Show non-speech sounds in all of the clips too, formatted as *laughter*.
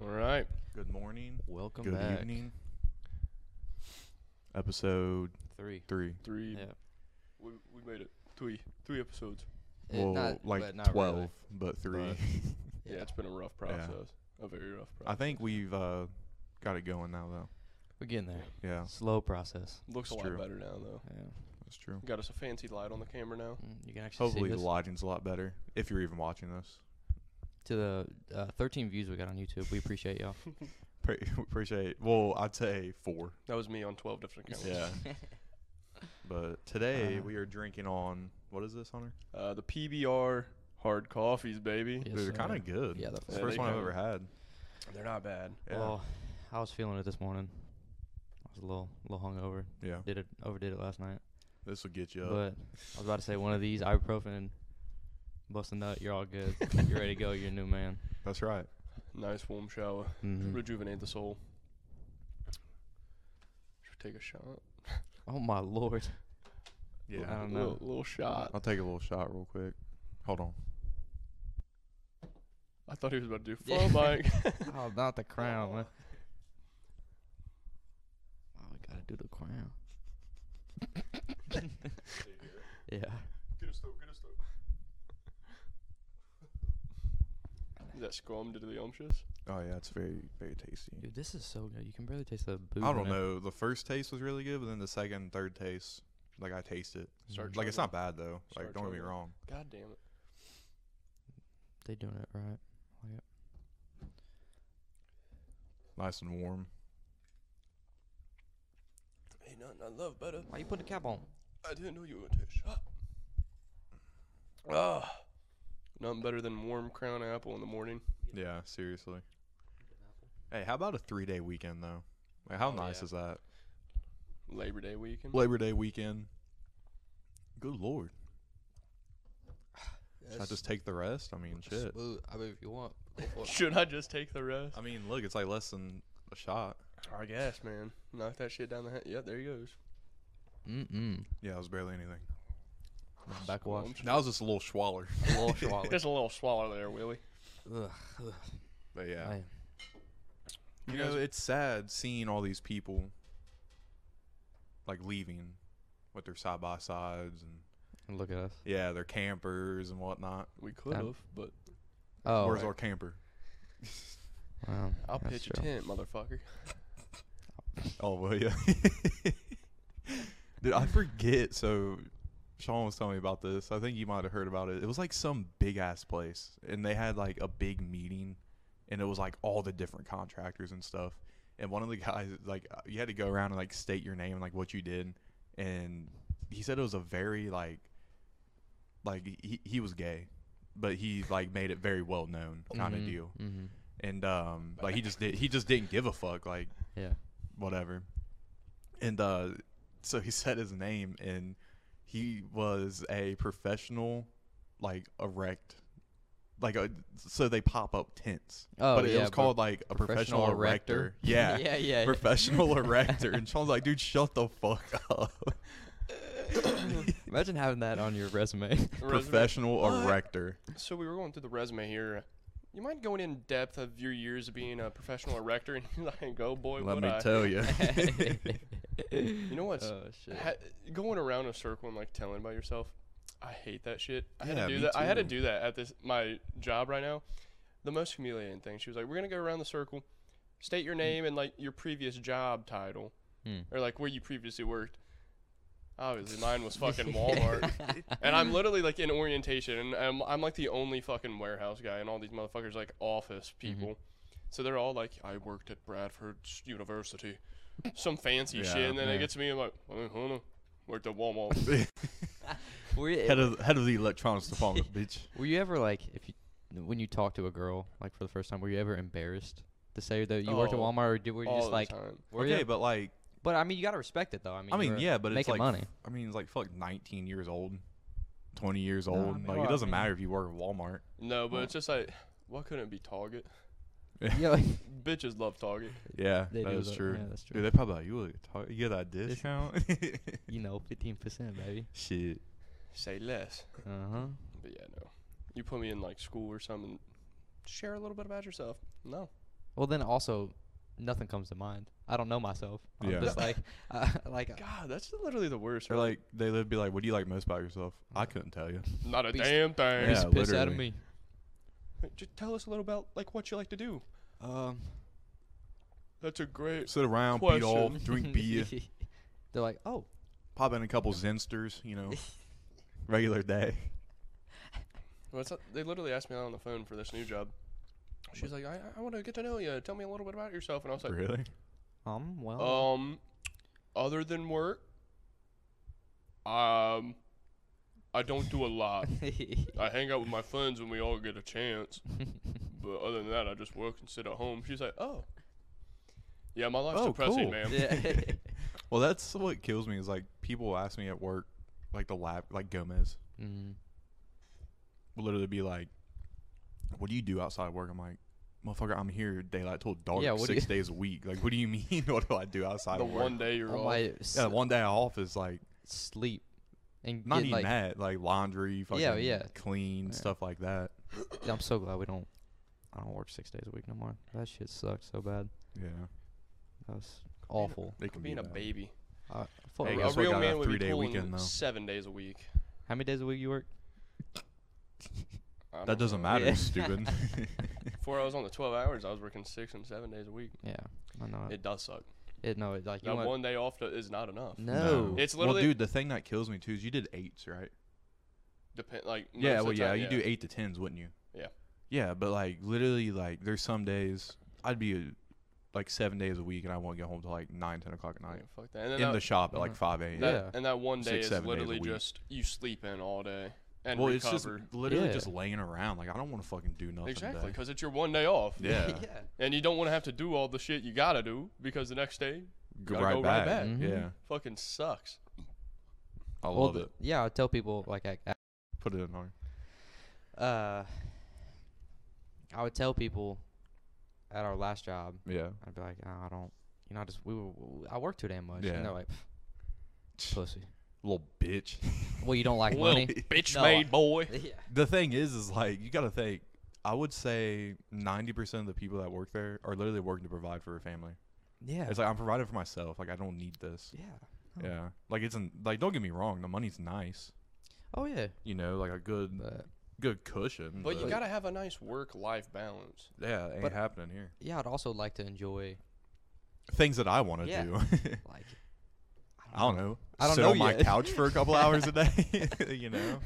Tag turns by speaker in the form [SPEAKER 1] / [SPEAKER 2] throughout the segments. [SPEAKER 1] All right.
[SPEAKER 2] Good morning.
[SPEAKER 3] Welcome
[SPEAKER 2] good
[SPEAKER 3] back.
[SPEAKER 2] evening. Episode
[SPEAKER 3] Three.
[SPEAKER 2] three.
[SPEAKER 1] Three.
[SPEAKER 3] Yeah.
[SPEAKER 1] We, we made it. Three. Three episodes.
[SPEAKER 3] Eh,
[SPEAKER 2] well,
[SPEAKER 3] not-
[SPEAKER 2] like
[SPEAKER 3] but not really.
[SPEAKER 2] twelve, but three.
[SPEAKER 3] But-
[SPEAKER 1] Yeah.
[SPEAKER 3] Yeah.
[SPEAKER 1] it's been a rough process. A very rough process.
[SPEAKER 2] *laughs* I think we've uh, got it going now, though.
[SPEAKER 3] We're getting there.
[SPEAKER 2] Yeah,
[SPEAKER 3] Slow process.
[SPEAKER 1] Looks a
[SPEAKER 2] it's
[SPEAKER 1] lot
[SPEAKER 2] true.
[SPEAKER 1] better now, though.
[SPEAKER 3] Yeah.
[SPEAKER 2] that's true.
[SPEAKER 1] Got us a fancy light on the camera now.
[SPEAKER 3] Mm, You can actually
[SPEAKER 2] Hopefully,
[SPEAKER 3] see
[SPEAKER 2] the
[SPEAKER 3] this.
[SPEAKER 2] lodging's a lot better if you're even watching this.
[SPEAKER 3] to the uh, 13 views we got on YouTube. We appreciate *laughs* y'all.
[SPEAKER 2] Pre- *laughs* appreciate. Well, I'd say four.
[SPEAKER 1] That was me on 12 different cameras.
[SPEAKER 3] *laughs*
[SPEAKER 2] But today
[SPEAKER 3] Uh,
[SPEAKER 2] we are drinking on what is this, Hunter?
[SPEAKER 1] Uh, the PBR hard coffees, baby.
[SPEAKER 3] Yes,
[SPEAKER 2] They're kind
[SPEAKER 3] sir.
[SPEAKER 2] of good.
[SPEAKER 3] Yeah, they're
[SPEAKER 2] It's the
[SPEAKER 1] fine.
[SPEAKER 2] first
[SPEAKER 1] Yeah,
[SPEAKER 2] one I've
[SPEAKER 1] they
[SPEAKER 2] ever had.
[SPEAKER 1] They're not bad.
[SPEAKER 2] Yeah.
[SPEAKER 3] Well, I was feeling it this morning. I was a little, little hungover.
[SPEAKER 2] yeah,
[SPEAKER 3] Did it overdid it last night.
[SPEAKER 2] this will get you up.
[SPEAKER 3] But I was about to say one of these ibuprofen, bust a nut. You're all
[SPEAKER 2] *laughs*
[SPEAKER 3] good. you're ready to go. You're a new man.
[SPEAKER 2] that's right.
[SPEAKER 1] Nice warm shower.
[SPEAKER 3] Mhm.
[SPEAKER 2] Mm-hmm.
[SPEAKER 1] Rejuvenate the soul. Should we take a shot?
[SPEAKER 3] Oh my lord.
[SPEAKER 2] Yeah,
[SPEAKER 3] I don't
[SPEAKER 1] A little,
[SPEAKER 3] know.
[SPEAKER 1] little shot.
[SPEAKER 2] I'll take a little shot real quick. Hold on.
[SPEAKER 1] I thought he was about to do
[SPEAKER 3] Yeah. *laughs*
[SPEAKER 1] full mic.
[SPEAKER 2] *laughs*
[SPEAKER 3] Oh, not the crown.
[SPEAKER 1] Oh.
[SPEAKER 3] man. *laughs* Oh, we gotta do the *laughs* crown. yeah.
[SPEAKER 1] Is that scrum to the umptious?
[SPEAKER 2] Oh yeah, it's very very tasty.
[SPEAKER 3] Dude, this is so good. You can barely taste the booze.
[SPEAKER 2] I
[SPEAKER 3] in
[SPEAKER 2] don't
[SPEAKER 3] it.
[SPEAKER 2] know. The first taste was really good, but then the second, and third taste, like I taste it.
[SPEAKER 3] Mm.
[SPEAKER 1] Start
[SPEAKER 2] Like it's
[SPEAKER 1] chugging.
[SPEAKER 2] not bad though. Like
[SPEAKER 1] Start
[SPEAKER 2] don't get me
[SPEAKER 1] chugging.
[SPEAKER 2] wrong.
[SPEAKER 1] God damn it.
[SPEAKER 3] They doing it right. I like it.
[SPEAKER 2] Nice and warm.
[SPEAKER 1] Ain't nothing I love better.
[SPEAKER 3] Why you putting the cap on?
[SPEAKER 1] I didn't know you were into a shop. Ah, nothing better than warm crown apple in the morning.
[SPEAKER 2] Yeah, seriously. Hey, how about a three day weekend though? Like how
[SPEAKER 3] Oh,
[SPEAKER 2] nice
[SPEAKER 3] yeah.
[SPEAKER 2] is that?
[SPEAKER 1] Labor Day weekend.
[SPEAKER 2] Labor Day weekend. Good lord. Should I
[SPEAKER 3] That's-
[SPEAKER 2] just take the rest? I mean shit.
[SPEAKER 3] Smooth. I mean, if you want, go for it.
[SPEAKER 1] Should I just take the rest?
[SPEAKER 2] I mean look, it's like less than a shot.
[SPEAKER 1] I guess, man. Knock that shit down the head. Yeah, there he goes.
[SPEAKER 3] Mm-mm.
[SPEAKER 2] Yeah, it was barely anything.
[SPEAKER 3] Backwash. *laughs*
[SPEAKER 1] Squirms.
[SPEAKER 2] That was just a little swaller.
[SPEAKER 3] Little swallow.
[SPEAKER 1] Just a little swallow there, Willie.
[SPEAKER 3] *laughs* Ugh, ugh.
[SPEAKER 2] But yeah.
[SPEAKER 3] Hey,
[SPEAKER 2] You
[SPEAKER 1] You guys-
[SPEAKER 2] know, it's sad seeing all these people like leaving with their side by sides and
[SPEAKER 3] and look at us.
[SPEAKER 2] yeah, their campers and whatnot.
[SPEAKER 1] We could
[SPEAKER 3] Um,
[SPEAKER 1] have, but
[SPEAKER 3] Oh,
[SPEAKER 2] Where's
[SPEAKER 1] right.
[SPEAKER 2] our camper?
[SPEAKER 3] wow.
[SPEAKER 1] I'll
[SPEAKER 3] That's
[SPEAKER 1] pitch
[SPEAKER 3] true.
[SPEAKER 1] a tent, *laughs* motherfucker.
[SPEAKER 2] Oh well, yeah. *laughs* Dude, I forget. So Sean was telling me about this. I think you might have heard about it. It was like some big ass place, and they had like a big meeting, and it was like all the different contractors and stuff. And one of the guys, like, uh, you had to go around and like state your name and like what you did, and he said it was a very like, like he he was gay, but he like made it very well known kind of
[SPEAKER 3] Mhm,
[SPEAKER 2] deal.
[SPEAKER 3] mhm.
[SPEAKER 2] And um, like he just did he just didn't give a fuck. Like
[SPEAKER 3] Yeah.
[SPEAKER 2] whatever. And uh, so he *laughs* said his name, and he was a professional, like erect, like a, so they pop up tents.
[SPEAKER 3] Oh,
[SPEAKER 2] but it
[SPEAKER 3] yeah,
[SPEAKER 2] was
[SPEAKER 3] but
[SPEAKER 2] called like a professional,
[SPEAKER 3] professional
[SPEAKER 2] erector.
[SPEAKER 3] *laughs* erector?
[SPEAKER 2] Yeah,
[SPEAKER 3] yeah, yeah.
[SPEAKER 2] professional erector. And Sean's like, dude, shut the fuck up.
[SPEAKER 3] Imagine having that on your
[SPEAKER 2] *laughs*
[SPEAKER 3] resume. *laughs*
[SPEAKER 1] Resume.
[SPEAKER 2] professional
[SPEAKER 1] What?
[SPEAKER 2] erector.
[SPEAKER 1] So we were going through the resume here. You mind going in depth of your years of being a professional erector? *laughs* And you're like, go boy,
[SPEAKER 2] Let
[SPEAKER 1] would
[SPEAKER 2] me
[SPEAKER 1] I.
[SPEAKER 2] tell
[SPEAKER 3] *laughs*
[SPEAKER 2] you.
[SPEAKER 3] you
[SPEAKER 1] know what's-
[SPEAKER 3] Oh shit.
[SPEAKER 1] ha- going around in a circle and like telling by yourself. I hate that shit. I had
[SPEAKER 2] Yeah,
[SPEAKER 1] to do
[SPEAKER 2] me
[SPEAKER 1] that. I had to
[SPEAKER 2] too.
[SPEAKER 1] do that at this my job right now. The most humiliating thing. She was like, "We're gonna go around the circle, state
[SPEAKER 2] Mm.
[SPEAKER 1] your name and like your previous job title,
[SPEAKER 3] Hmm.
[SPEAKER 1] or like where you previously worked." Obviously, mine was
[SPEAKER 2] *laughs*
[SPEAKER 1] fucking Walmart, and I'm literally like in orientation, and I'm, I'm like the only fucking warehouse guy, and all these motherfuckers like office people, so they're all like, "I worked at Bradford University," some fancy shit,
[SPEAKER 2] Yeah.
[SPEAKER 1] and then
[SPEAKER 3] Yeah.
[SPEAKER 1] it gets me, I'm like, "I don't know, worked at Walmart."
[SPEAKER 3] *laughs* were, you,
[SPEAKER 2] head of head of the electronics department, bitch.
[SPEAKER 3] were you ever like, if you, when you talk to a girl like for the first time, were you ever embarrassed to say that you worked at
[SPEAKER 1] Oh,
[SPEAKER 3] Walmart, or did, were you
[SPEAKER 1] all
[SPEAKER 3] just
[SPEAKER 1] the
[SPEAKER 3] like,
[SPEAKER 1] time.
[SPEAKER 3] were
[SPEAKER 2] Okay,
[SPEAKER 3] you?
[SPEAKER 2] but like,
[SPEAKER 3] But I mean, you gotta respect it though. I mean,
[SPEAKER 2] I
[SPEAKER 3] you
[SPEAKER 2] mean,
[SPEAKER 3] were
[SPEAKER 2] yeah, but it's
[SPEAKER 3] making
[SPEAKER 2] like
[SPEAKER 3] money.
[SPEAKER 2] I mean, it's like fuck, nineteen years old, twenty years
[SPEAKER 3] No, I
[SPEAKER 2] old.
[SPEAKER 3] mean-
[SPEAKER 2] like
[SPEAKER 1] Well,
[SPEAKER 2] it
[SPEAKER 1] I
[SPEAKER 2] doesn't
[SPEAKER 1] mean-
[SPEAKER 2] matter if you work at Walmart.
[SPEAKER 1] No, but it's just like, why couldn't it be Target?
[SPEAKER 3] *laughs* yeah, like,
[SPEAKER 1] Bitches love Target.
[SPEAKER 2] Yeah,
[SPEAKER 3] They
[SPEAKER 2] that
[SPEAKER 3] do
[SPEAKER 2] is
[SPEAKER 3] that.
[SPEAKER 2] true.
[SPEAKER 3] Yeah, that's true.
[SPEAKER 2] Dude, they probably like, you look, tar- you get that discount.
[SPEAKER 3] *laughs*
[SPEAKER 2] *laughs*
[SPEAKER 3] you know, fifteen percent, baby.
[SPEAKER 2] Shit.
[SPEAKER 1] Say less.
[SPEAKER 3] Uh
[SPEAKER 2] Uh-huh.
[SPEAKER 3] huh.
[SPEAKER 1] But yeah, no. You put me in like school or something. Share a little bit about yourself. No,
[SPEAKER 3] *laughs* Well, then also, nothing comes to mind. I don't know myself. I'm
[SPEAKER 2] Yeah.
[SPEAKER 3] just like, *laughs* uh,
[SPEAKER 1] *laughs*
[SPEAKER 3] like
[SPEAKER 1] God, that's literally the worst.
[SPEAKER 2] Or
[SPEAKER 1] really.
[SPEAKER 2] like they would be like, "What do you like most about yourself?" I couldn't tell
[SPEAKER 3] *laughs*
[SPEAKER 2] you.
[SPEAKER 1] not a
[SPEAKER 3] Beast-
[SPEAKER 1] damn thing.
[SPEAKER 3] piece
[SPEAKER 2] Yeah,
[SPEAKER 3] of piss out of
[SPEAKER 2] literally.
[SPEAKER 3] me.
[SPEAKER 1] Just tell us a little about like what you like to do.
[SPEAKER 3] Um,
[SPEAKER 1] That's a great.
[SPEAKER 2] Sit around, beat off,
[SPEAKER 1] Question.
[SPEAKER 3] *laughs*
[SPEAKER 2] drink beer,
[SPEAKER 3] They're like, oh,
[SPEAKER 2] pop in a couple zinsters, you
[SPEAKER 3] *laughs*
[SPEAKER 2] know, regular day.
[SPEAKER 1] Well, it's not- they literally asked me out on the phone for this new job. She's like, I, I want to get to know you. Tell me a little bit about yourself. And I was like,
[SPEAKER 2] Really? Oh.
[SPEAKER 3] um, well, *laughs*
[SPEAKER 1] um, other than work, um, I don't do a
[SPEAKER 3] *laughs*
[SPEAKER 1] lot. I hang out with my friends when we all get a chance. But other than that, I just work and sit at home. She's like, oh. Yeah, my life's
[SPEAKER 2] Oh,
[SPEAKER 1] depressing,
[SPEAKER 2] cool.
[SPEAKER 1] man.
[SPEAKER 3] yeah.
[SPEAKER 1] *laughs*
[SPEAKER 3] *laughs*
[SPEAKER 2] Well, that's what kills me is like people ask me at work, like the lab, like Gomez,
[SPEAKER 3] Mm.
[SPEAKER 2] will literally be like, "What do you do outside of work?" I'm like, "Motherfucker, I'm here daylight till dark,
[SPEAKER 3] Yeah, what do
[SPEAKER 2] six
[SPEAKER 3] you-
[SPEAKER 2] days a week. Like, what do you *laughs* mean? what do I do outside
[SPEAKER 1] The
[SPEAKER 2] of work?"
[SPEAKER 1] one day you're
[SPEAKER 3] I
[SPEAKER 1] off.
[SPEAKER 3] might s-
[SPEAKER 2] yeah, one day off is like
[SPEAKER 3] sleep and
[SPEAKER 2] not
[SPEAKER 3] get,
[SPEAKER 2] even
[SPEAKER 3] like,
[SPEAKER 2] that, like laundry, fucking
[SPEAKER 3] Yeah, yeah.
[SPEAKER 2] clean
[SPEAKER 3] Yeah.
[SPEAKER 2] stuff like that.
[SPEAKER 3] I'm so glad we don't. I don't work six days a week no more. That shit sucks so bad.
[SPEAKER 2] Yeah,
[SPEAKER 3] That was awful.
[SPEAKER 2] they can
[SPEAKER 1] being
[SPEAKER 2] be
[SPEAKER 1] a
[SPEAKER 2] bad.
[SPEAKER 1] baby.
[SPEAKER 3] I, I felt
[SPEAKER 2] Hey,
[SPEAKER 1] a
[SPEAKER 3] like-
[SPEAKER 1] a
[SPEAKER 2] guess what,
[SPEAKER 1] real
[SPEAKER 2] got a
[SPEAKER 1] man would be
[SPEAKER 2] three-day
[SPEAKER 1] pulling
[SPEAKER 2] weekend, though.
[SPEAKER 1] seven days a week.
[SPEAKER 3] how many days a week you work?
[SPEAKER 1] I
[SPEAKER 2] That
[SPEAKER 1] don't
[SPEAKER 2] doesn't
[SPEAKER 1] know.
[SPEAKER 2] matter,
[SPEAKER 3] *laughs* Yeah.
[SPEAKER 2] stupid.
[SPEAKER 1] Before I was on the 12 hours, I was working six and seven days a week.
[SPEAKER 3] Yeah, I know it.
[SPEAKER 1] It does suck.
[SPEAKER 3] it no, it like you
[SPEAKER 1] That
[SPEAKER 3] want
[SPEAKER 1] one day off to, is not enough.
[SPEAKER 2] Mm. *laughs*
[SPEAKER 3] no.
[SPEAKER 1] It's
[SPEAKER 2] well,
[SPEAKER 1] literally-
[SPEAKER 2] dude. The thing that kills me too is you did eights, right?
[SPEAKER 1] Depend like
[SPEAKER 2] Yeah,
[SPEAKER 1] most of
[SPEAKER 2] well,
[SPEAKER 1] the
[SPEAKER 2] yeah,
[SPEAKER 1] time-
[SPEAKER 2] you do eight to tens, wouldn't you?
[SPEAKER 1] Yeah.
[SPEAKER 2] Yeah, but like literally, like there's some days I'd be uh, like seven days a week, and I won't get home till like nine, ten o'clock at
[SPEAKER 1] Yeah,
[SPEAKER 2] night
[SPEAKER 1] fuck that. And then
[SPEAKER 2] in the
[SPEAKER 1] that,
[SPEAKER 2] shop at like
[SPEAKER 3] Mhm.
[SPEAKER 2] five a.m.
[SPEAKER 1] Mm-hmm. that-
[SPEAKER 3] Yeah.
[SPEAKER 1] and that one day
[SPEAKER 2] Six,
[SPEAKER 1] is
[SPEAKER 2] seven days a
[SPEAKER 1] literally
[SPEAKER 2] week.
[SPEAKER 1] just you sleep in all day and
[SPEAKER 2] well,
[SPEAKER 1] recover.
[SPEAKER 2] it's just literally
[SPEAKER 3] Yeah.
[SPEAKER 2] just laying around. Like I don't want to fucking do nothing.
[SPEAKER 1] exactly
[SPEAKER 2] today.
[SPEAKER 1] because it's your one day off,
[SPEAKER 2] Yeah.
[SPEAKER 1] *laughs* and you don't want to have to do all the shit you gotta do because the next day
[SPEAKER 2] Go
[SPEAKER 1] Gotta
[SPEAKER 2] right
[SPEAKER 1] go right
[SPEAKER 2] back.
[SPEAKER 1] back.
[SPEAKER 3] Mhm.
[SPEAKER 2] Yeah.
[SPEAKER 1] fucking sucks.
[SPEAKER 2] I
[SPEAKER 3] Well,
[SPEAKER 2] love
[SPEAKER 3] th-
[SPEAKER 2] it.
[SPEAKER 3] yeah, I tell people like I,
[SPEAKER 2] Put it in our
[SPEAKER 3] I- uh, I would tell people at our last job,
[SPEAKER 2] Yeah.
[SPEAKER 3] I'd be like, oh, I don't, you know, I just we were, I work too damn much,
[SPEAKER 2] Yeah.
[SPEAKER 3] and they're like,
[SPEAKER 2] *laughs*
[SPEAKER 3] pussy.
[SPEAKER 2] Little bitch.
[SPEAKER 3] Well, you don't like
[SPEAKER 1] Little
[SPEAKER 2] *laughs*
[SPEAKER 3] money. *laughs*
[SPEAKER 1] bitch
[SPEAKER 3] No,
[SPEAKER 1] made boy.
[SPEAKER 3] yeah.
[SPEAKER 2] the thing is, is like you gotta think. I would say ninety percent of the people that work there are literally working to provide for a family.
[SPEAKER 3] Yeah.
[SPEAKER 2] It's like I'm providing for myself. Like I don't need this.
[SPEAKER 3] yeah. Oh.
[SPEAKER 2] Yeah. Like it's an, like don't get me wrong, the money's nice.
[SPEAKER 3] Oh yeah.
[SPEAKER 2] You know, like a good
[SPEAKER 3] But
[SPEAKER 2] good cushion.
[SPEAKER 1] But you gotta have a nice work-life balance.
[SPEAKER 2] Yeah, it ain't
[SPEAKER 3] but-
[SPEAKER 2] happening here.
[SPEAKER 3] yeah, I'd also like to enjoy
[SPEAKER 2] Things that I want to
[SPEAKER 3] Yeah.
[SPEAKER 2] do.
[SPEAKER 3] like.
[SPEAKER 2] I don't know.
[SPEAKER 3] I don't
[SPEAKER 2] Sit
[SPEAKER 3] know
[SPEAKER 2] on my
[SPEAKER 3] yet.
[SPEAKER 2] couch for a couple hours a day. *laughs* you know,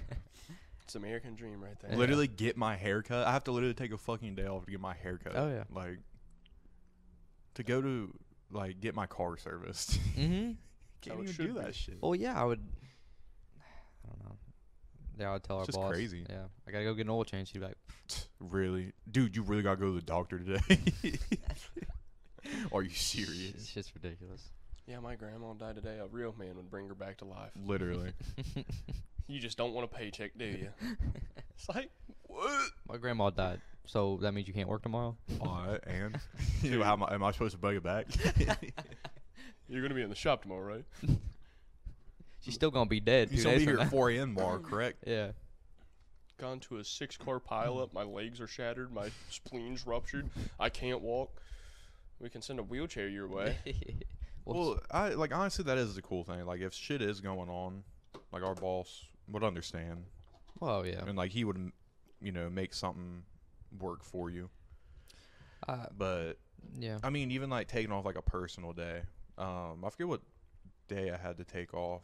[SPEAKER 1] It's the American dream right there.
[SPEAKER 3] *laughs* Yeah.
[SPEAKER 2] literally get my hair cut. I have to literally take a fucking day off to get my hair cut.
[SPEAKER 3] Oh, yeah.
[SPEAKER 2] Like to go to like get my car serviced.
[SPEAKER 3] Mm-hmm.
[SPEAKER 1] How
[SPEAKER 2] Can't
[SPEAKER 1] it
[SPEAKER 2] even
[SPEAKER 1] should
[SPEAKER 2] *laughs* do
[SPEAKER 1] be.
[SPEAKER 2] that shit.
[SPEAKER 3] Well, yeah, I would. *sighs* I don't know. Yeah, I'd tell our
[SPEAKER 2] It's just
[SPEAKER 3] boss.
[SPEAKER 2] crazy.
[SPEAKER 3] Yeah, I gotta go get an oil change. She'd be like,
[SPEAKER 2] Really, dude, you really gotta go to the doctor today. *laughs* Are you serious?
[SPEAKER 3] "It's just ridiculous."
[SPEAKER 1] Yeah, my grandma died today. A real man would bring her back to life.
[SPEAKER 3] *laughs*
[SPEAKER 2] Literally.
[SPEAKER 1] You just don't want a paycheck, do you? it's like what?
[SPEAKER 3] My grandma died, so that means you can't work tomorrow.
[SPEAKER 2] Uh,
[SPEAKER 3] *laughs*
[SPEAKER 2] and you know, how am, I, am I supposed to bug it back?
[SPEAKER 1] You're gonna be in the shop tomorrow, right?
[SPEAKER 3] She's still gonna be dead.
[SPEAKER 2] You
[SPEAKER 3] Two
[SPEAKER 2] still
[SPEAKER 3] days
[SPEAKER 2] be
[SPEAKER 3] from
[SPEAKER 2] here at
[SPEAKER 3] now.
[SPEAKER 2] 4 a.m. tomorrow, correct?
[SPEAKER 3] Yeah.
[SPEAKER 2] *laughs*
[SPEAKER 1] gone to a six car pileup. My legs are shattered. My spleen's ruptured. I can't walk. We can send a wheelchair your way.
[SPEAKER 3] *laughs* well,
[SPEAKER 2] Well, I like honestly, that is the cool thing. Like, if shit is going on, like our boss would understand,
[SPEAKER 3] well, yeah.
[SPEAKER 2] and like he would, m- you know, make something work for you.
[SPEAKER 3] Uh,
[SPEAKER 2] But
[SPEAKER 3] yeah.
[SPEAKER 2] I mean, even like taking off like a personal day. Um, I forget what day I had to take off.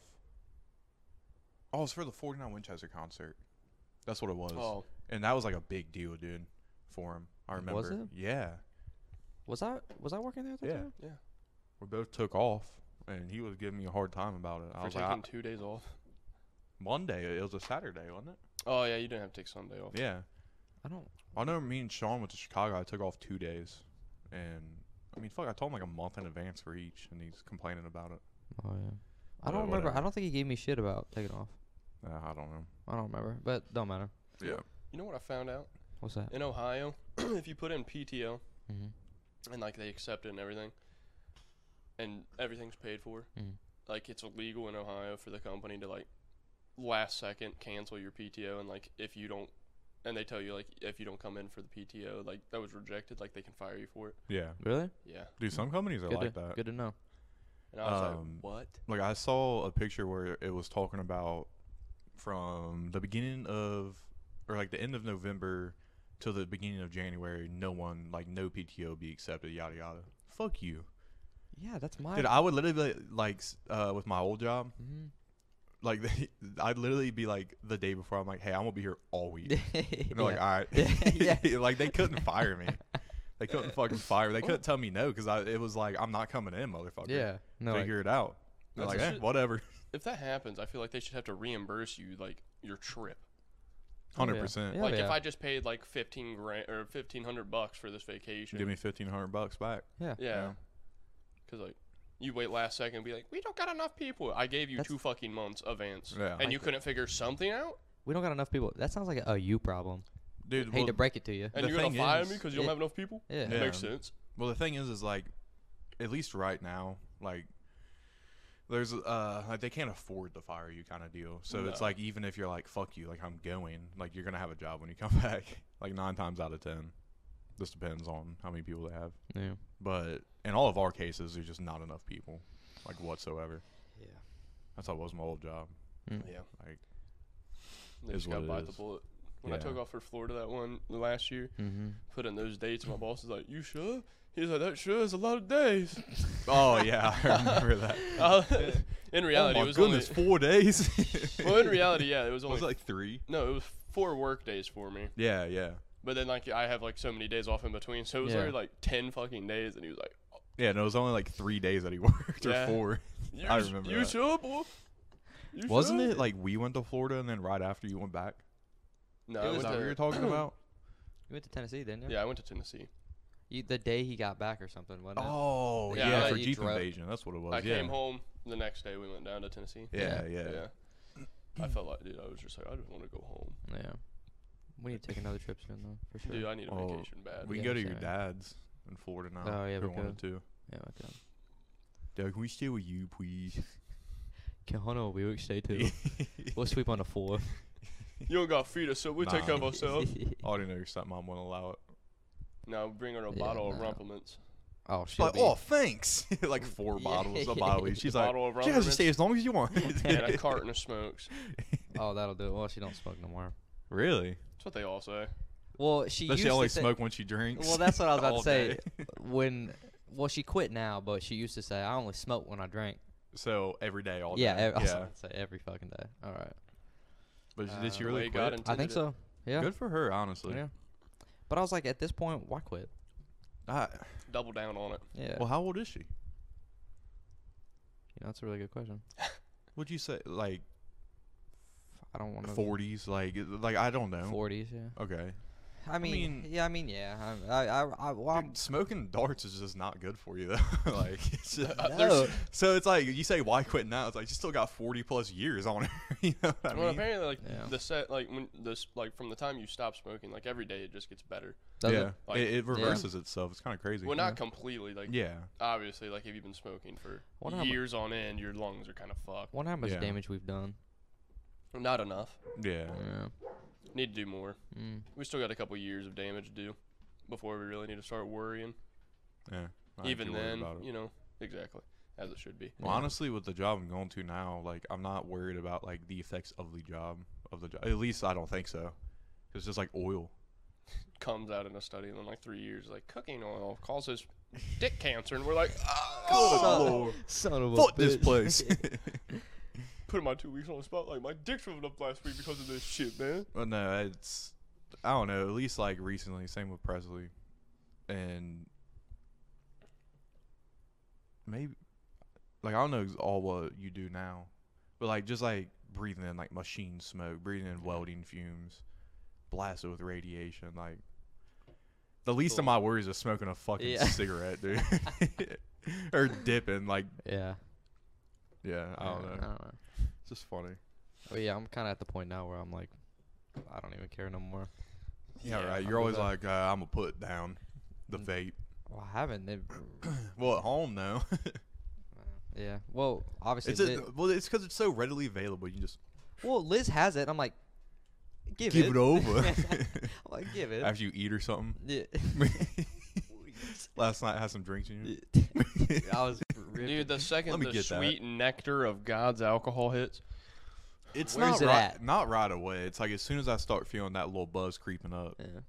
[SPEAKER 2] Oh, it's for the 49 Winchester concert. That's what it was.
[SPEAKER 1] Oh,
[SPEAKER 2] And that was like a big deal, dude, for him. I remember.
[SPEAKER 3] Was it?
[SPEAKER 2] Yeah.
[SPEAKER 3] Was I was I working there? At the
[SPEAKER 2] Yeah.
[SPEAKER 3] Time?
[SPEAKER 2] We both took off, and he was giving me a hard time about it. I
[SPEAKER 1] for
[SPEAKER 2] was
[SPEAKER 1] taking
[SPEAKER 2] like, I-
[SPEAKER 1] two days off.
[SPEAKER 2] Monday. It was a Saturday, wasn't
[SPEAKER 1] Oh yeah, you didn't have to take Sunday off.
[SPEAKER 2] it? Yeah.
[SPEAKER 3] I don't.
[SPEAKER 2] I know me and Sean went to Chicago. I took off two days, and I mean, fuck, I told him like a month in advance for each, and he's complaining about it.
[SPEAKER 3] Oh yeah. I
[SPEAKER 2] Well,
[SPEAKER 3] don't remember.
[SPEAKER 2] whatever.
[SPEAKER 3] I don't think he gave me shit about taking off.
[SPEAKER 2] Uh, I don't know.
[SPEAKER 3] I don't remember, but don't matter.
[SPEAKER 2] Yeah.
[SPEAKER 1] You know what I found out
[SPEAKER 3] What's that?
[SPEAKER 1] in Ohio? *clears throat* if you put in PTO
[SPEAKER 3] Mm-hmm.
[SPEAKER 1] and like they accept it and everything, and everything's paid for,
[SPEAKER 3] Mhm.
[SPEAKER 1] like it's illegal in Ohio for the company to like last second cancel your PTO and like if you don't and they tell you like if you don't come in for the PTO, like that was rejected, like they can fire you for it.
[SPEAKER 2] Yeah,
[SPEAKER 3] Really?
[SPEAKER 1] Yeah.
[SPEAKER 2] dude. Some companies are
[SPEAKER 3] Good,
[SPEAKER 2] like
[SPEAKER 3] to,
[SPEAKER 2] that.
[SPEAKER 3] good to know.
[SPEAKER 1] And I was
[SPEAKER 2] Um,
[SPEAKER 1] like, what?
[SPEAKER 2] Like I saw a picture where it was talking about from the beginning of or like the end of November to the beginning of January, no one like no PTO be accepted, yada yada. Fuck you,
[SPEAKER 3] Yeah, that's my.
[SPEAKER 2] dude. I would literally like s- uh, with my old job,
[SPEAKER 3] Mhm.
[SPEAKER 2] like *laughs* they, I'd literally be like the day before, I'm like, hey, I'm gonna be here all week. And they're
[SPEAKER 3] *laughs* Yeah.
[SPEAKER 2] like, all
[SPEAKER 3] Yeah.
[SPEAKER 2] right, *laughs* like they couldn't fire me. They couldn't fucking fire. They couldn't tell me no because I it was like I'm not coming in, motherfucker.
[SPEAKER 3] yeah. No. like-
[SPEAKER 2] figure it out. They're
[SPEAKER 1] That's
[SPEAKER 2] like,
[SPEAKER 1] the
[SPEAKER 2] eh,
[SPEAKER 1] shit-
[SPEAKER 2] whatever.
[SPEAKER 1] If that happens, I feel like they should have to reimburse you like your trip.
[SPEAKER 3] Oh, yeah.
[SPEAKER 2] Hundred percent.
[SPEAKER 3] Yeah,
[SPEAKER 1] like
[SPEAKER 3] yeah.
[SPEAKER 1] if I just paid like fifteen grand or fifteen hundred bucks for this vacation.
[SPEAKER 2] Give me fifteen hundred bucks back.
[SPEAKER 1] yeah.
[SPEAKER 2] yeah.
[SPEAKER 1] Because like you wait last second and be like, we don't got enough people. I gave you
[SPEAKER 3] That's-
[SPEAKER 1] two fucking months of ants,
[SPEAKER 2] Yeah.
[SPEAKER 1] and you couldn't figure something out,
[SPEAKER 3] we don't got enough people. That sounds like a, a you problem.
[SPEAKER 2] Dude,
[SPEAKER 3] Hate
[SPEAKER 2] well,
[SPEAKER 3] to break it to you.
[SPEAKER 1] and
[SPEAKER 2] The
[SPEAKER 1] you're gonna
[SPEAKER 2] thing
[SPEAKER 1] fire
[SPEAKER 2] is-
[SPEAKER 1] me because you don't
[SPEAKER 3] Yeah.
[SPEAKER 1] have enough people.
[SPEAKER 3] Yeah.
[SPEAKER 1] That makes
[SPEAKER 2] Yeah.
[SPEAKER 1] sense.
[SPEAKER 2] well, the thing is, is like, at least right now, like, there's uh, like they can't afford to fire you kind of deal. So it's
[SPEAKER 1] No.
[SPEAKER 2] like even if you're like, fuck you, like I'm going, like you're gonna have a job when you come *laughs* back. Like nine times out of ten, this depends on how many people they have.
[SPEAKER 3] Yeah.
[SPEAKER 2] But in all of our cases, there's just not enough people, like whatsoever.
[SPEAKER 3] Yeah.
[SPEAKER 2] That's how it was my old job.
[SPEAKER 3] Mm.
[SPEAKER 1] Yeah.
[SPEAKER 2] Like, *laughs*
[SPEAKER 1] They
[SPEAKER 2] Is
[SPEAKER 1] just got
[SPEAKER 2] what it
[SPEAKER 1] bite the
[SPEAKER 2] is.
[SPEAKER 1] bullet. When I
[SPEAKER 2] Yeah.
[SPEAKER 1] took off for Florida that one last year,
[SPEAKER 3] Mm-hmm.
[SPEAKER 1] put in those dates, my boss was like, "You sure?" He's like, "That sure is a lot of
[SPEAKER 2] *laughs*
[SPEAKER 1] days."
[SPEAKER 2] oh yeah, I
[SPEAKER 1] *laughs*
[SPEAKER 2] remember that.
[SPEAKER 1] Uh, in reality,
[SPEAKER 2] oh my
[SPEAKER 1] it was
[SPEAKER 2] goodness, four days. *laughs*
[SPEAKER 1] only. *laughs* Well, in reality, yeah, it was
[SPEAKER 2] it
[SPEAKER 1] only.
[SPEAKER 2] was like three.
[SPEAKER 1] no, it was four work days for me.
[SPEAKER 2] Yeah, yeah,
[SPEAKER 1] But then like I have like so many days off in between, so it was
[SPEAKER 3] Yeah.
[SPEAKER 1] literally like ten fucking days, and he was like,
[SPEAKER 2] yeah. No, it was only like three days that he *laughs* worked
[SPEAKER 1] Yeah. *laughs*
[SPEAKER 2] or four.
[SPEAKER 1] you,
[SPEAKER 2] I
[SPEAKER 1] s-
[SPEAKER 2] remember
[SPEAKER 1] You
[SPEAKER 2] that.
[SPEAKER 1] sure, boy? You
[SPEAKER 2] Wasn't
[SPEAKER 1] sure?"
[SPEAKER 2] it like we went to Florida and then right after you went back?
[SPEAKER 1] No,
[SPEAKER 2] Is
[SPEAKER 1] I went
[SPEAKER 2] that what
[SPEAKER 1] to,
[SPEAKER 2] you
[SPEAKER 1] *clears throat*
[SPEAKER 2] were talking about?
[SPEAKER 3] You went to Tennessee, didn't you?
[SPEAKER 1] yeah, I went to Tennessee.
[SPEAKER 3] You, the day he got back or something, wasn't it?
[SPEAKER 2] Oh
[SPEAKER 1] Yeah,
[SPEAKER 2] yeah,
[SPEAKER 1] like
[SPEAKER 2] for
[SPEAKER 3] you
[SPEAKER 2] Jeep
[SPEAKER 3] drove-
[SPEAKER 2] invasion. That's what it was.
[SPEAKER 1] I
[SPEAKER 2] yeah.
[SPEAKER 1] came home the next day. We went down to Tennessee.
[SPEAKER 2] Yeah, yeah.
[SPEAKER 1] I felt like, dude, I was just like, I just want to go home.
[SPEAKER 3] Yeah. We need to take another trip soon, though, for sure.
[SPEAKER 1] Dude, I need a
[SPEAKER 2] Oh,
[SPEAKER 1] vacation bad.
[SPEAKER 2] We
[SPEAKER 3] Yeah,
[SPEAKER 2] can go to
[SPEAKER 3] same.
[SPEAKER 2] your dad's in Florida now.
[SPEAKER 3] Oh, yeah,
[SPEAKER 2] if
[SPEAKER 3] we
[SPEAKER 2] we wanted to.
[SPEAKER 3] yeah, I can.
[SPEAKER 2] Dad, can we stay with
[SPEAKER 1] *laughs*
[SPEAKER 2] you, please?
[SPEAKER 3] Can Hono we will stay too? we'll sleep on the floor.
[SPEAKER 1] You don't got feed us, so we take care of
[SPEAKER 2] Nah.
[SPEAKER 1] ourselves.
[SPEAKER 2] *laughs* I already know your stepmom won't allow it.
[SPEAKER 1] no, bring her a
[SPEAKER 3] Yeah,
[SPEAKER 1] bottle of
[SPEAKER 3] no.
[SPEAKER 1] rumplements.
[SPEAKER 3] *laughs* oh, she'll
[SPEAKER 2] But
[SPEAKER 3] be-
[SPEAKER 2] oh, thanks. *laughs* like four
[SPEAKER 3] Mm. *laughs* Yeah.
[SPEAKER 2] bottles a bottle. each.
[SPEAKER 3] *laughs*
[SPEAKER 2] She's like,
[SPEAKER 1] bottle of
[SPEAKER 2] you guys can
[SPEAKER 1] rumplements
[SPEAKER 2] stay as long as you want. *laughs*
[SPEAKER 1] and a carton of smokes.
[SPEAKER 3] oh, that'll do it. Well, she don't smoke no more.
[SPEAKER 2] really?
[SPEAKER 1] That's what they all say.
[SPEAKER 3] Well, she
[SPEAKER 2] Does
[SPEAKER 3] used
[SPEAKER 2] she only
[SPEAKER 3] to say-
[SPEAKER 2] smoke when she drinks?
[SPEAKER 3] Well, that's what I was about
[SPEAKER 2] All
[SPEAKER 3] to say.
[SPEAKER 2] day.
[SPEAKER 3] when well, she quit now, but she used to say, "I only smoke when I drink."
[SPEAKER 2] So every day, all
[SPEAKER 3] yeah,
[SPEAKER 2] day.
[SPEAKER 3] ev- I was *laughs*
[SPEAKER 2] yeah.
[SPEAKER 3] about to say every fucking day. All right,
[SPEAKER 2] But
[SPEAKER 3] Uh,
[SPEAKER 2] did she
[SPEAKER 1] The
[SPEAKER 2] really
[SPEAKER 1] way
[SPEAKER 2] quit?
[SPEAKER 1] God
[SPEAKER 3] I
[SPEAKER 1] intended
[SPEAKER 3] think
[SPEAKER 1] it.
[SPEAKER 3] so. Yeah,
[SPEAKER 2] Good for her, honestly.
[SPEAKER 3] yeah. But I was like, at this point, why quit?
[SPEAKER 2] I,
[SPEAKER 1] Double down on it.
[SPEAKER 3] Yeah,
[SPEAKER 2] well, how old is she?
[SPEAKER 3] you know, that's a really good question.
[SPEAKER 2] Would you say like
[SPEAKER 3] I don't want to
[SPEAKER 2] forties? Like, like I don't know.
[SPEAKER 3] forties. Yeah,
[SPEAKER 2] Okay.
[SPEAKER 3] I mean,
[SPEAKER 2] mean-
[SPEAKER 3] yeah, I mean, yeah. I, I, I, I well, I'm-
[SPEAKER 2] Dude, smoking darts is just not good for you,
[SPEAKER 3] *laughs*
[SPEAKER 2] though. *laughs* like, it's just,
[SPEAKER 3] No.
[SPEAKER 2] so it's like you say, why quit now? It's like you still got forty plus years on her. *laughs* you know what I
[SPEAKER 1] well,
[SPEAKER 2] mean?
[SPEAKER 1] apparently, like
[SPEAKER 3] Yeah.
[SPEAKER 1] the set, like when this, like from the time you stop smoking, like every day it just gets better.
[SPEAKER 3] does
[SPEAKER 2] yeah,
[SPEAKER 3] it-
[SPEAKER 1] Like-
[SPEAKER 2] it, it reverses itself. It's kind of crazy.
[SPEAKER 1] Well, not completely. Like
[SPEAKER 2] yeah,
[SPEAKER 1] obviously, like if you've been smoking for
[SPEAKER 3] Wonder how mu-
[SPEAKER 1] years on end, your lungs are kind of fucked.
[SPEAKER 3] Wonder how much
[SPEAKER 2] Yeah.
[SPEAKER 3] damage we've done.
[SPEAKER 1] Not enough.
[SPEAKER 2] yeah.
[SPEAKER 3] Yeah.
[SPEAKER 1] Need to do more.
[SPEAKER 3] Mm.
[SPEAKER 1] We still got a couple years of damage to do before we really need to start worrying.
[SPEAKER 2] yeah. Not
[SPEAKER 1] Even
[SPEAKER 2] too worried
[SPEAKER 1] then,
[SPEAKER 2] about it.
[SPEAKER 1] you know, exactly as it should be.
[SPEAKER 2] Well,
[SPEAKER 3] Yeah.
[SPEAKER 2] honestly, with the job I'm going to now, like I'm not worried about like the effects of the job of the job. At least I don't think so. It's just like oil.
[SPEAKER 1] Comes out in a study in like three years, like cooking oil causes dick cancer, and we're like,
[SPEAKER 3] Oh,
[SPEAKER 2] Lord.
[SPEAKER 3] Son of a
[SPEAKER 2] Fuck this *laughs*
[SPEAKER 3] bitch.
[SPEAKER 2] place.
[SPEAKER 1] putting my two weeks on the spot, like my dick shriveled up last week because of this shit, man.
[SPEAKER 2] Well, no, it's I don't know. At least like recently, same with Presley, and maybe like I don't know ex- all what you do now, but like just like breathing in like machine smoke, breathing in welding fumes, blasted with radiation. Like the least
[SPEAKER 1] Cool.
[SPEAKER 2] of my worries is smoking a fucking
[SPEAKER 3] Yeah.
[SPEAKER 2] cigarette, dude,
[SPEAKER 3] *laughs*
[SPEAKER 2] *laughs* or dipping. Like
[SPEAKER 3] Yeah.
[SPEAKER 2] yeah, I don't
[SPEAKER 3] yeah,
[SPEAKER 2] know.
[SPEAKER 3] I don't know.
[SPEAKER 2] It's just funny.
[SPEAKER 3] But yeah, I'm kind of at the point now where I'm like, I don't even care no more.
[SPEAKER 2] Yeah,
[SPEAKER 1] Yeah,
[SPEAKER 2] right.
[SPEAKER 3] I
[SPEAKER 2] You're always
[SPEAKER 3] feel that.
[SPEAKER 2] like uh, I'm gonna put down the
[SPEAKER 3] Mm.
[SPEAKER 2] vape.
[SPEAKER 3] Well, I haven't. It,
[SPEAKER 2] *clears throat* Well, at home though, *laughs*
[SPEAKER 3] yeah. Well, obviously,
[SPEAKER 2] it's just,
[SPEAKER 3] Liz,
[SPEAKER 2] well, it's because it's so readily available. You just
[SPEAKER 3] well, Liz has it. I'm like,
[SPEAKER 2] Give,
[SPEAKER 4] give,
[SPEAKER 2] it.
[SPEAKER 3] *laughs*
[SPEAKER 2] over. *laughs*
[SPEAKER 4] I'm like, give it.
[SPEAKER 2] After you eat or something. *laughs* Last night I had some drinks in you.
[SPEAKER 4] Yeah. I was ripping.
[SPEAKER 1] Dude, the second
[SPEAKER 2] me
[SPEAKER 1] the
[SPEAKER 2] get that.
[SPEAKER 1] sweet nectar of God's alcohol hits,
[SPEAKER 2] It's
[SPEAKER 4] Where's
[SPEAKER 2] not
[SPEAKER 4] it
[SPEAKER 2] right,
[SPEAKER 4] at?
[SPEAKER 2] not right away. It's like as soon as I start feeling that little buzz creeping up,
[SPEAKER 4] Yeah.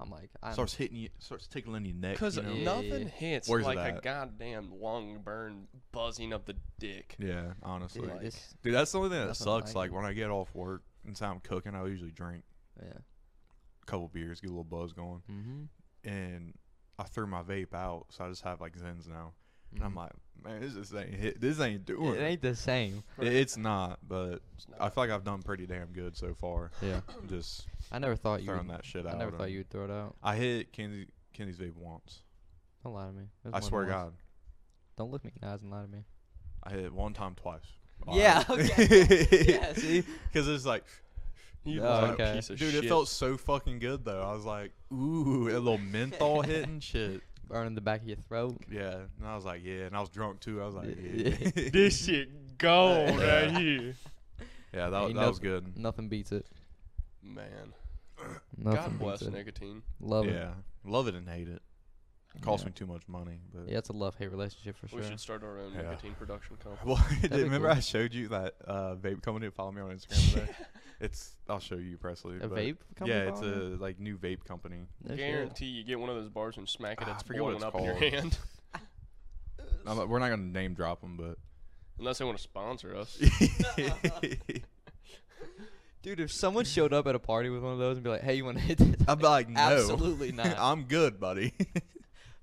[SPEAKER 4] I'm like, I'm,
[SPEAKER 2] starts hitting you, starts tickling your neck.
[SPEAKER 1] because
[SPEAKER 2] Eh, you know?
[SPEAKER 4] Yeah.
[SPEAKER 1] nothing hits
[SPEAKER 2] Where's
[SPEAKER 1] like a
[SPEAKER 2] that?
[SPEAKER 1] goddamn lung burn buzzing up the dick.
[SPEAKER 2] yeah, honestly,
[SPEAKER 4] dude,
[SPEAKER 2] dude,
[SPEAKER 4] this,
[SPEAKER 2] that's the only thing that
[SPEAKER 4] nothing like
[SPEAKER 2] sucks. Like
[SPEAKER 4] it.
[SPEAKER 2] when I get off work and say I'm cooking, I usually drink
[SPEAKER 4] yeah.
[SPEAKER 2] a couple beers, get a little buzz going,
[SPEAKER 3] Mm-hmm.
[SPEAKER 2] and I threw my vape out, so I just have like Zins now. And I'm like, man, this just ain't hit. This ain't doing.
[SPEAKER 3] Mm-hmm. It
[SPEAKER 2] It
[SPEAKER 3] ain't the same.
[SPEAKER 2] It's not, but
[SPEAKER 1] It's
[SPEAKER 2] I
[SPEAKER 1] not-
[SPEAKER 2] feel like I've done pretty damn good so
[SPEAKER 3] *clears throat*
[SPEAKER 2] far.
[SPEAKER 3] Yeah.
[SPEAKER 2] Just
[SPEAKER 3] I never thought you.
[SPEAKER 2] throwing
[SPEAKER 3] Would,
[SPEAKER 2] that shit out.
[SPEAKER 3] I never thought
[SPEAKER 2] and-
[SPEAKER 3] you would throw it out.
[SPEAKER 2] I hit Kenzie Kenny's vape once.
[SPEAKER 3] Don't lie to me.
[SPEAKER 2] I
[SPEAKER 3] It was more than
[SPEAKER 2] swear to
[SPEAKER 3] once.
[SPEAKER 2] God,
[SPEAKER 3] Don't look me in the eyes and lie to me.
[SPEAKER 2] I hit it one time, twice. *laughs*
[SPEAKER 4] Yeah,
[SPEAKER 3] *laughs*
[SPEAKER 4] okay. yeah, see?
[SPEAKER 2] Because it's like,
[SPEAKER 1] You
[SPEAKER 3] No,
[SPEAKER 1] lying
[SPEAKER 3] okay.
[SPEAKER 1] piece of
[SPEAKER 2] dude,
[SPEAKER 1] shit.
[SPEAKER 2] it felt so fucking good though. I was like, ooh, a little menthol hitting shit.
[SPEAKER 3] Burning the back of your throat.
[SPEAKER 2] Yeah, and I was like, yeah, and I was drunk too. I was
[SPEAKER 3] *laughs*
[SPEAKER 2] like, yeah,
[SPEAKER 1] this shit gold
[SPEAKER 2] *laughs* Yeah.
[SPEAKER 1] right here,
[SPEAKER 2] yeah, that,
[SPEAKER 3] Ain't
[SPEAKER 2] that was
[SPEAKER 3] nothing-
[SPEAKER 2] good.
[SPEAKER 3] Nothing beats it.
[SPEAKER 1] man.
[SPEAKER 3] Nothing
[SPEAKER 1] God bless
[SPEAKER 3] beats it.
[SPEAKER 1] nicotine.
[SPEAKER 3] Love it.
[SPEAKER 2] yeah, love it and hate it. Cost
[SPEAKER 3] Yeah.
[SPEAKER 2] me too much money, but
[SPEAKER 3] Yeah, it's a love hate relationship for sure.
[SPEAKER 1] We should start our own
[SPEAKER 2] Yeah.
[SPEAKER 1] nicotine production company.
[SPEAKER 2] *laughs* Well, *laughs* I
[SPEAKER 3] That'd
[SPEAKER 2] did-
[SPEAKER 3] be
[SPEAKER 2] remember
[SPEAKER 3] cool.
[SPEAKER 2] I showed you that uh, vape company that followed me on Instagram
[SPEAKER 3] *laughs*
[SPEAKER 2] today? it's I'll show you, Presley.
[SPEAKER 3] a
[SPEAKER 2] but-
[SPEAKER 3] vape company.
[SPEAKER 2] Yeah, it's
[SPEAKER 3] following you?
[SPEAKER 2] a like new vape company.
[SPEAKER 3] No shit.
[SPEAKER 1] Guarantee you get one of those bars and smack it.
[SPEAKER 2] Ah, I
[SPEAKER 1] It's
[SPEAKER 2] forget what
[SPEAKER 1] boiling
[SPEAKER 2] it's
[SPEAKER 1] up in your
[SPEAKER 2] called. *laughs*
[SPEAKER 1] hand. *laughs*
[SPEAKER 2] I'm not- we're not gonna name drop them,
[SPEAKER 3] *laughs*
[SPEAKER 2] but
[SPEAKER 1] Unless they want to sponsor us.
[SPEAKER 3] Dude, if someone showed up at a party with one of those and be like, "Hey, you want to hit this?" *laughs*
[SPEAKER 2] I'm like, no,
[SPEAKER 3] Absolutely
[SPEAKER 2] *laughs*
[SPEAKER 3] not.
[SPEAKER 2] I'm good,
[SPEAKER 3] *laughs*
[SPEAKER 2] buddy.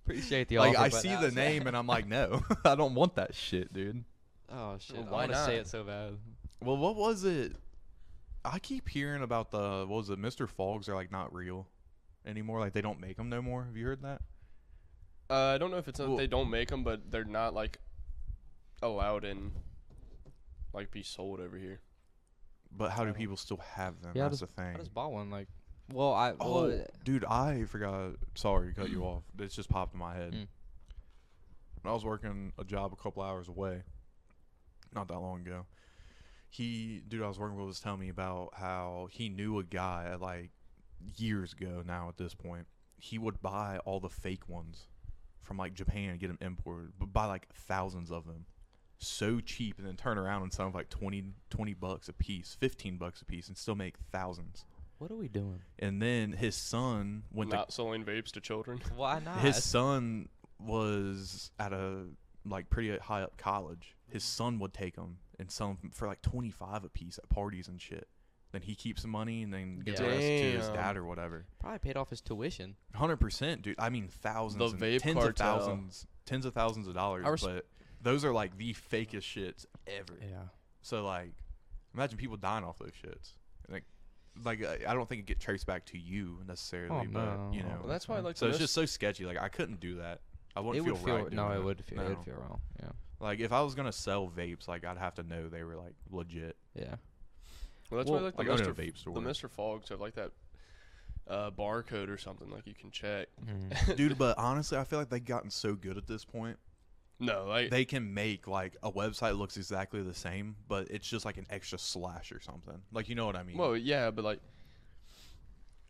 [SPEAKER 3] Appreciate the
[SPEAKER 2] like
[SPEAKER 3] offer.
[SPEAKER 2] I
[SPEAKER 3] but
[SPEAKER 2] see
[SPEAKER 3] nah,
[SPEAKER 2] the
[SPEAKER 3] it's-
[SPEAKER 2] name and I'm like, no, *laughs* I don't want that shit, dude.
[SPEAKER 3] *laughs* Oh shit! I
[SPEAKER 1] why
[SPEAKER 3] want to say
[SPEAKER 1] not?
[SPEAKER 3] it so bad.
[SPEAKER 2] Well, what was it? I keep hearing about the what was it? Mr. Fogs are like not real anymore. Like they don't make them no more. Have you heard that?
[SPEAKER 1] Uh, I don't know if it's that
[SPEAKER 2] Well-
[SPEAKER 1] they don't make them, but they're not like allowed in, like be sold over here.
[SPEAKER 2] But how
[SPEAKER 1] I
[SPEAKER 2] do
[SPEAKER 1] don't-
[SPEAKER 2] people still have them?
[SPEAKER 3] Yeah, I
[SPEAKER 2] That's the thing.
[SPEAKER 3] I just bought one. Like, well, I well,
[SPEAKER 2] Oh,
[SPEAKER 3] it-
[SPEAKER 2] dude, I forgot. Sorry to cut you off. This just popped in my head.
[SPEAKER 3] Mm.
[SPEAKER 2] When I was working a job a couple hours away, not that long ago, he, dude, I was working with was telling me about how he knew a guy like years ago now at this point. He would buy all the fake ones from like Japan and get them imported, but buy like thousands of them. So cheap, and then turn around and sell them for like 20, 20 bucks a piece, 15 bucks a piece, and still make thousands
[SPEAKER 3] what are we doing?
[SPEAKER 2] and then his son went
[SPEAKER 1] not selling vapes to children.
[SPEAKER 3] Why
[SPEAKER 2] to
[SPEAKER 3] not?
[SPEAKER 2] his son was at a like pretty high up college. His son would take him and sell him for like twenty five a piece at parties and shit. Then he keeps the money and then gives the rest to his
[SPEAKER 1] Damn.
[SPEAKER 2] dad or whatever.
[SPEAKER 3] Probably paid off his tuition.
[SPEAKER 2] Hundred percent, dude. I mean, thousands,
[SPEAKER 1] The
[SPEAKER 2] and
[SPEAKER 1] vape
[SPEAKER 2] tens of
[SPEAKER 1] cartel.
[SPEAKER 2] thousands, tens of thousands of dollars.
[SPEAKER 3] I res-
[SPEAKER 2] but those are like the fakest shits ever.
[SPEAKER 3] Yeah.
[SPEAKER 2] So like, imagine people dying off those shits. Like, like I I don't think it get traced back to you necessarily, but you
[SPEAKER 3] no.
[SPEAKER 2] know,
[SPEAKER 1] Well, that's why I like.
[SPEAKER 2] so
[SPEAKER 1] the
[SPEAKER 2] it's
[SPEAKER 1] mis-
[SPEAKER 2] just so sketchy. Like I couldn't do that. I
[SPEAKER 3] it
[SPEAKER 2] wouldn't feel
[SPEAKER 3] would feel
[SPEAKER 2] right.
[SPEAKER 3] no,
[SPEAKER 2] doing
[SPEAKER 3] it would feel it
[SPEAKER 2] No.
[SPEAKER 3] would feel wrong. Yeah.
[SPEAKER 2] Like if I was gonna sell vapes, like I'd have to know they were like legit.
[SPEAKER 3] Yeah.
[SPEAKER 1] well, that's why
[SPEAKER 3] well,
[SPEAKER 1] I like the
[SPEAKER 2] like, I own
[SPEAKER 1] Mr.
[SPEAKER 2] a vape store.
[SPEAKER 1] the Mr. Fogs have like that uh, barcode or something like you can check.
[SPEAKER 3] Mm-hmm.
[SPEAKER 2] Dude, but honestly, I feel like they've gotten so good at this point.
[SPEAKER 1] *laughs* No, like
[SPEAKER 2] They can make like a website looks exactly the same, but it's just like an extra slash or something. Like you know what I mean?
[SPEAKER 1] well, yeah, but like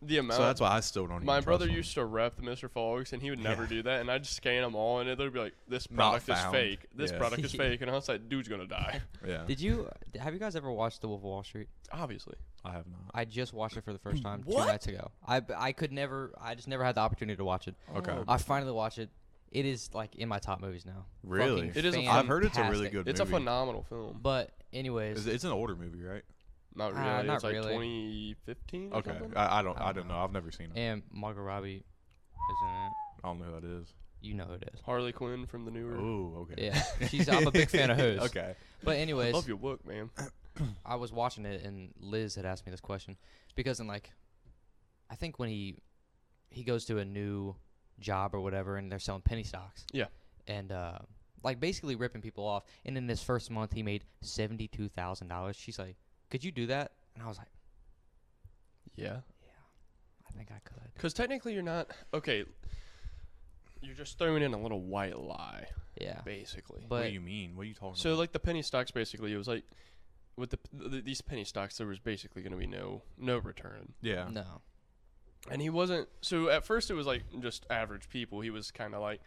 [SPEAKER 1] the amount.
[SPEAKER 2] so that's why I still don't.
[SPEAKER 1] My
[SPEAKER 2] even
[SPEAKER 1] brother
[SPEAKER 2] trust 'em.
[SPEAKER 1] used to rep the Mr. Fogs, and he would never
[SPEAKER 2] Yeah.
[SPEAKER 1] do that. And I'd scan them all, and they'd be like, "This
[SPEAKER 2] Not
[SPEAKER 1] product is
[SPEAKER 2] found.
[SPEAKER 1] fake. This
[SPEAKER 2] *laughs* Yeah.
[SPEAKER 1] product is fake." And I was like, "Dude's gonna die." *laughs*
[SPEAKER 2] Yeah,
[SPEAKER 3] Did you have you guys ever watched The Wolf of Wall Street?
[SPEAKER 1] Obviously.
[SPEAKER 2] I have not.
[SPEAKER 3] I just watched it for the first time
[SPEAKER 4] What?
[SPEAKER 3] two nights ago. I b- I could never. I just never had the opportunity to watch it.
[SPEAKER 2] Okay.
[SPEAKER 3] I finally watched it. It is like in my top movies now.
[SPEAKER 2] Really?
[SPEAKER 3] Fucking
[SPEAKER 1] It is a-
[SPEAKER 2] I've heard it's a really
[SPEAKER 3] fantastic.
[SPEAKER 2] good.
[SPEAKER 1] It's a
[SPEAKER 2] movie.
[SPEAKER 1] phenomenal film.
[SPEAKER 3] But anyways,
[SPEAKER 2] Is it- It's an older movie, right?
[SPEAKER 1] Not
[SPEAKER 3] Uh,
[SPEAKER 1] really.
[SPEAKER 3] not
[SPEAKER 1] it's like
[SPEAKER 3] really.
[SPEAKER 1] 2015. Or
[SPEAKER 2] Ah, Okay,
[SPEAKER 1] something?
[SPEAKER 2] I, I don't.
[SPEAKER 3] I
[SPEAKER 2] I
[SPEAKER 3] don't
[SPEAKER 2] don't know. I've never seen it.
[SPEAKER 3] and Margot Robbie is in it.
[SPEAKER 2] I don't know who that is.
[SPEAKER 3] You know who it is.
[SPEAKER 1] Harley Quinn from the newer.
[SPEAKER 2] Oh, okay.
[SPEAKER 3] Yeah, she's. I'm a big fan of
[SPEAKER 2] *laughs*
[SPEAKER 3] hers.
[SPEAKER 2] okay.
[SPEAKER 3] But anyways,
[SPEAKER 1] Love your work,
[SPEAKER 2] *laughs*
[SPEAKER 1] man.
[SPEAKER 3] I was watching it and Liz had asked me this question because in like I think when he he goes to a new job or whatever and they're selling penny stocks.
[SPEAKER 1] Yeah.
[SPEAKER 3] And uh like basically ripping people off and in this first month he made $72,000. She's like, "Could you do that?" And I was like,
[SPEAKER 1] Yeah.
[SPEAKER 3] "I think I could."
[SPEAKER 1] Because technically, you're not. Okay. You're just throwing in a little white lie,
[SPEAKER 3] Yeah.
[SPEAKER 1] basically.
[SPEAKER 2] what
[SPEAKER 3] But
[SPEAKER 2] do you mean? What are you talking
[SPEAKER 1] so,
[SPEAKER 2] about?
[SPEAKER 1] like the penny stocks, basically, it was like with the, the these penny stocks, there was basically going to be no no return.
[SPEAKER 2] Yeah.
[SPEAKER 3] No.
[SPEAKER 1] And he wasn't. So at first, it was like just average people. He was kind of like,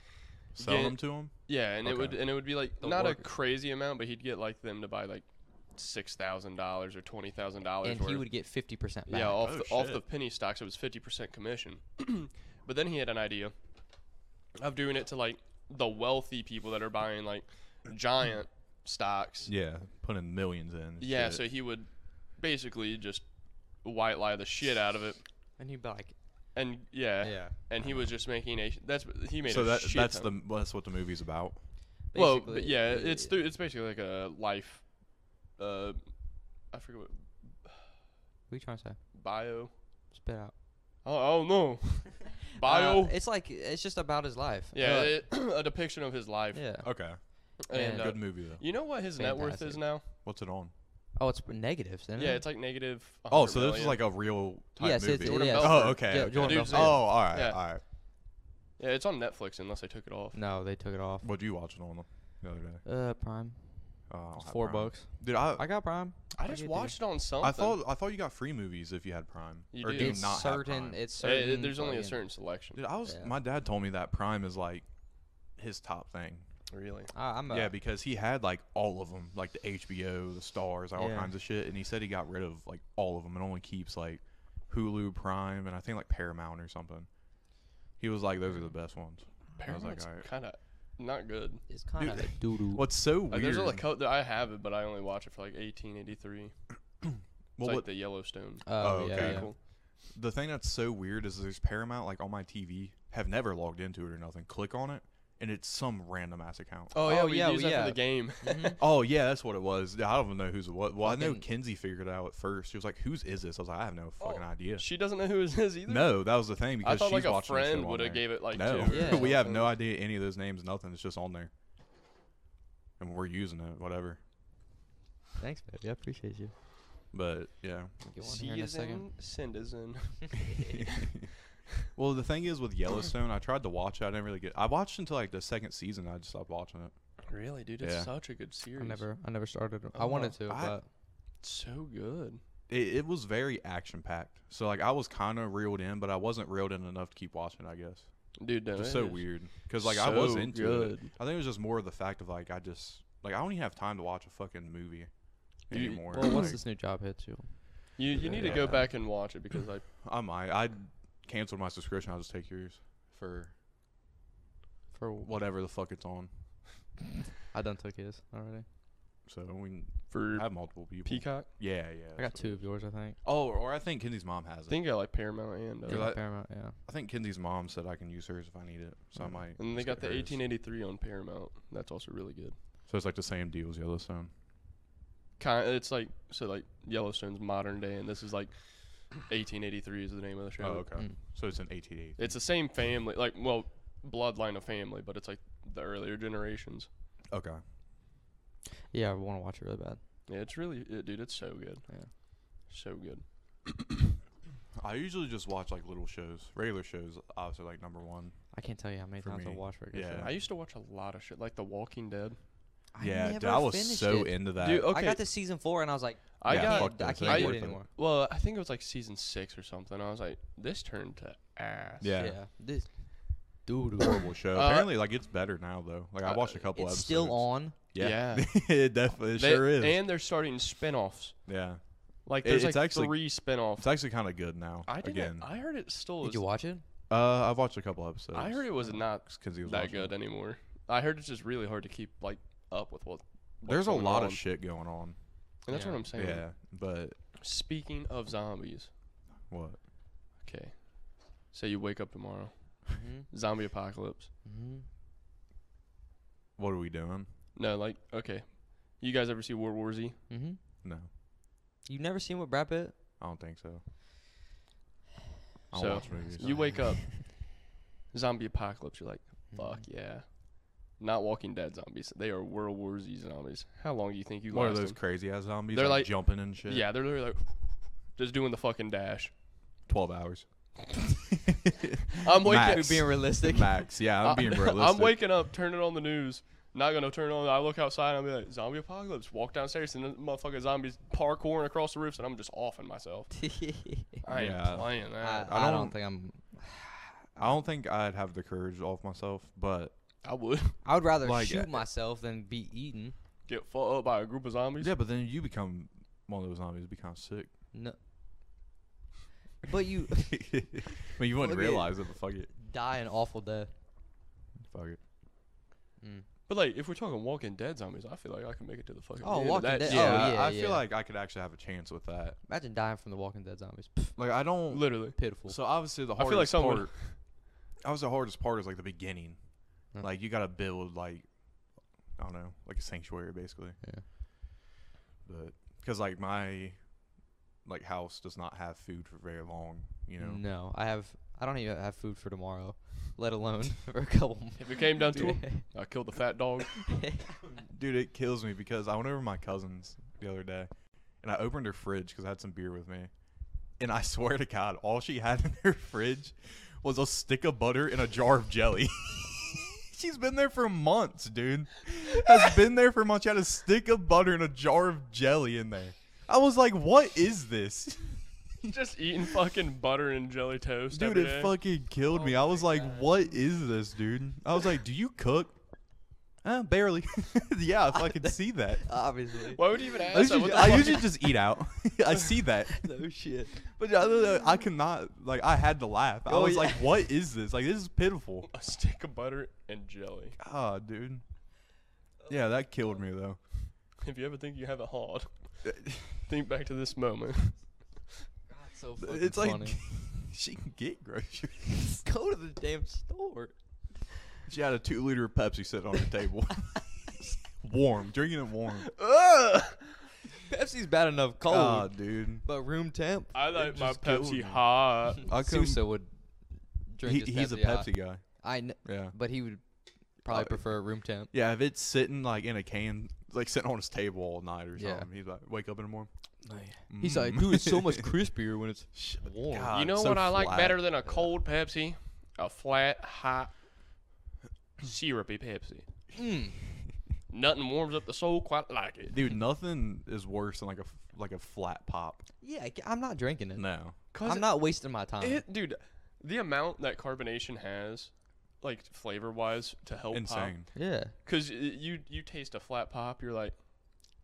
[SPEAKER 2] Sell
[SPEAKER 1] Yeah.
[SPEAKER 2] them to him.
[SPEAKER 1] yeah, and it would
[SPEAKER 2] Okay.
[SPEAKER 1] and it would be like
[SPEAKER 3] The
[SPEAKER 1] not a
[SPEAKER 3] workers.
[SPEAKER 1] crazy amount, but he'd get like them to buy like six thousand dollars or twenty thousand dollars.
[SPEAKER 3] And he would get 50% back.
[SPEAKER 1] Yeah, off
[SPEAKER 2] Oh,
[SPEAKER 1] the, off
[SPEAKER 2] shit.
[SPEAKER 1] the penny stocks, it was fifty percent commission. *clears throat* but then he had an idea of doing it to like the wealthy people that are buying like giant stocks.
[SPEAKER 2] Yeah, putting millions in. and
[SPEAKER 1] Yeah,
[SPEAKER 2] shit.
[SPEAKER 1] so he would basically just white lie the shit out of it,
[SPEAKER 3] And he'd be like,
[SPEAKER 1] and yeah,
[SPEAKER 3] yeah.
[SPEAKER 1] and he was just making a that's he made
[SPEAKER 2] so
[SPEAKER 1] a
[SPEAKER 2] that
[SPEAKER 1] shit
[SPEAKER 2] that's
[SPEAKER 1] ton.
[SPEAKER 2] the well, that's what the movie's about.
[SPEAKER 1] well,
[SPEAKER 3] basically,
[SPEAKER 1] but yeah,
[SPEAKER 3] it-
[SPEAKER 1] it's through, it's basically like a life, uh, I forget what
[SPEAKER 3] What are you trying to say?
[SPEAKER 1] bio.
[SPEAKER 3] Spit out.
[SPEAKER 1] Oh, I don't
[SPEAKER 2] *laughs*
[SPEAKER 1] know.
[SPEAKER 3] Uh,
[SPEAKER 1] bio.
[SPEAKER 3] it's like, it's just about his life.
[SPEAKER 1] yeah,
[SPEAKER 3] Uh,
[SPEAKER 1] it, *clears throat* a depiction of his life.
[SPEAKER 3] yeah.
[SPEAKER 2] Okay,
[SPEAKER 1] And uh,
[SPEAKER 3] Yeah.
[SPEAKER 2] good movie though.
[SPEAKER 1] you know what his net worth is
[SPEAKER 3] Fantastic.
[SPEAKER 1] now?
[SPEAKER 2] What's it on?
[SPEAKER 3] Oh, it's negative, isn't
[SPEAKER 1] Yeah,
[SPEAKER 3] it?
[SPEAKER 1] it's like negative.
[SPEAKER 2] Oh,
[SPEAKER 1] 100
[SPEAKER 2] so this is
[SPEAKER 1] million.
[SPEAKER 2] like a real type
[SPEAKER 3] Yes, it's-
[SPEAKER 2] movie.
[SPEAKER 1] Jordan
[SPEAKER 3] yeah, it's-
[SPEAKER 1] Belfort.
[SPEAKER 2] Oh, okay.
[SPEAKER 3] Yeah,
[SPEAKER 2] okay.
[SPEAKER 3] Jordan
[SPEAKER 1] Dude's
[SPEAKER 2] Oh,
[SPEAKER 1] Belfort. in.
[SPEAKER 2] all right,
[SPEAKER 1] Yeah.
[SPEAKER 2] all right.
[SPEAKER 1] yeah, it's on Netflix unless I took it off.
[SPEAKER 3] No, they took it off.
[SPEAKER 2] What you watching on the other day?
[SPEAKER 3] Uh, Prime.
[SPEAKER 2] Oh, I don't have
[SPEAKER 3] Four
[SPEAKER 2] Prime.
[SPEAKER 3] bucks.
[SPEAKER 2] dude. I,
[SPEAKER 3] I got Prime.
[SPEAKER 1] I
[SPEAKER 3] I
[SPEAKER 1] just
[SPEAKER 3] do.
[SPEAKER 1] watched it on something.
[SPEAKER 2] I thought I thought you got free movies if you had Prime.
[SPEAKER 1] You
[SPEAKER 2] or
[SPEAKER 1] do.
[SPEAKER 2] do,
[SPEAKER 1] you
[SPEAKER 3] it's
[SPEAKER 2] not have
[SPEAKER 3] certain.
[SPEAKER 2] Prime.
[SPEAKER 3] It's
[SPEAKER 1] Eh,
[SPEAKER 3] certain.
[SPEAKER 1] there's only a
[SPEAKER 3] fucking-
[SPEAKER 1] certain selection.
[SPEAKER 2] Dude, I was.
[SPEAKER 3] Yeah.
[SPEAKER 2] My dad told me that Prime is like his top thing.
[SPEAKER 1] Really?
[SPEAKER 3] I, I'm a,
[SPEAKER 2] yeah, because he had like all of them, like the HBO, the stars, all
[SPEAKER 3] Yeah.
[SPEAKER 2] kinds of shit, and he said he got rid of like all of them and only keeps like Hulu, Prime, and I think like Paramount or something. He was like, those are the best ones. I was like,
[SPEAKER 1] Paramount's
[SPEAKER 2] alright.
[SPEAKER 1] kind of not good.
[SPEAKER 3] it's kind
[SPEAKER 2] Dude.
[SPEAKER 3] of a doo doo.
[SPEAKER 2] What's so weird?
[SPEAKER 1] Like, Uh, there's a co- that I have it, but I only watch it for like 1883. It's
[SPEAKER 2] well,
[SPEAKER 1] like
[SPEAKER 2] what-
[SPEAKER 1] the Yellowstone.
[SPEAKER 3] Oh,
[SPEAKER 2] Oh,
[SPEAKER 3] yeah,
[SPEAKER 2] okay.
[SPEAKER 3] yeah.
[SPEAKER 1] Cool.
[SPEAKER 2] the thing that's so weird is there's Paramount like on my TV, have never logged into it or nothing. Click on it, and it's some random ass account.
[SPEAKER 1] Oh yeah,
[SPEAKER 3] Oh,
[SPEAKER 1] we
[SPEAKER 3] yeah,
[SPEAKER 1] use
[SPEAKER 3] well,
[SPEAKER 1] that for
[SPEAKER 3] yeah.
[SPEAKER 1] the game.
[SPEAKER 3] Mhm.
[SPEAKER 2] Oh yeah, that's what it was. Yeah, I don't even know who's what. Well, I know
[SPEAKER 3] Fucking-
[SPEAKER 2] Kinsey figured it out at first. She was like, "Whose is this?" I was like, "I have no fucking
[SPEAKER 1] Oh,
[SPEAKER 2] idea."
[SPEAKER 1] She doesn't know who it is either.
[SPEAKER 2] No, that was the thing
[SPEAKER 1] I
[SPEAKER 2] because
[SPEAKER 1] thought
[SPEAKER 2] she's
[SPEAKER 1] like a
[SPEAKER 2] watching the show
[SPEAKER 1] friend
[SPEAKER 2] on
[SPEAKER 1] would have
[SPEAKER 2] there.
[SPEAKER 1] gave it like
[SPEAKER 2] No,
[SPEAKER 1] two. or
[SPEAKER 2] *laughs*
[SPEAKER 3] Yeah.
[SPEAKER 2] we have no
[SPEAKER 1] something.
[SPEAKER 2] idea any of those names. Nothing. It's just on there, and we're using it. Whatever.
[SPEAKER 3] Thanks, baby. I appreciate
[SPEAKER 1] *laughs*
[SPEAKER 3] you.
[SPEAKER 2] But yeah. *laughs*
[SPEAKER 3] Get one here in a second.
[SPEAKER 1] Citizen, citizen.
[SPEAKER 2] well, the thing is with Yellowstone, I tried to watch it. I didn't really get. I watched until like the second season. I just stopped watching it.
[SPEAKER 1] Really, dude, it's
[SPEAKER 2] Yeah.
[SPEAKER 1] such a good series.
[SPEAKER 3] I never, I never started. I
[SPEAKER 1] Oh,
[SPEAKER 3] wanted to,
[SPEAKER 1] *coughs*
[SPEAKER 2] I-
[SPEAKER 3] but
[SPEAKER 1] It's so good.
[SPEAKER 2] It, it was very action packed. So like I was kind of reeled in, but I wasn't reeled in enough to keep watching. I guess.
[SPEAKER 1] Dude, no,
[SPEAKER 2] just
[SPEAKER 1] it
[SPEAKER 2] so
[SPEAKER 1] is.
[SPEAKER 2] weird because like I was
[SPEAKER 1] So
[SPEAKER 2] into it.
[SPEAKER 1] good.
[SPEAKER 2] I think it was just more of the fact of like I just like I don't even have time to watch a fucking movie
[SPEAKER 1] You-
[SPEAKER 2] anymore. *laughs*
[SPEAKER 3] well, what's
[SPEAKER 2] like,
[SPEAKER 3] *coughs* this new job hit you?
[SPEAKER 1] You you need to
[SPEAKER 2] Yeah.
[SPEAKER 1] go back and watch it because I
[SPEAKER 2] I might. I canceled my subscription. I'll just take yours for
[SPEAKER 3] For w-
[SPEAKER 2] whatever the fuck it's on.
[SPEAKER 3] I done took his already.
[SPEAKER 2] So we can
[SPEAKER 1] for
[SPEAKER 2] have multiple people.
[SPEAKER 1] Peacock.
[SPEAKER 2] Yeah, yeah.
[SPEAKER 3] I got
[SPEAKER 2] so-
[SPEAKER 3] two of yours, I think.
[SPEAKER 2] Oh, or, or I think Kinsey's mom has
[SPEAKER 1] I
[SPEAKER 2] it.
[SPEAKER 1] think I like Paramount and
[SPEAKER 2] Yeah,
[SPEAKER 1] uh,
[SPEAKER 3] Yeah,
[SPEAKER 2] that-
[SPEAKER 3] Paramount, yeah.
[SPEAKER 2] I think Kinsey's mom said I can use hers if I need it. So I
[SPEAKER 3] Mm.
[SPEAKER 2] might.
[SPEAKER 1] and they
[SPEAKER 2] just
[SPEAKER 1] got the
[SPEAKER 2] get hers.
[SPEAKER 1] 1883 on Paramount. That's also really good.
[SPEAKER 2] So it's like the same deal as Yellowstone.
[SPEAKER 1] Kind it's like so like Yellowstone's modern day and this is like 1883 is the name of the show.
[SPEAKER 2] Oh, okay.
[SPEAKER 3] Mm.
[SPEAKER 2] So it's an ATD.
[SPEAKER 1] It's the same family, like well, bloodline of family, but it's like the earlier generations.
[SPEAKER 2] Okay.
[SPEAKER 3] Yeah, I want to watch it really bad.
[SPEAKER 1] Yeah, it's really, uh dude, it's so good.
[SPEAKER 3] Yeah.
[SPEAKER 1] So good.
[SPEAKER 2] I usually just watch like little shows, regular shows. Obviously, like number one.
[SPEAKER 3] I can't tell you how many
[SPEAKER 2] For
[SPEAKER 3] times I
[SPEAKER 2] me,
[SPEAKER 3] watched it.
[SPEAKER 2] yeah.
[SPEAKER 1] I used to watch a lot of shit, like The Walking Dead.
[SPEAKER 2] yeah, dude, I was so into that.
[SPEAKER 1] Dude, okay,
[SPEAKER 4] I got to season four and I was like,
[SPEAKER 1] I
[SPEAKER 2] Yeah,
[SPEAKER 1] got-
[SPEAKER 2] fuck
[SPEAKER 4] I
[SPEAKER 2] this,
[SPEAKER 4] can't
[SPEAKER 2] ain't
[SPEAKER 1] do it
[SPEAKER 2] worth
[SPEAKER 3] anymore.
[SPEAKER 1] well, I think it was like season six or something. I was like, this turned to ass.
[SPEAKER 2] Yeah.
[SPEAKER 3] This *laughs* dude.
[SPEAKER 2] Horrible show.
[SPEAKER 1] Uh,
[SPEAKER 2] Apparently, like it's better now though. Like I
[SPEAKER 1] uh,
[SPEAKER 2] watched a couple
[SPEAKER 4] it's
[SPEAKER 2] episodes.
[SPEAKER 4] still on.
[SPEAKER 2] Yeah,
[SPEAKER 1] Yeah.
[SPEAKER 2] *laughs* it definitely it
[SPEAKER 1] They-
[SPEAKER 2] sure is.
[SPEAKER 1] And they're starting spin-offs.
[SPEAKER 2] yeah,
[SPEAKER 1] Like
[SPEAKER 2] It-
[SPEAKER 1] there's
[SPEAKER 2] it's
[SPEAKER 1] like
[SPEAKER 2] actually-
[SPEAKER 1] three spin-offs.
[SPEAKER 2] it's actually kind of good now.
[SPEAKER 1] I didn't.
[SPEAKER 2] again,
[SPEAKER 1] I heard it still.
[SPEAKER 3] Did you
[SPEAKER 1] was-
[SPEAKER 3] watch it?
[SPEAKER 2] uh, I've watched a couple episodes.
[SPEAKER 1] I heard it was not
[SPEAKER 2] because he was
[SPEAKER 1] that
[SPEAKER 2] watching
[SPEAKER 1] good
[SPEAKER 2] it.
[SPEAKER 1] anymore. I heard it's just really hard to keep like up with what. what's
[SPEAKER 2] There's a
[SPEAKER 1] going
[SPEAKER 2] lot
[SPEAKER 1] on.
[SPEAKER 2] of shit going on.
[SPEAKER 1] And that's
[SPEAKER 3] Yeah.
[SPEAKER 1] what I'm saying.
[SPEAKER 2] Yeah, but
[SPEAKER 1] Speaking of zombies,
[SPEAKER 2] what?
[SPEAKER 1] okay. Say you wake up tomorrow,
[SPEAKER 3] mm-hmm.
[SPEAKER 1] zombie apocalypse.
[SPEAKER 3] Mm-hmm.
[SPEAKER 2] What are we doing?
[SPEAKER 1] No, like okay. You guys ever see World War Z?
[SPEAKER 3] Mm-hmm.
[SPEAKER 2] No,
[SPEAKER 4] You've never seen with Brad Pitt?
[SPEAKER 2] I don't think so. I don't
[SPEAKER 1] So,
[SPEAKER 2] watch movies.
[SPEAKER 1] You wake
[SPEAKER 3] *laughs*
[SPEAKER 1] up, zombie apocalypse. You're like,
[SPEAKER 2] Mm-hmm.
[SPEAKER 1] fuck yeah. Not Walking Dead zombies. They are World War Z zombies. How long do you think you
[SPEAKER 2] what are
[SPEAKER 1] last
[SPEAKER 2] those
[SPEAKER 1] them?
[SPEAKER 2] crazy ass zombies?
[SPEAKER 1] They're
[SPEAKER 2] They're like,
[SPEAKER 1] like-
[SPEAKER 2] jumping and shit.
[SPEAKER 1] Yeah, they're literally like, *laughs* just doing the fucking dash.
[SPEAKER 2] twelve
[SPEAKER 1] *laughs*
[SPEAKER 2] hours.
[SPEAKER 1] I'm waking.
[SPEAKER 2] Max.
[SPEAKER 4] We're being realistic.
[SPEAKER 1] *laughs*
[SPEAKER 3] *laughs*
[SPEAKER 2] Max. Yeah, I'm
[SPEAKER 1] I- Uh, *laughs*
[SPEAKER 2] being realistic.
[SPEAKER 1] I'm waking up, turning on the news, Not gonna turn on. I look outside and I'll be like, zombie apocalypse. Walk downstairs and the motherfucking zombies parkouring across the roofs, and I'm just offing myself. I ain't
[SPEAKER 2] Yeah.
[SPEAKER 1] playing
[SPEAKER 3] I,
[SPEAKER 1] that.
[SPEAKER 2] I
[SPEAKER 3] I don't
[SPEAKER 2] don't-
[SPEAKER 3] think I'm.
[SPEAKER 2] I don't think I'd have the courage off myself, but
[SPEAKER 1] I would *laughs*
[SPEAKER 3] I would rather
[SPEAKER 2] Like,
[SPEAKER 3] shoot
[SPEAKER 2] uh,
[SPEAKER 3] myself than be eaten.
[SPEAKER 1] get fucked up by a group of zombies.
[SPEAKER 2] yeah. But then you become one of those zombies,
[SPEAKER 1] *laughs*
[SPEAKER 2] become sick.
[SPEAKER 3] No. But you *laughs*
[SPEAKER 2] but you wouldn't
[SPEAKER 3] Fuck it.
[SPEAKER 2] realize it. But fuck it,
[SPEAKER 3] die an awful death.
[SPEAKER 2] fuck it.
[SPEAKER 3] Mm.
[SPEAKER 1] But like, if we're talking Walking Dead zombies, I feel like I can make it to the fucking.
[SPEAKER 3] Oh,
[SPEAKER 1] end of
[SPEAKER 3] Walking
[SPEAKER 1] that
[SPEAKER 3] Dead-
[SPEAKER 1] shit.
[SPEAKER 3] oh,
[SPEAKER 2] Yeah, I-
[SPEAKER 3] yeah,
[SPEAKER 2] I
[SPEAKER 3] yeah.
[SPEAKER 2] feel like I could actually have a chance with that.
[SPEAKER 3] Imagine dying from the Walking Dead zombies.
[SPEAKER 2] Like I
[SPEAKER 1] *laughs*
[SPEAKER 2] don't.
[SPEAKER 1] Literally.
[SPEAKER 3] Pitiful.
[SPEAKER 2] So obviously the
[SPEAKER 1] I
[SPEAKER 2] hardest
[SPEAKER 1] feel like someone. *laughs*
[SPEAKER 2] part. I was the hardest part is like the beginning.
[SPEAKER 3] Mm.
[SPEAKER 2] Like you gotta build like I don't know, like a sanctuary basically.
[SPEAKER 3] Yeah.
[SPEAKER 2] But because like my like house does not have food for very long, you know.
[SPEAKER 3] No, I have. I don't even have food for tomorrow, let alone *laughs* for a couple.
[SPEAKER 2] *laughs*
[SPEAKER 1] If it came down to it,
[SPEAKER 3] Dude.
[SPEAKER 1] I killed the fat dog.
[SPEAKER 2] Dude, it kills me because I went over to my cousin's the other day, and I opened her fridge because I had some beer with me, and I *laughs* swear to God, all she had in her fridge was a stick of butter and a jar of jelly. *laughs* She's been there for months, dude. Has been there for months. She had a stick of butter and a jar of jelly in there. I was like, what is this?
[SPEAKER 1] just eating fucking butter and jelly toast.
[SPEAKER 2] Dude,
[SPEAKER 1] every
[SPEAKER 2] it
[SPEAKER 1] day.
[SPEAKER 2] fucking killed me. I was like, what is this, dude? I was like, do you cook? Uh, barely. *laughs* yeah, if I could see that.
[SPEAKER 4] Obviously.
[SPEAKER 1] Why would you even ask
[SPEAKER 2] I
[SPEAKER 1] that? What
[SPEAKER 2] usually,
[SPEAKER 1] the
[SPEAKER 2] I
[SPEAKER 1] fuck?
[SPEAKER 2] usually just eat out. *laughs* I see
[SPEAKER 3] *laughs*
[SPEAKER 2] that,
[SPEAKER 4] no shit.
[SPEAKER 2] *laughs* but I, don't know, I cannot. Like I had to laugh. I
[SPEAKER 4] Oh,
[SPEAKER 2] was
[SPEAKER 4] yeah.
[SPEAKER 2] like, "What is this? Like this is pitiful."
[SPEAKER 1] a stick of butter and jelly. *laughs*
[SPEAKER 2] Ah, dude. Yeah, that killed me *laughs* though.
[SPEAKER 1] If you ever think you have it
[SPEAKER 2] *laughs*
[SPEAKER 1] hard, think back to this moment.
[SPEAKER 3] so
[SPEAKER 2] It's like she can get groceries.
[SPEAKER 3] *laughs* go to the damn store.
[SPEAKER 2] She had a two-liter of Pepsi sitting on her table, *laughs* warm, drinking it *laughs* warm.
[SPEAKER 3] Pepsi's bad enough cold,
[SPEAKER 2] Ah, dude.
[SPEAKER 3] but room temp.
[SPEAKER 1] I like my
[SPEAKER 2] just killed me.
[SPEAKER 1] Pepsi hot.
[SPEAKER 2] I couldn't-
[SPEAKER 3] Sousa would drink.
[SPEAKER 2] He, he's
[SPEAKER 3] his
[SPEAKER 2] a
[SPEAKER 3] Pepsi hot.
[SPEAKER 2] Pepsi guy.
[SPEAKER 3] I kn-
[SPEAKER 2] Yeah.
[SPEAKER 3] but he would probably
[SPEAKER 2] Uh,
[SPEAKER 3] prefer room temp.
[SPEAKER 2] Yeah, if it's sitting like in a can, like sitting on his table all night or
[SPEAKER 3] Yeah.
[SPEAKER 2] something, he's like, wake up in the morning.
[SPEAKER 3] He's like,
[SPEAKER 2] "Mm." *laughs*
[SPEAKER 3] dude, it's so much crispier when it's warm.
[SPEAKER 2] God,
[SPEAKER 1] you know
[SPEAKER 2] so
[SPEAKER 1] what I like
[SPEAKER 2] flat.
[SPEAKER 1] better than a cold Pepsi? A flat, hot, syrupy Pepsi.
[SPEAKER 3] Mm.
[SPEAKER 1] Nothing warms up the soul quite like it.
[SPEAKER 2] Dude, nothing is worse than like a f- like a flat pop.
[SPEAKER 3] Yeah, I ca- I'm not drinking it.
[SPEAKER 2] No.
[SPEAKER 1] Cause
[SPEAKER 3] I'm not wasting my time.
[SPEAKER 1] it, dude, the amount that carbonation has, like flavor wise, to help pop.
[SPEAKER 2] Insane.
[SPEAKER 3] yeah,
[SPEAKER 1] Cause y- you you taste a flat pop, you're like,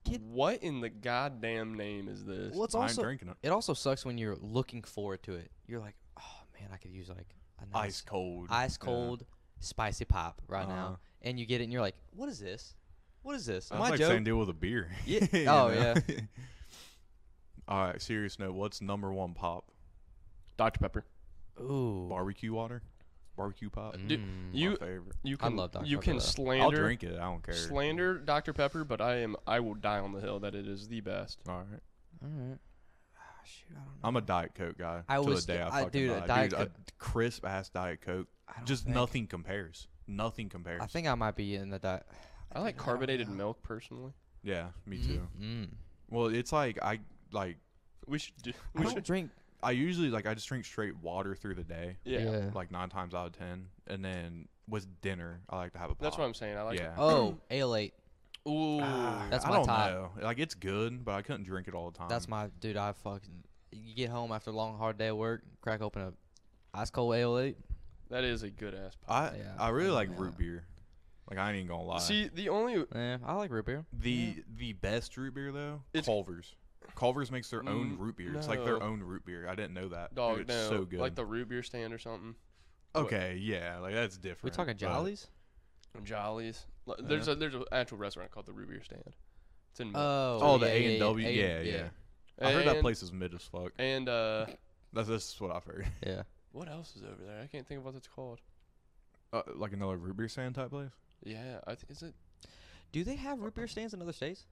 [SPEAKER 3] Get-
[SPEAKER 1] what in the goddamn name is this?
[SPEAKER 3] well, it's
[SPEAKER 2] I'm
[SPEAKER 3] also
[SPEAKER 2] drinking it.
[SPEAKER 3] It also sucks when you're looking forward to it. You're like, oh man, I could use like a
[SPEAKER 2] Ice
[SPEAKER 3] nice
[SPEAKER 2] cold.
[SPEAKER 3] ice
[SPEAKER 2] Yeah.
[SPEAKER 3] cold spicy pop right
[SPEAKER 2] Uh-huh.
[SPEAKER 3] now, and you get it, and you're like, what is this? What is this?
[SPEAKER 2] That's
[SPEAKER 3] Am I
[SPEAKER 2] like
[SPEAKER 3] joke-
[SPEAKER 2] saying deal with a beer.
[SPEAKER 3] *laughs*
[SPEAKER 2] *laughs*
[SPEAKER 3] Yeah.
[SPEAKER 2] You
[SPEAKER 3] Oh,
[SPEAKER 2] know? *laughs* All right, serious note. What's number one pop?
[SPEAKER 1] Dr Pepper.
[SPEAKER 3] Ooh,
[SPEAKER 2] Barbecue water? Barbecue pop?
[SPEAKER 1] Dude,
[SPEAKER 2] My
[SPEAKER 3] Mm.
[SPEAKER 1] you
[SPEAKER 2] favorite.
[SPEAKER 1] you
[SPEAKER 3] I
[SPEAKER 1] can
[SPEAKER 3] love Dr.
[SPEAKER 1] you can
[SPEAKER 3] Pepper, though.
[SPEAKER 1] slander
[SPEAKER 2] I'll drink it. I don't care.
[SPEAKER 1] slander Dr Pepper, but I am I will die on the hill that it is the best.
[SPEAKER 2] All right.
[SPEAKER 3] All right. Ah, shoot, I don't know.
[SPEAKER 2] I'm a Diet Coke guy.
[SPEAKER 3] I
[SPEAKER 2] till
[SPEAKER 3] was-
[SPEAKER 2] the day I,
[SPEAKER 3] I-
[SPEAKER 2] fucking
[SPEAKER 3] dude, a
[SPEAKER 2] die.
[SPEAKER 3] Diet
[SPEAKER 2] dude, a crisp ass Diet Coke.
[SPEAKER 3] I don't
[SPEAKER 2] Just
[SPEAKER 3] think-
[SPEAKER 2] nothing compares. Nothing compares.
[SPEAKER 3] I think I might be in the diet.
[SPEAKER 1] I like carbonated milk personally.
[SPEAKER 2] yeah, me
[SPEAKER 3] Mm,
[SPEAKER 2] too.
[SPEAKER 3] mm.
[SPEAKER 2] Well, it's like I like
[SPEAKER 1] We should do.
[SPEAKER 3] I
[SPEAKER 1] We
[SPEAKER 2] Oh.
[SPEAKER 3] don't
[SPEAKER 1] should,
[SPEAKER 3] drink.
[SPEAKER 2] I usually like I just drink straight water through the day,
[SPEAKER 1] yeah.
[SPEAKER 2] like nine times out of ten, and then with dinner I like to have a pop.
[SPEAKER 1] That's what I'm saying. I like.
[SPEAKER 2] yeah.
[SPEAKER 3] Oh, *clears throat* ale eight.
[SPEAKER 1] Ooh.
[SPEAKER 2] Ah,
[SPEAKER 3] That's
[SPEAKER 2] I
[SPEAKER 3] my
[SPEAKER 2] don't
[SPEAKER 3] top.
[SPEAKER 2] know. Like it's good, but I couldn't drink it all the time.
[SPEAKER 3] That's my dude. I fucking. You get home after a long hard day at work, crack open a ice cold ale eight.
[SPEAKER 1] that is a good ass. Pop.
[SPEAKER 2] I
[SPEAKER 3] Yeah,
[SPEAKER 2] I really
[SPEAKER 3] I
[SPEAKER 2] like
[SPEAKER 3] don't know.
[SPEAKER 2] root beer. Like I ain't even gonna lie.
[SPEAKER 1] See, the only
[SPEAKER 3] Yeah, I like root beer.
[SPEAKER 2] the the best root beer though,
[SPEAKER 1] It's-
[SPEAKER 2] Culver's. Culver's makes their own
[SPEAKER 1] Mm,
[SPEAKER 2] root beer. It's like their
[SPEAKER 1] no.
[SPEAKER 2] own root beer. I didn't know that. Dude,
[SPEAKER 1] dog
[SPEAKER 2] it's
[SPEAKER 1] no,
[SPEAKER 2] so good.
[SPEAKER 1] like the root beer stand or something.
[SPEAKER 2] okay, yeah, like that's different.
[SPEAKER 3] We talking
[SPEAKER 2] but-
[SPEAKER 3] jollies?
[SPEAKER 1] Jollies. L- There's a there's an actual restaurant called the Root Beer Stand. It's in. Mid-
[SPEAKER 3] Oh,
[SPEAKER 2] Oh,
[SPEAKER 3] yeah,
[SPEAKER 2] the
[SPEAKER 3] yeah,
[SPEAKER 2] A
[SPEAKER 3] yeah,
[SPEAKER 2] and W.
[SPEAKER 3] A
[SPEAKER 2] Yeah,
[SPEAKER 3] and-
[SPEAKER 2] yeah. I heard that
[SPEAKER 1] And-
[SPEAKER 2] place is mid as fuck.
[SPEAKER 1] And uh,
[SPEAKER 2] That's that's what I've heard. *laughs*
[SPEAKER 3] Yeah.
[SPEAKER 1] what else is over there? I can't think of what it's called.
[SPEAKER 2] Uh, like another root beer stand type place.
[SPEAKER 1] Yeah, I think is it.
[SPEAKER 3] Do they have root beer stands in other states?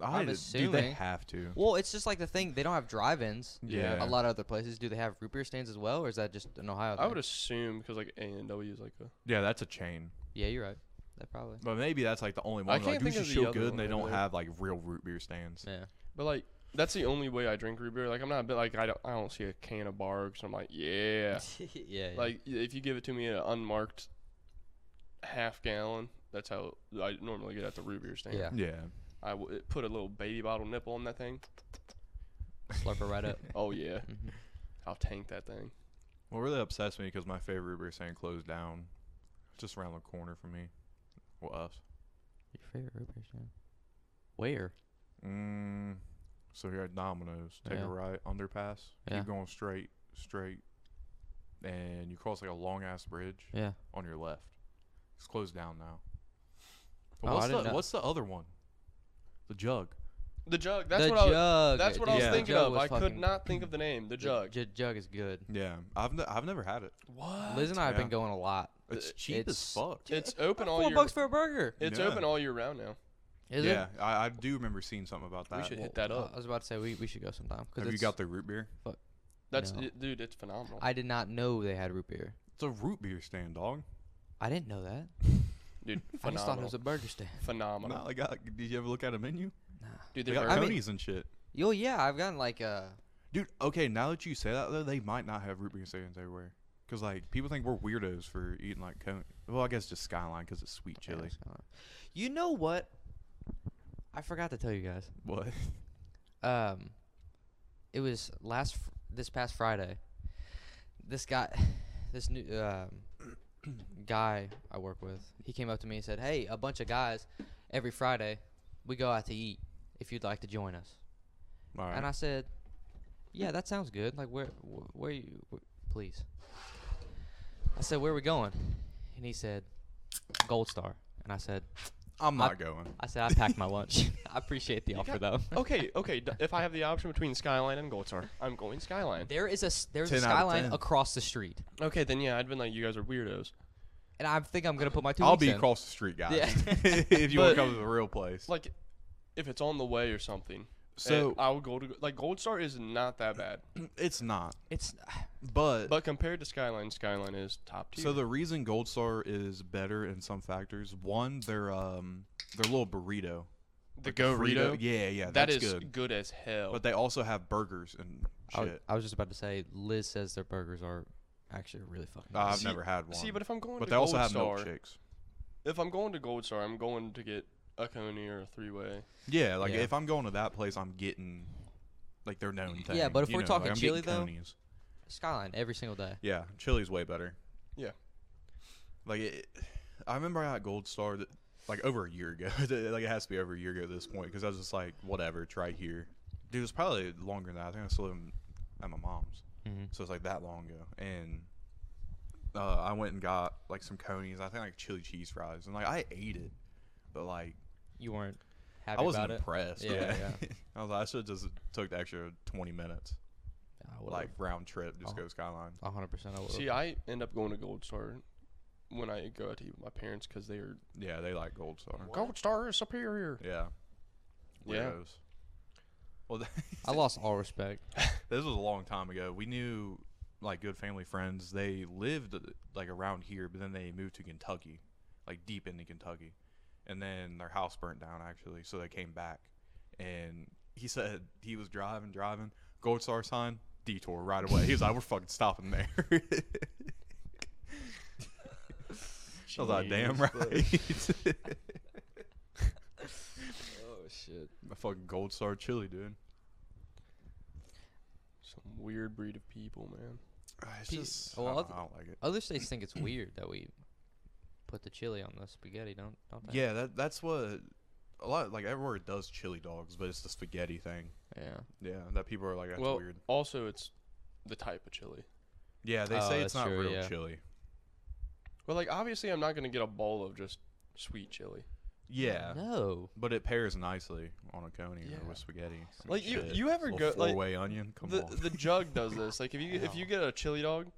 [SPEAKER 2] I
[SPEAKER 3] I'm
[SPEAKER 2] d- dude, they
[SPEAKER 3] assuming.
[SPEAKER 2] have to.
[SPEAKER 3] Well, it's just like the thing. They don't have drive-ins.
[SPEAKER 1] Yeah.
[SPEAKER 2] Yeah.
[SPEAKER 3] A lot of other places. Do they have root beer stands as well, or is that just an Ohio? Thing?
[SPEAKER 1] I would assume because like A and W is like a.
[SPEAKER 2] Yeah, that's a chain.
[SPEAKER 3] Yeah, you're right. That
[SPEAKER 1] *laughs*
[SPEAKER 3] probably.
[SPEAKER 2] But maybe that's like the only
[SPEAKER 1] I
[SPEAKER 2] one. Like
[SPEAKER 1] can't think
[SPEAKER 2] Goosey
[SPEAKER 1] of the
[SPEAKER 2] Shield
[SPEAKER 1] other
[SPEAKER 2] Good,
[SPEAKER 1] one
[SPEAKER 2] and they
[SPEAKER 1] over
[SPEAKER 2] don't
[SPEAKER 1] there.
[SPEAKER 2] have like real root beer stands.
[SPEAKER 3] Yeah.
[SPEAKER 1] But like that's the only way I drink root beer. Like I'm not but, like I don't I don't see a can of Bargs. I'm like yeah.
[SPEAKER 3] *laughs* yeah. yeah.
[SPEAKER 1] Like y- if you give it to me in an unmarked half gallon, That's how I normally get at the root beer stand.
[SPEAKER 3] Yeah.
[SPEAKER 2] Yeah.
[SPEAKER 1] I w- put a little baby bottle nipple on that thing.
[SPEAKER 3] Slurp her
[SPEAKER 1] *laughs*
[SPEAKER 3] right up.
[SPEAKER 1] Oh
[SPEAKER 3] *laughs*
[SPEAKER 1] yeah,
[SPEAKER 3] Mhm.
[SPEAKER 1] I'll tank that thing.
[SPEAKER 2] What really upsets me because my favorite root beer stand closed down, just around the corner from me. Well, us.
[SPEAKER 3] Your favorite root beer stand? Where?
[SPEAKER 2] Mm, so here at Domino's, take
[SPEAKER 3] Yeah.
[SPEAKER 2] a right, underpass,
[SPEAKER 3] Yeah.
[SPEAKER 2] keep going straight, straight, and you cross like a long ass bridge
[SPEAKER 3] Yeah.
[SPEAKER 2] on your left. It's closed down now.
[SPEAKER 3] Oh, I
[SPEAKER 2] what's
[SPEAKER 3] didn't
[SPEAKER 2] the
[SPEAKER 3] know.
[SPEAKER 2] What's the other one? The jug.
[SPEAKER 1] The jug. That's
[SPEAKER 3] the
[SPEAKER 1] what I. Was,
[SPEAKER 3] jug.
[SPEAKER 1] that's what I was
[SPEAKER 2] Yeah.
[SPEAKER 1] thinking
[SPEAKER 3] Jug
[SPEAKER 1] of.
[SPEAKER 3] was
[SPEAKER 1] I could
[SPEAKER 3] fucking-
[SPEAKER 1] not think of the name. The jug.
[SPEAKER 3] The jug is good.
[SPEAKER 2] Yeah, I've n- I've never had it.
[SPEAKER 1] What?
[SPEAKER 3] Liz and I have
[SPEAKER 2] Yeah.
[SPEAKER 3] been going a lot.
[SPEAKER 2] It's
[SPEAKER 1] Uh,
[SPEAKER 2] cheap
[SPEAKER 3] it's-
[SPEAKER 2] as fuck.
[SPEAKER 1] It's open all
[SPEAKER 3] Four
[SPEAKER 1] year.
[SPEAKER 3] bucks for a burger.
[SPEAKER 1] It's
[SPEAKER 2] Yeah.
[SPEAKER 1] open all year round now.
[SPEAKER 3] Is
[SPEAKER 2] yeah,
[SPEAKER 3] it?
[SPEAKER 2] I, I do remember seeing something about
[SPEAKER 1] We
[SPEAKER 2] that.
[SPEAKER 1] should hit that
[SPEAKER 3] Well,
[SPEAKER 1] up.
[SPEAKER 3] I was about to say we, we should go sometime. 'cause
[SPEAKER 2] Have you
[SPEAKER 3] it's-
[SPEAKER 2] got the root beer?
[SPEAKER 1] That's
[SPEAKER 3] No.
[SPEAKER 1] it- dude. It's phenomenal.
[SPEAKER 3] I did not know they had root beer.
[SPEAKER 2] It's a root beer stand, dog.
[SPEAKER 3] I didn't know that.
[SPEAKER 1] dude,
[SPEAKER 3] I just thought it
[SPEAKER 1] phenomenal.
[SPEAKER 3] was a burger stand.
[SPEAKER 1] phenomenal.
[SPEAKER 2] Not like I, did you ever look at a menu?
[SPEAKER 3] Nah.
[SPEAKER 1] Dude,
[SPEAKER 2] They
[SPEAKER 1] their
[SPEAKER 2] got
[SPEAKER 1] burger-
[SPEAKER 3] mean-
[SPEAKER 2] Coney's and shit.
[SPEAKER 3] Yo, yeah, I've gotten like a.
[SPEAKER 2] Dude, okay, now that you say that though, they might not have root beer stands everywhere. Cause like people think we're weirdos for eating like cone. Well, I guess just skyline because it's sweet
[SPEAKER 3] Yeah,
[SPEAKER 2] chili.
[SPEAKER 3] it's kinda- uh, You know what? I forgot to tell you guys.
[SPEAKER 2] *laughs* What?
[SPEAKER 3] Um, it was last fr- this past Friday. This guy, *sighs* this new um, *clears throat* guy I work with, he came up to me and said, "Hey, a bunch of guys, every Friday, we go out to eat. If you'd like to join us."
[SPEAKER 2] All right.
[SPEAKER 3] And I said, "Yeah, that sounds good. Like, where, wh- where you, wh- please?" I said, "Where are we going?" And he said, "Gold Star." And I said,
[SPEAKER 2] I'm not
[SPEAKER 3] I-
[SPEAKER 2] going.
[SPEAKER 3] "I said I packed my lunch. *laughs* I appreciate the
[SPEAKER 1] You
[SPEAKER 3] offer,
[SPEAKER 1] got- *laughs*
[SPEAKER 3] though."
[SPEAKER 1] okay, okay. d- If I have the option between Skyline and Gold Star, I'm going
[SPEAKER 3] *laughs*
[SPEAKER 1] Skyline.
[SPEAKER 3] There is a s- there's a
[SPEAKER 2] 10 out of
[SPEAKER 3] skyline
[SPEAKER 2] 10.
[SPEAKER 3] across the street,
[SPEAKER 1] Okay, then yeah, I'd been like, you guys are weirdos.
[SPEAKER 3] and I think I'm gonna put my two.
[SPEAKER 2] I'll
[SPEAKER 3] weeks
[SPEAKER 2] be
[SPEAKER 3] in.
[SPEAKER 2] across the street, guys.
[SPEAKER 3] Yeah.
[SPEAKER 2] *laughs* if you want
[SPEAKER 1] But-
[SPEAKER 2] to come to the real place.
[SPEAKER 1] Like, if it's on the way or something.
[SPEAKER 2] so
[SPEAKER 3] uh,
[SPEAKER 1] I would go to like Gold Star is not that bad,
[SPEAKER 2] *clears throat* it's not,
[SPEAKER 3] It's
[SPEAKER 2] but,
[SPEAKER 1] but compared to Skyline, Skyline is top tier.
[SPEAKER 2] so the reason Gold Star is better in some factors, one, their um their little burrito,
[SPEAKER 1] the
[SPEAKER 2] like a Frito-
[SPEAKER 1] Gorito,
[SPEAKER 2] Yeah, yeah,
[SPEAKER 1] that
[SPEAKER 2] that's
[SPEAKER 1] is
[SPEAKER 2] good.
[SPEAKER 1] as hell.
[SPEAKER 2] But they also have burgers and
[SPEAKER 3] I, w-
[SPEAKER 2] shit.
[SPEAKER 3] I was just about to say, Liz says their burgers are actually really fucking.
[SPEAKER 2] Uh, I've
[SPEAKER 1] See-
[SPEAKER 2] never had one.
[SPEAKER 1] See, but if I'm going
[SPEAKER 2] But
[SPEAKER 1] to
[SPEAKER 2] they also
[SPEAKER 1] Gold
[SPEAKER 2] have
[SPEAKER 1] Star,
[SPEAKER 2] milkshakes.
[SPEAKER 1] if I'm going to Gold Star, I'm going to get a coney or a three way.
[SPEAKER 2] Yeah, like
[SPEAKER 3] Yeah.
[SPEAKER 2] if I'm going to that place, I'm getting like their known thing.
[SPEAKER 3] Yeah, but if
[SPEAKER 2] you
[SPEAKER 3] we're
[SPEAKER 2] know,
[SPEAKER 3] talking
[SPEAKER 2] like, I'm getting
[SPEAKER 3] chili, though-
[SPEAKER 2] Coney's.
[SPEAKER 3] skyline every single day.
[SPEAKER 2] yeah, chili's way better.
[SPEAKER 1] Yeah.
[SPEAKER 2] like it, I remember I got Gold Star th- like over a year ago. *laughs* like it has to be over a year ago at this point because I was just like, whatever, try here. Dude, it's probably longer than that. I think I still live in- at my mom's,
[SPEAKER 3] Mhm.
[SPEAKER 2] so it's like that long ago. And uh, I went and got like some conies. I think like chili cheese fries, and like I ate it, but like
[SPEAKER 3] You weren't happy
[SPEAKER 2] I wasn't
[SPEAKER 3] about it.
[SPEAKER 2] impressed.
[SPEAKER 3] Yeah,
[SPEAKER 2] Yeah,
[SPEAKER 3] yeah.
[SPEAKER 2] *laughs* I was like, I should have just took the extra twenty minutes,
[SPEAKER 3] I would've-
[SPEAKER 2] like round trip, just
[SPEAKER 3] Oh.
[SPEAKER 2] go skyline.
[SPEAKER 3] a hundred percent. I
[SPEAKER 2] Oh,
[SPEAKER 3] would.
[SPEAKER 1] See, I end up going to Gold Star when I go out to eat with my parents because they are
[SPEAKER 2] Yeah, they like Gold Star.
[SPEAKER 1] Gold Star is superior.
[SPEAKER 2] Yeah,
[SPEAKER 1] Yeah.
[SPEAKER 2] Weirdos. Well, *laughs*
[SPEAKER 3] I lost all respect.
[SPEAKER 2] this was a long time ago. We knew like good family friends. They lived like around here, but then they moved to Kentucky, like deep into Kentucky, and then their house burnt down actually, so they came back. And he said he was driving, driving, Gold Star sign, detour right away. He was like, "We're fucking stopping there." *laughs* I was like, "Damn
[SPEAKER 1] Jeez.
[SPEAKER 2] right." *laughs*
[SPEAKER 3] Oh shit.
[SPEAKER 2] A fucking Gold Star chili, dude.
[SPEAKER 1] Some weird breed of people, man.
[SPEAKER 2] It's
[SPEAKER 3] Pe-
[SPEAKER 2] just,
[SPEAKER 3] well,
[SPEAKER 2] I, don't,
[SPEAKER 3] other-
[SPEAKER 2] I don't like it.
[SPEAKER 3] Other states think it's weird that we put the chili on the spaghetti, don't don't they?
[SPEAKER 2] Yeah, that that's what a lot like everywhere it does chili dogs, but it's the spaghetti thing.
[SPEAKER 3] Yeah.
[SPEAKER 2] Yeah, that people are like that's
[SPEAKER 1] well,
[SPEAKER 2] weird.
[SPEAKER 1] also it's the type of chili.
[SPEAKER 2] Yeah, they
[SPEAKER 3] Oh,
[SPEAKER 2] say it's
[SPEAKER 3] that's
[SPEAKER 2] not
[SPEAKER 3] true,
[SPEAKER 2] real
[SPEAKER 3] yeah.
[SPEAKER 2] chili.
[SPEAKER 1] Well, like obviously, I'm not gonna get a bowl of just sweet chili.
[SPEAKER 2] Yeah,
[SPEAKER 3] No.
[SPEAKER 2] but it pairs nicely on a coney
[SPEAKER 1] Yeah.
[SPEAKER 2] or with spaghetti. Some
[SPEAKER 1] Like, you-
[SPEAKER 2] shit.
[SPEAKER 1] you ever
[SPEAKER 2] Little
[SPEAKER 1] go- like,
[SPEAKER 2] four-way onion? Come
[SPEAKER 1] the
[SPEAKER 2] on,
[SPEAKER 1] the jug does this. Like if
[SPEAKER 2] *laughs*
[SPEAKER 1] you if you get a chili dog,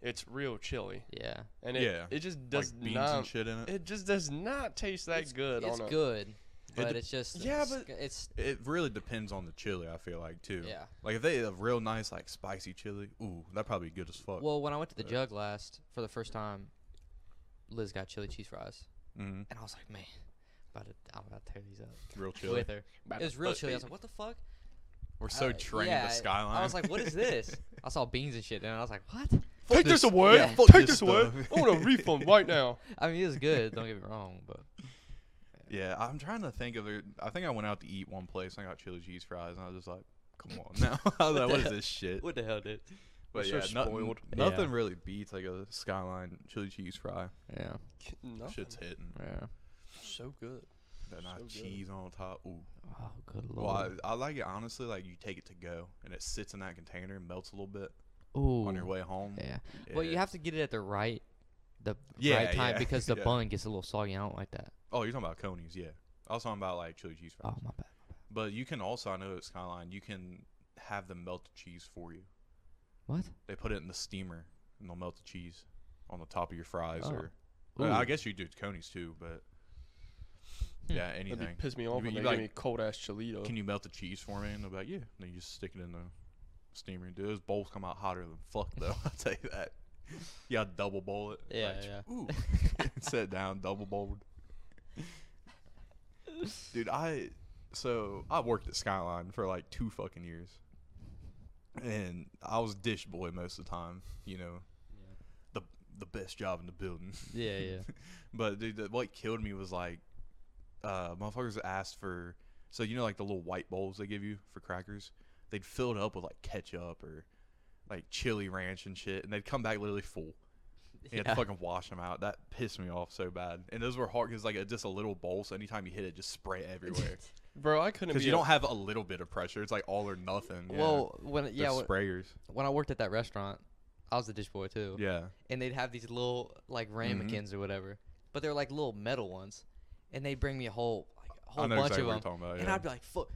[SPEAKER 1] it's real chili,
[SPEAKER 3] Yeah.
[SPEAKER 1] and it
[SPEAKER 2] Yeah.
[SPEAKER 1] it just
[SPEAKER 2] like
[SPEAKER 1] does
[SPEAKER 2] beans
[SPEAKER 1] not
[SPEAKER 2] and shit in it.
[SPEAKER 1] it just does not taste that
[SPEAKER 3] It's-
[SPEAKER 1] good.
[SPEAKER 3] It's
[SPEAKER 1] on a-
[SPEAKER 3] good, but
[SPEAKER 2] de-
[SPEAKER 3] it's just
[SPEAKER 1] Yeah,
[SPEAKER 3] it's,
[SPEAKER 1] but-
[SPEAKER 3] it's
[SPEAKER 2] It really depends on the chili. I feel like too.
[SPEAKER 3] yeah.
[SPEAKER 2] Like if they have real nice like spicy chili, ooh, that probably be good as fuck.
[SPEAKER 3] Well, when I went to the
[SPEAKER 2] Uh,
[SPEAKER 3] jug last for the first time, Liz got chili cheese fries,
[SPEAKER 2] mm-hmm.
[SPEAKER 3] and I was like, man, about to, I'm about to tear these up
[SPEAKER 2] Real chili.
[SPEAKER 3] with her.
[SPEAKER 1] About
[SPEAKER 3] It was
[SPEAKER 1] a
[SPEAKER 3] real
[SPEAKER 1] foot
[SPEAKER 3] chili. I was
[SPEAKER 1] deep.
[SPEAKER 3] like, what the fuck?
[SPEAKER 2] We're so
[SPEAKER 3] Uh,
[SPEAKER 2] trained
[SPEAKER 3] yeah,
[SPEAKER 2] to skyline. *laughs*
[SPEAKER 3] I was like, what is this? I saw beans and shit, and I was like, what?
[SPEAKER 1] Take
[SPEAKER 2] this-
[SPEAKER 1] this away.
[SPEAKER 2] yeah, fuck
[SPEAKER 1] Take
[SPEAKER 2] this
[SPEAKER 1] this away.
[SPEAKER 2] stuff."
[SPEAKER 1] I want a refund right now.
[SPEAKER 3] I mean, it's good. Don't get me wrong, but
[SPEAKER 2] Yeah, I'm trying to think of it. I think I went out to eat one place and I got chili cheese fries and I was just like, come
[SPEAKER 1] *laughs*
[SPEAKER 2] on now. *laughs* I was like, what is this shit?
[SPEAKER 3] what the hell, dude?
[SPEAKER 2] But
[SPEAKER 1] We're
[SPEAKER 2] yeah,
[SPEAKER 1] so
[SPEAKER 2] nothing,
[SPEAKER 1] spoiled.
[SPEAKER 2] nothing
[SPEAKER 3] Yeah.
[SPEAKER 2] really beats like a skyline chili cheese fry.
[SPEAKER 3] Yeah,
[SPEAKER 1] No,
[SPEAKER 2] Shit's hitting.
[SPEAKER 3] yeah.
[SPEAKER 1] so good.
[SPEAKER 2] Then
[SPEAKER 1] So
[SPEAKER 2] I
[SPEAKER 1] good.
[SPEAKER 2] cheese on top. Ooh.
[SPEAKER 3] Oh, good
[SPEAKER 2] Well, I,
[SPEAKER 3] lord.
[SPEAKER 2] I like it honestly. Like you take it to go and it sits in that container and melts a little bit
[SPEAKER 3] Ooh.
[SPEAKER 2] on your way home.
[SPEAKER 3] Yeah. Well, you
[SPEAKER 2] Yeah.
[SPEAKER 3] have to get it at the right, the
[SPEAKER 2] Yeah,
[SPEAKER 3] right time
[SPEAKER 2] yeah,
[SPEAKER 3] because the
[SPEAKER 2] *laughs* yeah.
[SPEAKER 3] bun gets a little soggy. I don't like that.
[SPEAKER 2] Oh, you're talking about conies, yeah. I was talking about like chili cheese fries.
[SPEAKER 3] Oh my bad.
[SPEAKER 2] But you can also, I know at Skyline, you can have them melt the cheese for you.
[SPEAKER 3] What?
[SPEAKER 2] They put it in the steamer and they'll melt the cheese on the top of your fries.
[SPEAKER 3] Oh.
[SPEAKER 2] Or well, I
[SPEAKER 3] Ooh.
[SPEAKER 2] guess you do conies too, but
[SPEAKER 3] Hmm.
[SPEAKER 2] yeah,
[SPEAKER 1] That'd
[SPEAKER 2] anything.
[SPEAKER 1] be piss me off
[SPEAKER 2] You-
[SPEAKER 1] when
[SPEAKER 2] you
[SPEAKER 1] they
[SPEAKER 2] like-
[SPEAKER 1] give me cold ass Cholito.
[SPEAKER 2] Can you melt the cheese for me? And they'll be like, yeah. And then you just stick it in the steamer. Dude, those bowls come out hotter than fuck, though. *laughs* I'll tell you that. You gotta double bowl it.
[SPEAKER 3] Yeah,
[SPEAKER 2] Like,
[SPEAKER 3] yeah. *laughs*
[SPEAKER 2] Ooh. *laughs* Sit down, double bowled. Dude, I. So, I worked at Skyline for like two fucking years. And I was dish boy most of the time, you know. The, the best job in the building. *laughs*
[SPEAKER 3] Yeah, yeah.
[SPEAKER 2] But dude, the, what killed me was like, uh, motherfuckers asked for so you know like the little white bowls they give you for crackers. They'd fill it up with like ketchup or like chili ranch and shit, and they'd come back literally full. And You had to
[SPEAKER 3] Yeah.
[SPEAKER 2] fucking wash them out. That pissed me off so bad. And those were hard because like it's just a little bowl, so anytime you hit it, just
[SPEAKER 3] *laughs*
[SPEAKER 2] spray it everywhere.
[SPEAKER 1] Bro, I couldn't
[SPEAKER 2] Because
[SPEAKER 1] be.
[SPEAKER 2] you
[SPEAKER 1] a-
[SPEAKER 2] don't have a little bit of pressure. It's like all or nothing. yeah.
[SPEAKER 3] Well, when
[SPEAKER 2] The
[SPEAKER 3] yeah, when,
[SPEAKER 2] sprayers.
[SPEAKER 3] when I worked at that restaurant, I was the dish boy too.
[SPEAKER 2] Yeah, Mm-hmm.
[SPEAKER 3] and they'd have these little like ramekins or whatever, but they're like little metal ones, and they'd bring me a whole like a whole
[SPEAKER 2] I know
[SPEAKER 3] bunch
[SPEAKER 2] exactly what
[SPEAKER 3] of
[SPEAKER 2] you're
[SPEAKER 3] them,
[SPEAKER 2] talking about.
[SPEAKER 3] and
[SPEAKER 2] yeah.
[SPEAKER 3] I'd be like, "Fuck!"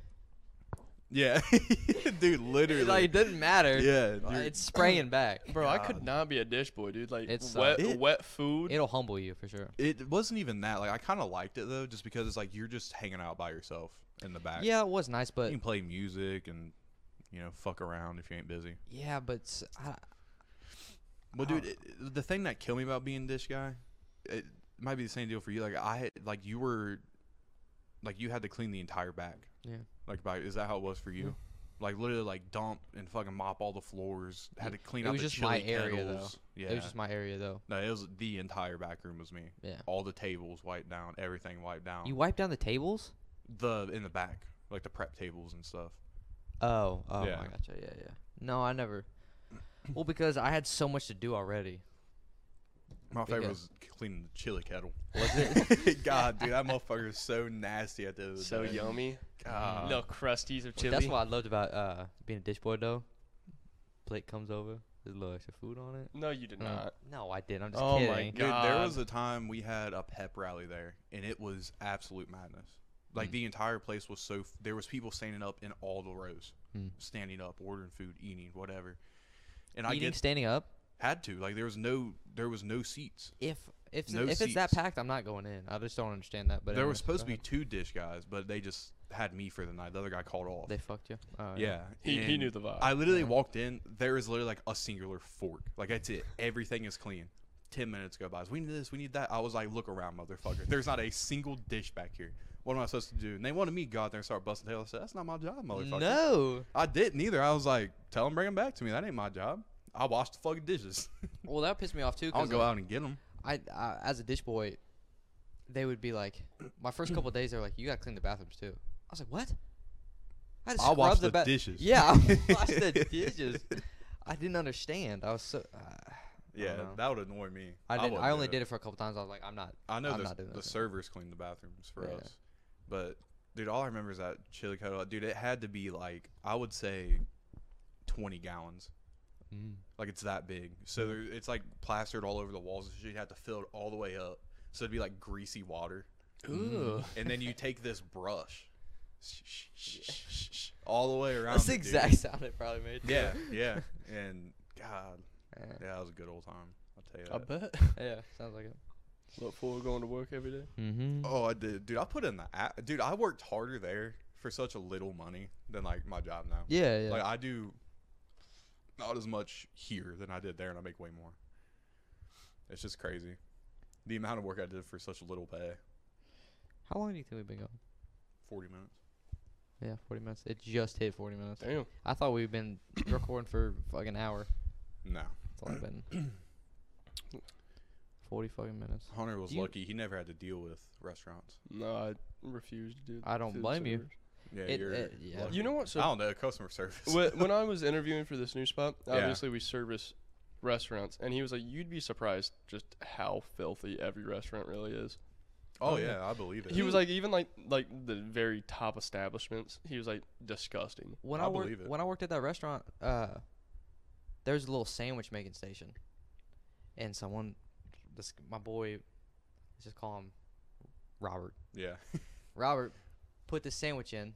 [SPEAKER 2] *laughs* yeah, *laughs* dude, literally.
[SPEAKER 3] Like it doesn't matter.
[SPEAKER 2] yeah,
[SPEAKER 3] Uh,
[SPEAKER 2] dude.
[SPEAKER 3] it's
[SPEAKER 2] *laughs*
[SPEAKER 3] spraying back.
[SPEAKER 1] Bro, I
[SPEAKER 2] God.
[SPEAKER 1] could not be a dish boy, dude. Like
[SPEAKER 3] It sucks.
[SPEAKER 1] wet,
[SPEAKER 2] It-
[SPEAKER 1] wet food.
[SPEAKER 3] It'll humble you for sure.
[SPEAKER 2] It wasn't even that. Like I kind of liked it though, just because it's like you're just hanging out by yourself in the back.
[SPEAKER 3] Yeah, it was nice,
[SPEAKER 2] you
[SPEAKER 3] but
[SPEAKER 2] can play music and you know fuck around if you ain't busy.
[SPEAKER 3] yeah, but s- I,
[SPEAKER 2] Well,
[SPEAKER 3] Oh.
[SPEAKER 2] dude, it, the thing that killed me about being dish guy, it might be the same deal for you. Like I, had- like you were, like you had to clean the entire back.
[SPEAKER 3] Yeah. Hmm.
[SPEAKER 2] Like, by, is that how it was for you?
[SPEAKER 3] Yeah.
[SPEAKER 2] Like literally, like dump and fucking mop all the floors. Had to clean
[SPEAKER 3] it
[SPEAKER 2] out
[SPEAKER 3] was
[SPEAKER 2] the
[SPEAKER 3] just my
[SPEAKER 2] chili
[SPEAKER 3] area, though.
[SPEAKER 2] kettles. Yeah.
[SPEAKER 3] it was just my area though.
[SPEAKER 2] no, it was the entire back room was me.
[SPEAKER 3] Yeah.
[SPEAKER 2] All the tables wiped down, everything wiped down.
[SPEAKER 3] You wipe down the tables?
[SPEAKER 2] the in the back, like the prep tables and stuff.
[SPEAKER 3] Oh, oh,
[SPEAKER 2] Yeah.
[SPEAKER 3] I gotcha. Yeah, yeah. No,
[SPEAKER 2] *coughs*
[SPEAKER 3] I never. Well, because I had so much to do already.
[SPEAKER 2] My favorite
[SPEAKER 3] Because-
[SPEAKER 2] was cleaning the chili kettle.
[SPEAKER 3] *laughs* Was
[SPEAKER 2] *laughs*
[SPEAKER 3] it?
[SPEAKER 2] God, dude, that motherfucker is so nasty at the end of the
[SPEAKER 1] so
[SPEAKER 2] day.
[SPEAKER 1] yummy.
[SPEAKER 2] God.
[SPEAKER 1] Little crusties of chili.
[SPEAKER 3] That's what I loved about uh, being a dish boy though. Plate comes over, there's a little extra food on it.
[SPEAKER 1] No, you did
[SPEAKER 3] Mm.
[SPEAKER 1] not.
[SPEAKER 3] No, I didn't. I'm just
[SPEAKER 1] Oh my
[SPEAKER 3] kidding.
[SPEAKER 2] Dude, there
[SPEAKER 1] God.
[SPEAKER 2] was a time we had a pep rally there, and it was absolute madness. Like
[SPEAKER 3] Mm.
[SPEAKER 2] the entire place was so. F- there was people standing up in all the rows,
[SPEAKER 3] Mm.
[SPEAKER 2] standing up, ordering food, eating, whatever. And I
[SPEAKER 3] Eating
[SPEAKER 2] get
[SPEAKER 3] standing up.
[SPEAKER 2] had to like there was no there was no seats.
[SPEAKER 3] If if
[SPEAKER 2] No
[SPEAKER 3] if it's that
[SPEAKER 2] seats.
[SPEAKER 3] packed, I'm not going in. I just don't understand that. But
[SPEAKER 2] there
[SPEAKER 3] anyway,
[SPEAKER 2] were supposed to
[SPEAKER 3] go
[SPEAKER 2] be two dish guys, but they just had me for the night. The other guy called off.
[SPEAKER 3] ahead. They fucked you. Oh,
[SPEAKER 2] yeah,
[SPEAKER 1] He, he
[SPEAKER 2] and-
[SPEAKER 1] knew the vibe.
[SPEAKER 2] I literally
[SPEAKER 3] Yeah.
[SPEAKER 2] walked in. There is literally like a singular fork. Like that's it. Everything is clean. Ten minutes go by. We need this. We need that. I was like, look around, motherfucker. There's not a single dish back here. What am I supposed to do? And they wanted me to go out there and start busting tail. I said, that's not my job, motherfucker.
[SPEAKER 3] No.
[SPEAKER 2] I didn't either. I was like, tell them bring them back to me. That ain't my job. I wash the fucking dishes. *laughs*
[SPEAKER 3] Well, that pissed me off too.
[SPEAKER 2] I'll
[SPEAKER 3] 'cause,
[SPEAKER 2] go
[SPEAKER 3] like,
[SPEAKER 2] out and get them.
[SPEAKER 3] I, I as a dish boy, they would be like, my first couple days they were like, you gotta clean the bathrooms too. I was like, what? I had to
[SPEAKER 2] I'll
[SPEAKER 3] scrub
[SPEAKER 2] wash the
[SPEAKER 3] ba-
[SPEAKER 2] dishes.
[SPEAKER 3] Yeah, I washed
[SPEAKER 2] *laughs*
[SPEAKER 3] the dishes. I didn't understand. I was so. Uh,
[SPEAKER 2] Yeah,
[SPEAKER 3] know.
[SPEAKER 2] that would annoy me.
[SPEAKER 3] I did.
[SPEAKER 2] wouldn't
[SPEAKER 3] I
[SPEAKER 2] do
[SPEAKER 3] only
[SPEAKER 2] it.
[SPEAKER 3] did it for a couple times. I was like, I'm not.
[SPEAKER 2] I know
[SPEAKER 3] I'm
[SPEAKER 2] the,
[SPEAKER 3] not doing
[SPEAKER 2] the
[SPEAKER 3] that.
[SPEAKER 2] servers clean the bathrooms for
[SPEAKER 3] Yeah.
[SPEAKER 2] us, but dude, all I remember is that chili kettle. Dude, it had to be like I would say twenty gallons. Like it's that big,
[SPEAKER 3] Mm-hmm.
[SPEAKER 2] so there, it's like plastered all over the walls. and shit. You had to fill it all the way up, so it'd be like greasy water.
[SPEAKER 3] Mm.
[SPEAKER 1] Ooh.
[SPEAKER 2] And then
[SPEAKER 3] *laughs*
[SPEAKER 2] you take this brush, all the way around.
[SPEAKER 3] That's the
[SPEAKER 2] it, dude.
[SPEAKER 3] exact sound it probably made. too.
[SPEAKER 2] Yeah,
[SPEAKER 3] *laughs*
[SPEAKER 2] yeah, and God,
[SPEAKER 3] Yeah.
[SPEAKER 2] yeah, that was a good old time. I'll tell you.
[SPEAKER 1] I
[SPEAKER 2] That.
[SPEAKER 1] bet.
[SPEAKER 3] Yeah, Sounds like it.
[SPEAKER 1] Look forward to going to work every day.
[SPEAKER 3] Mm-hmm.
[SPEAKER 2] Oh, I did, dude. I put in the app, dude. I worked harder there for such a little money than like my job now.
[SPEAKER 3] Yeah, yeah.
[SPEAKER 2] Like I do not as much here than I did there, and I make way more. It's just crazy, the amount of work I did for such little pay.
[SPEAKER 3] How long do you think we've been going?
[SPEAKER 2] Forty minutes.
[SPEAKER 3] Yeah, 40 minutes. It just hit 40 minutes.
[SPEAKER 1] Damn.
[SPEAKER 3] I thought we've been recording for like an hour.
[SPEAKER 2] No,
[SPEAKER 3] It's only been *clears throat* forty fucking minutes.
[SPEAKER 2] Hunter was
[SPEAKER 3] Do you-
[SPEAKER 2] lucky; he never had to deal with restaurants.
[SPEAKER 1] No, I refuse to do.
[SPEAKER 3] I don't
[SPEAKER 1] food
[SPEAKER 3] blame you.
[SPEAKER 1] service.
[SPEAKER 2] Yeah,
[SPEAKER 3] It-
[SPEAKER 2] you're.
[SPEAKER 3] it- yeah.
[SPEAKER 2] lucky.
[SPEAKER 1] You know what? So
[SPEAKER 2] I don't know customer service.
[SPEAKER 1] Wh- when I was interviewing for this new spot,
[SPEAKER 2] Yeah.
[SPEAKER 1] obviously we service restaurants, and he was like, "You'd be surprised just how filthy every restaurant really is."
[SPEAKER 2] oh yeah, I believe it.
[SPEAKER 1] He was like, even like like the very top establishments, he was like disgusting.
[SPEAKER 3] When
[SPEAKER 2] I
[SPEAKER 3] I, worked
[SPEAKER 2] believe it.
[SPEAKER 3] when I worked at that restaurant, uh, there was a little sandwich making station, and someone, this my boy, let's just call him Robert.
[SPEAKER 2] yeah,
[SPEAKER 3] Robert put the sandwich in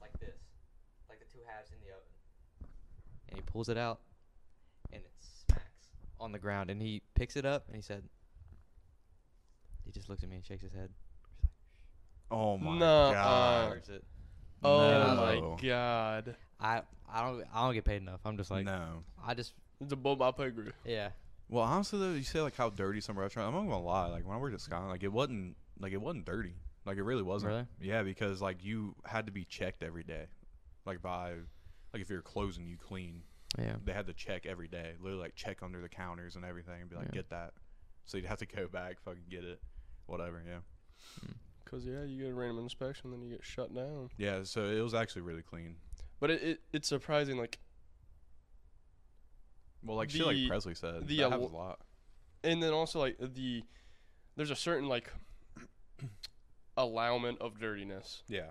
[SPEAKER 3] like this, like the two halves in the oven, and he pulls it out, and it smacks on the ground, and he picks it up, and he said, he just looks at me and shakes his head.
[SPEAKER 2] Oh my
[SPEAKER 1] Nuh-uh.
[SPEAKER 2] god.
[SPEAKER 3] Covers it.
[SPEAKER 1] Oh
[SPEAKER 2] No.
[SPEAKER 1] my god,
[SPEAKER 3] I I don't I don't get paid enough. I'm just like
[SPEAKER 2] no.
[SPEAKER 3] I just
[SPEAKER 1] it's above my pay grade.
[SPEAKER 3] yeah.
[SPEAKER 2] Well, honestly though, you say like how dirty some restaurant. I'm not gonna lie. Like when I worked at Skyline, like it wasn't like it wasn't dirty. Like it really wasn't.
[SPEAKER 3] Really?
[SPEAKER 2] Yeah, because like you had to be checked every day. Like by, like if you're closing, you clean.
[SPEAKER 3] Yeah.
[SPEAKER 2] They had to check every day. Literally like check under the counters and everything, and be like,
[SPEAKER 3] Yeah.
[SPEAKER 2] get that. So you'd have to go *laughs* back, fucking get it, whatever. Yeah.
[SPEAKER 1] Cause yeah, you get a random inspection, then you get shut down.
[SPEAKER 2] Yeah. So it was actually really clean.
[SPEAKER 1] But it, it it's surprising. Like
[SPEAKER 2] Well, like shit, like
[SPEAKER 1] The-
[SPEAKER 2] Presley said,
[SPEAKER 1] the,
[SPEAKER 2] that
[SPEAKER 1] uh,
[SPEAKER 2] happens a
[SPEAKER 1] w-
[SPEAKER 2] lot.
[SPEAKER 1] and then also like the there's a certain like allowment of dirtiness
[SPEAKER 2] Yeah.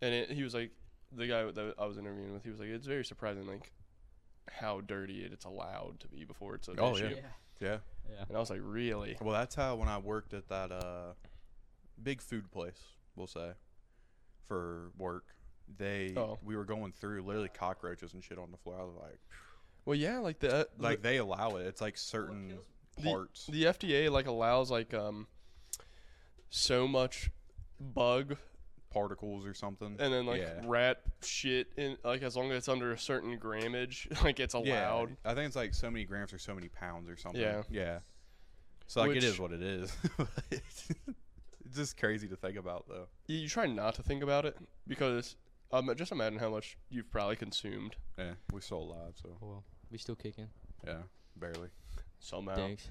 [SPEAKER 1] and it, he was like the guy that I was interviewing with. He was like, it's very surprising, like how dirty it, it's allowed to be before it's an
[SPEAKER 2] Oh,
[SPEAKER 1] issue.
[SPEAKER 2] yeah. Yeah.
[SPEAKER 1] And I was like, really?
[SPEAKER 2] Well, that's how when I worked at that uh, big food place, we'll say, for work, they
[SPEAKER 1] Oh.
[SPEAKER 2] we were going through literally cockroaches and shit on the floor. I was like,
[SPEAKER 1] Well, yeah, like the uh,
[SPEAKER 2] like they allow it. It's like certain parts.
[SPEAKER 1] the FDA like allows like um so much bug
[SPEAKER 2] particles or something.
[SPEAKER 1] and then like
[SPEAKER 2] Yeah.
[SPEAKER 1] *laughs* rat shit and like as long as it's under a certain grammage *laughs* like it's allowed
[SPEAKER 2] Yeah, I think it's like so many grams or so many pounds or something.
[SPEAKER 1] Yeah.
[SPEAKER 2] Yeah. So like it is
[SPEAKER 1] Which-
[SPEAKER 2] what it is. *laughs* it's just crazy to think about though.
[SPEAKER 1] you, you try not to think about it because um just imagine how much you've probably consumed
[SPEAKER 2] Yeah, we're still alive, so
[SPEAKER 3] Oh, well, we still kicking.
[SPEAKER 2] yeah, barely.
[SPEAKER 1] somehow
[SPEAKER 3] Thanks.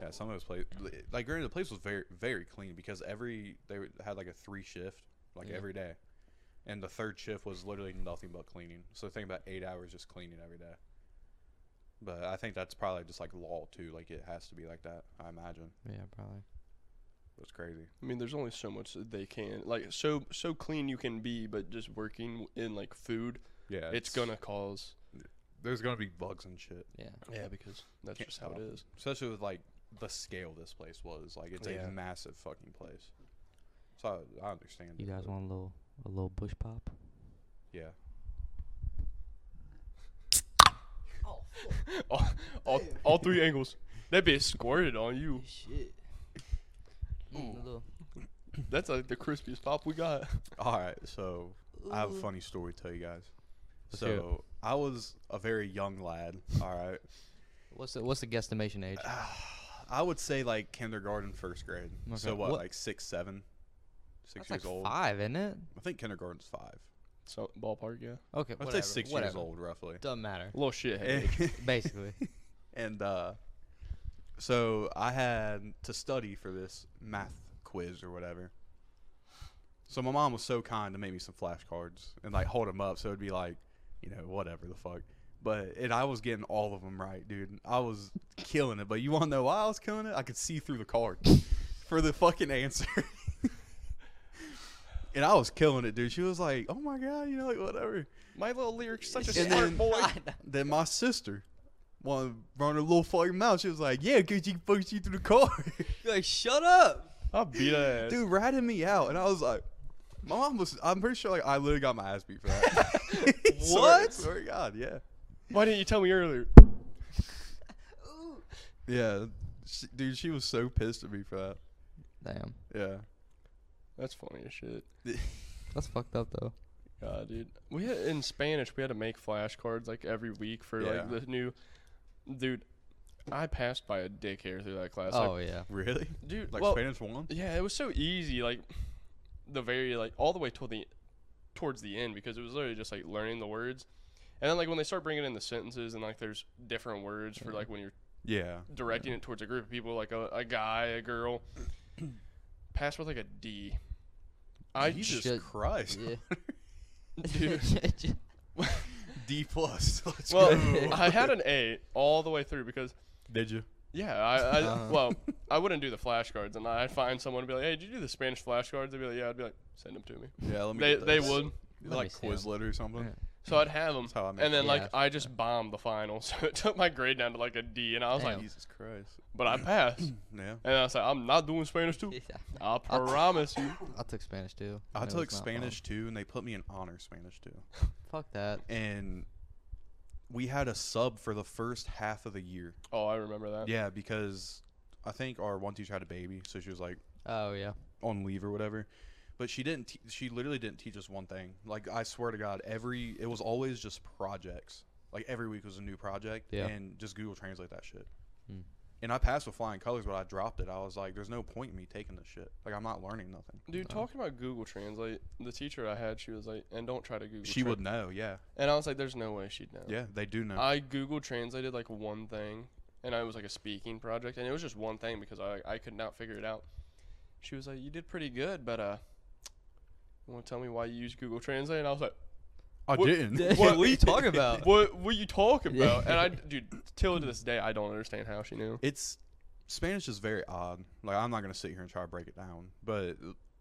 [SPEAKER 2] Yeah, some of those places, like granted, the place was very, very clean because every they would- had like a three shift, like
[SPEAKER 3] Yeah.
[SPEAKER 2] every day, and the third shift was literally nothing but cleaning. So think about eight hours just cleaning every day. But I think that's probably just like law too. Like it has to be like that. I imagine
[SPEAKER 3] Yeah, probably.
[SPEAKER 2] it's crazy.
[SPEAKER 1] I mean, there's only so much that they can like so so clean you can be, but just working in like food,
[SPEAKER 2] Yeah,
[SPEAKER 1] it's, gonna cause
[SPEAKER 2] There's gonna be bugs and shit,
[SPEAKER 3] Yeah.
[SPEAKER 1] yeah because that's
[SPEAKER 2] Can't
[SPEAKER 1] just how it
[SPEAKER 2] stop.
[SPEAKER 1] is.
[SPEAKER 2] especially with like the scale this place was. Like it's
[SPEAKER 1] Yeah.
[SPEAKER 2] a massive fucking place. So I, I understand.
[SPEAKER 3] You
[SPEAKER 2] it,
[SPEAKER 3] guys
[SPEAKER 2] but-
[SPEAKER 3] want a little a little bush pop?
[SPEAKER 2] Yeah.
[SPEAKER 3] Oh,
[SPEAKER 1] all, all, all three angles. That bitch squirted on you.
[SPEAKER 3] Shit. Mm, a little.
[SPEAKER 1] That's like the crispiest pop we got. *laughs*
[SPEAKER 2] All right, so I have a funny story to tell you guys.
[SPEAKER 3] Let's hear it.
[SPEAKER 2] so I was a very young lad. All right,
[SPEAKER 3] What's the what's the guesstimation *laughs* age?
[SPEAKER 2] *sighs* I would say like kindergarten, first grade. So
[SPEAKER 3] Okay.
[SPEAKER 2] what,
[SPEAKER 3] What-
[SPEAKER 2] like six, seven, six
[SPEAKER 3] That's
[SPEAKER 2] years
[SPEAKER 3] like
[SPEAKER 2] old.
[SPEAKER 3] five, isn't it?
[SPEAKER 2] I think kindergarten's five.
[SPEAKER 1] So ballpark, yeah.
[SPEAKER 3] Okay,
[SPEAKER 2] I'd say
[SPEAKER 3] whatever.
[SPEAKER 2] six
[SPEAKER 3] whatever.
[SPEAKER 2] years old roughly.
[SPEAKER 3] Doesn't matter. *laughs*
[SPEAKER 1] Little
[SPEAKER 2] Eh.
[SPEAKER 1] shithead.
[SPEAKER 2] *laughs*
[SPEAKER 3] Basically.
[SPEAKER 2] and uh, so I had to study for this math quiz or whatever. So my mom was so kind to make me some flashcards and like hold them up, so it'd be like, you know, whatever the fuck. But and I was getting all of them right, dude. I was killing it. But you want to know why I was killing it? I could see through the card *laughs* for the fucking answer. *laughs* and I was killing it, dude. She was like, "Oh my god," you know, like whatever.
[SPEAKER 1] My little lyric's such a
[SPEAKER 2] And
[SPEAKER 1] smart
[SPEAKER 2] then- *laughs*
[SPEAKER 3] *laughs*
[SPEAKER 1] boy.
[SPEAKER 2] Then my sister wanted to run her little fucking mouth. She was like, "Yeah, cause she fucked you through the car." *laughs*
[SPEAKER 3] like, shut up.
[SPEAKER 1] I beat her ass.
[SPEAKER 2] Dude, ratted me out, and I was like, "My mom was." I'm pretty sure like I literally got my ass beat for that. *laughs* Swear,
[SPEAKER 3] What?
[SPEAKER 2] swear to God, yeah,
[SPEAKER 1] Why didn't you tell me earlier?
[SPEAKER 2] yeah, she, dude, she was so pissed at me for
[SPEAKER 3] Damn.
[SPEAKER 2] that.
[SPEAKER 1] That's funny as shit.
[SPEAKER 2] Yeah,
[SPEAKER 3] That's fucked up though.
[SPEAKER 1] God, dude. We had in Spanish. We had to make flashcards like every week for
[SPEAKER 2] Yeah.
[SPEAKER 1] like the new. Dude, I passed by a dick hair through that class. like,
[SPEAKER 2] *laughs*
[SPEAKER 3] Oh yeah.
[SPEAKER 2] really?
[SPEAKER 1] dude.
[SPEAKER 2] Like
[SPEAKER 1] well,
[SPEAKER 2] Spanish one?
[SPEAKER 1] yeah, it was so easy. Like the very like all the way till the towards the end because it was literally just like learning the words, And then like when they start bringing in the sentences and like there's different words for
[SPEAKER 3] Yeah.
[SPEAKER 1] like when you're
[SPEAKER 2] Yeah.
[SPEAKER 1] directing it towards a group of people, like a, a guy, a girl. Pass with like a D. I
[SPEAKER 2] Jesus
[SPEAKER 3] Shit.
[SPEAKER 2] Christ.
[SPEAKER 3] Yeah. *laughs*
[SPEAKER 1] dude.
[SPEAKER 2] *laughs* D plus. *laughs*
[SPEAKER 1] *laughs*
[SPEAKER 2] Let's
[SPEAKER 1] Well,
[SPEAKER 2] go.
[SPEAKER 1] I had an A all the way through because
[SPEAKER 2] Did you?
[SPEAKER 1] yeah, I, I
[SPEAKER 3] Uh.
[SPEAKER 1] well, I wouldn't do the flashcards, and I'd find someone to be like, "Hey, did you do the Spanish flashcards?" They'd be like, "Yeah." I'd be like, "Send them to me."
[SPEAKER 2] Yeah. Let me.
[SPEAKER 1] They
[SPEAKER 2] get
[SPEAKER 1] they
[SPEAKER 2] those.
[SPEAKER 1] would,
[SPEAKER 3] Let
[SPEAKER 2] like
[SPEAKER 3] me see 'em.
[SPEAKER 2] Quizlet or something.
[SPEAKER 3] Yeah.
[SPEAKER 1] so I'd have them,
[SPEAKER 2] That's how I make
[SPEAKER 1] and then
[SPEAKER 3] Yeah,
[SPEAKER 1] like
[SPEAKER 3] that's
[SPEAKER 1] I just bombed the final, *laughs* so it took my grade down to like a D, and I was like,
[SPEAKER 3] Damn.
[SPEAKER 2] Jesus Christ.
[SPEAKER 1] "But I passed,"
[SPEAKER 2] *clears throat* Yeah.
[SPEAKER 1] and I was like, "I'm not doing Spanish too.
[SPEAKER 2] *laughs*
[SPEAKER 1] I
[SPEAKER 3] I'll-
[SPEAKER 1] promise you."
[SPEAKER 3] I took Spanish too.
[SPEAKER 2] Uh, I
[SPEAKER 3] and it was
[SPEAKER 2] took
[SPEAKER 3] not
[SPEAKER 2] Spanish too, and they put me in honor Spanish too.
[SPEAKER 3] fun. Fuck that.
[SPEAKER 2] And we had a sub for the first half of the year.
[SPEAKER 1] Oh, I remember that.
[SPEAKER 2] Yeah, because I think our one teacher had a baby, so she was like
[SPEAKER 3] Oh yeah.
[SPEAKER 2] on leave or whatever. But she didn't. Te- she literally didn't teach us one thing. Like I swear to God, every it was always just projects. Like every week was a new project,
[SPEAKER 3] Yeah.
[SPEAKER 2] and just Google Translate that shit.
[SPEAKER 3] Hmm.
[SPEAKER 2] And I passed with flying colors, but I dropped it. I was like, "There's no point in me taking this shit. Like I'm not learning nothing."
[SPEAKER 1] Dude, talking about Google Translate, the teacher I had, she was like, "And don't try to Google."
[SPEAKER 2] She
[SPEAKER 1] tran-"
[SPEAKER 2] would know. Yeah,
[SPEAKER 1] and I was like, "There's no way she'd know."
[SPEAKER 3] Oh.
[SPEAKER 2] yeah, they do know.
[SPEAKER 1] I Google translated like one thing, and I was like a speaking project, and it was just one thing because I I could not figure it out. She was like, "You did pretty good, but uh, you want to tell me why you use Google Translate?" And I was like,
[SPEAKER 2] I
[SPEAKER 1] what-
[SPEAKER 2] didn't.
[SPEAKER 1] What-
[SPEAKER 3] *laughs* what are you talking
[SPEAKER 1] *laughs*
[SPEAKER 3] about?
[SPEAKER 1] "What? What you talking
[SPEAKER 3] Yeah.
[SPEAKER 1] about?" And I, dude, till to this day, I don't understand how she knew.
[SPEAKER 2] *laughs* it's Spanish is very odd. Like I'm not gonna sit here and try to break it down, but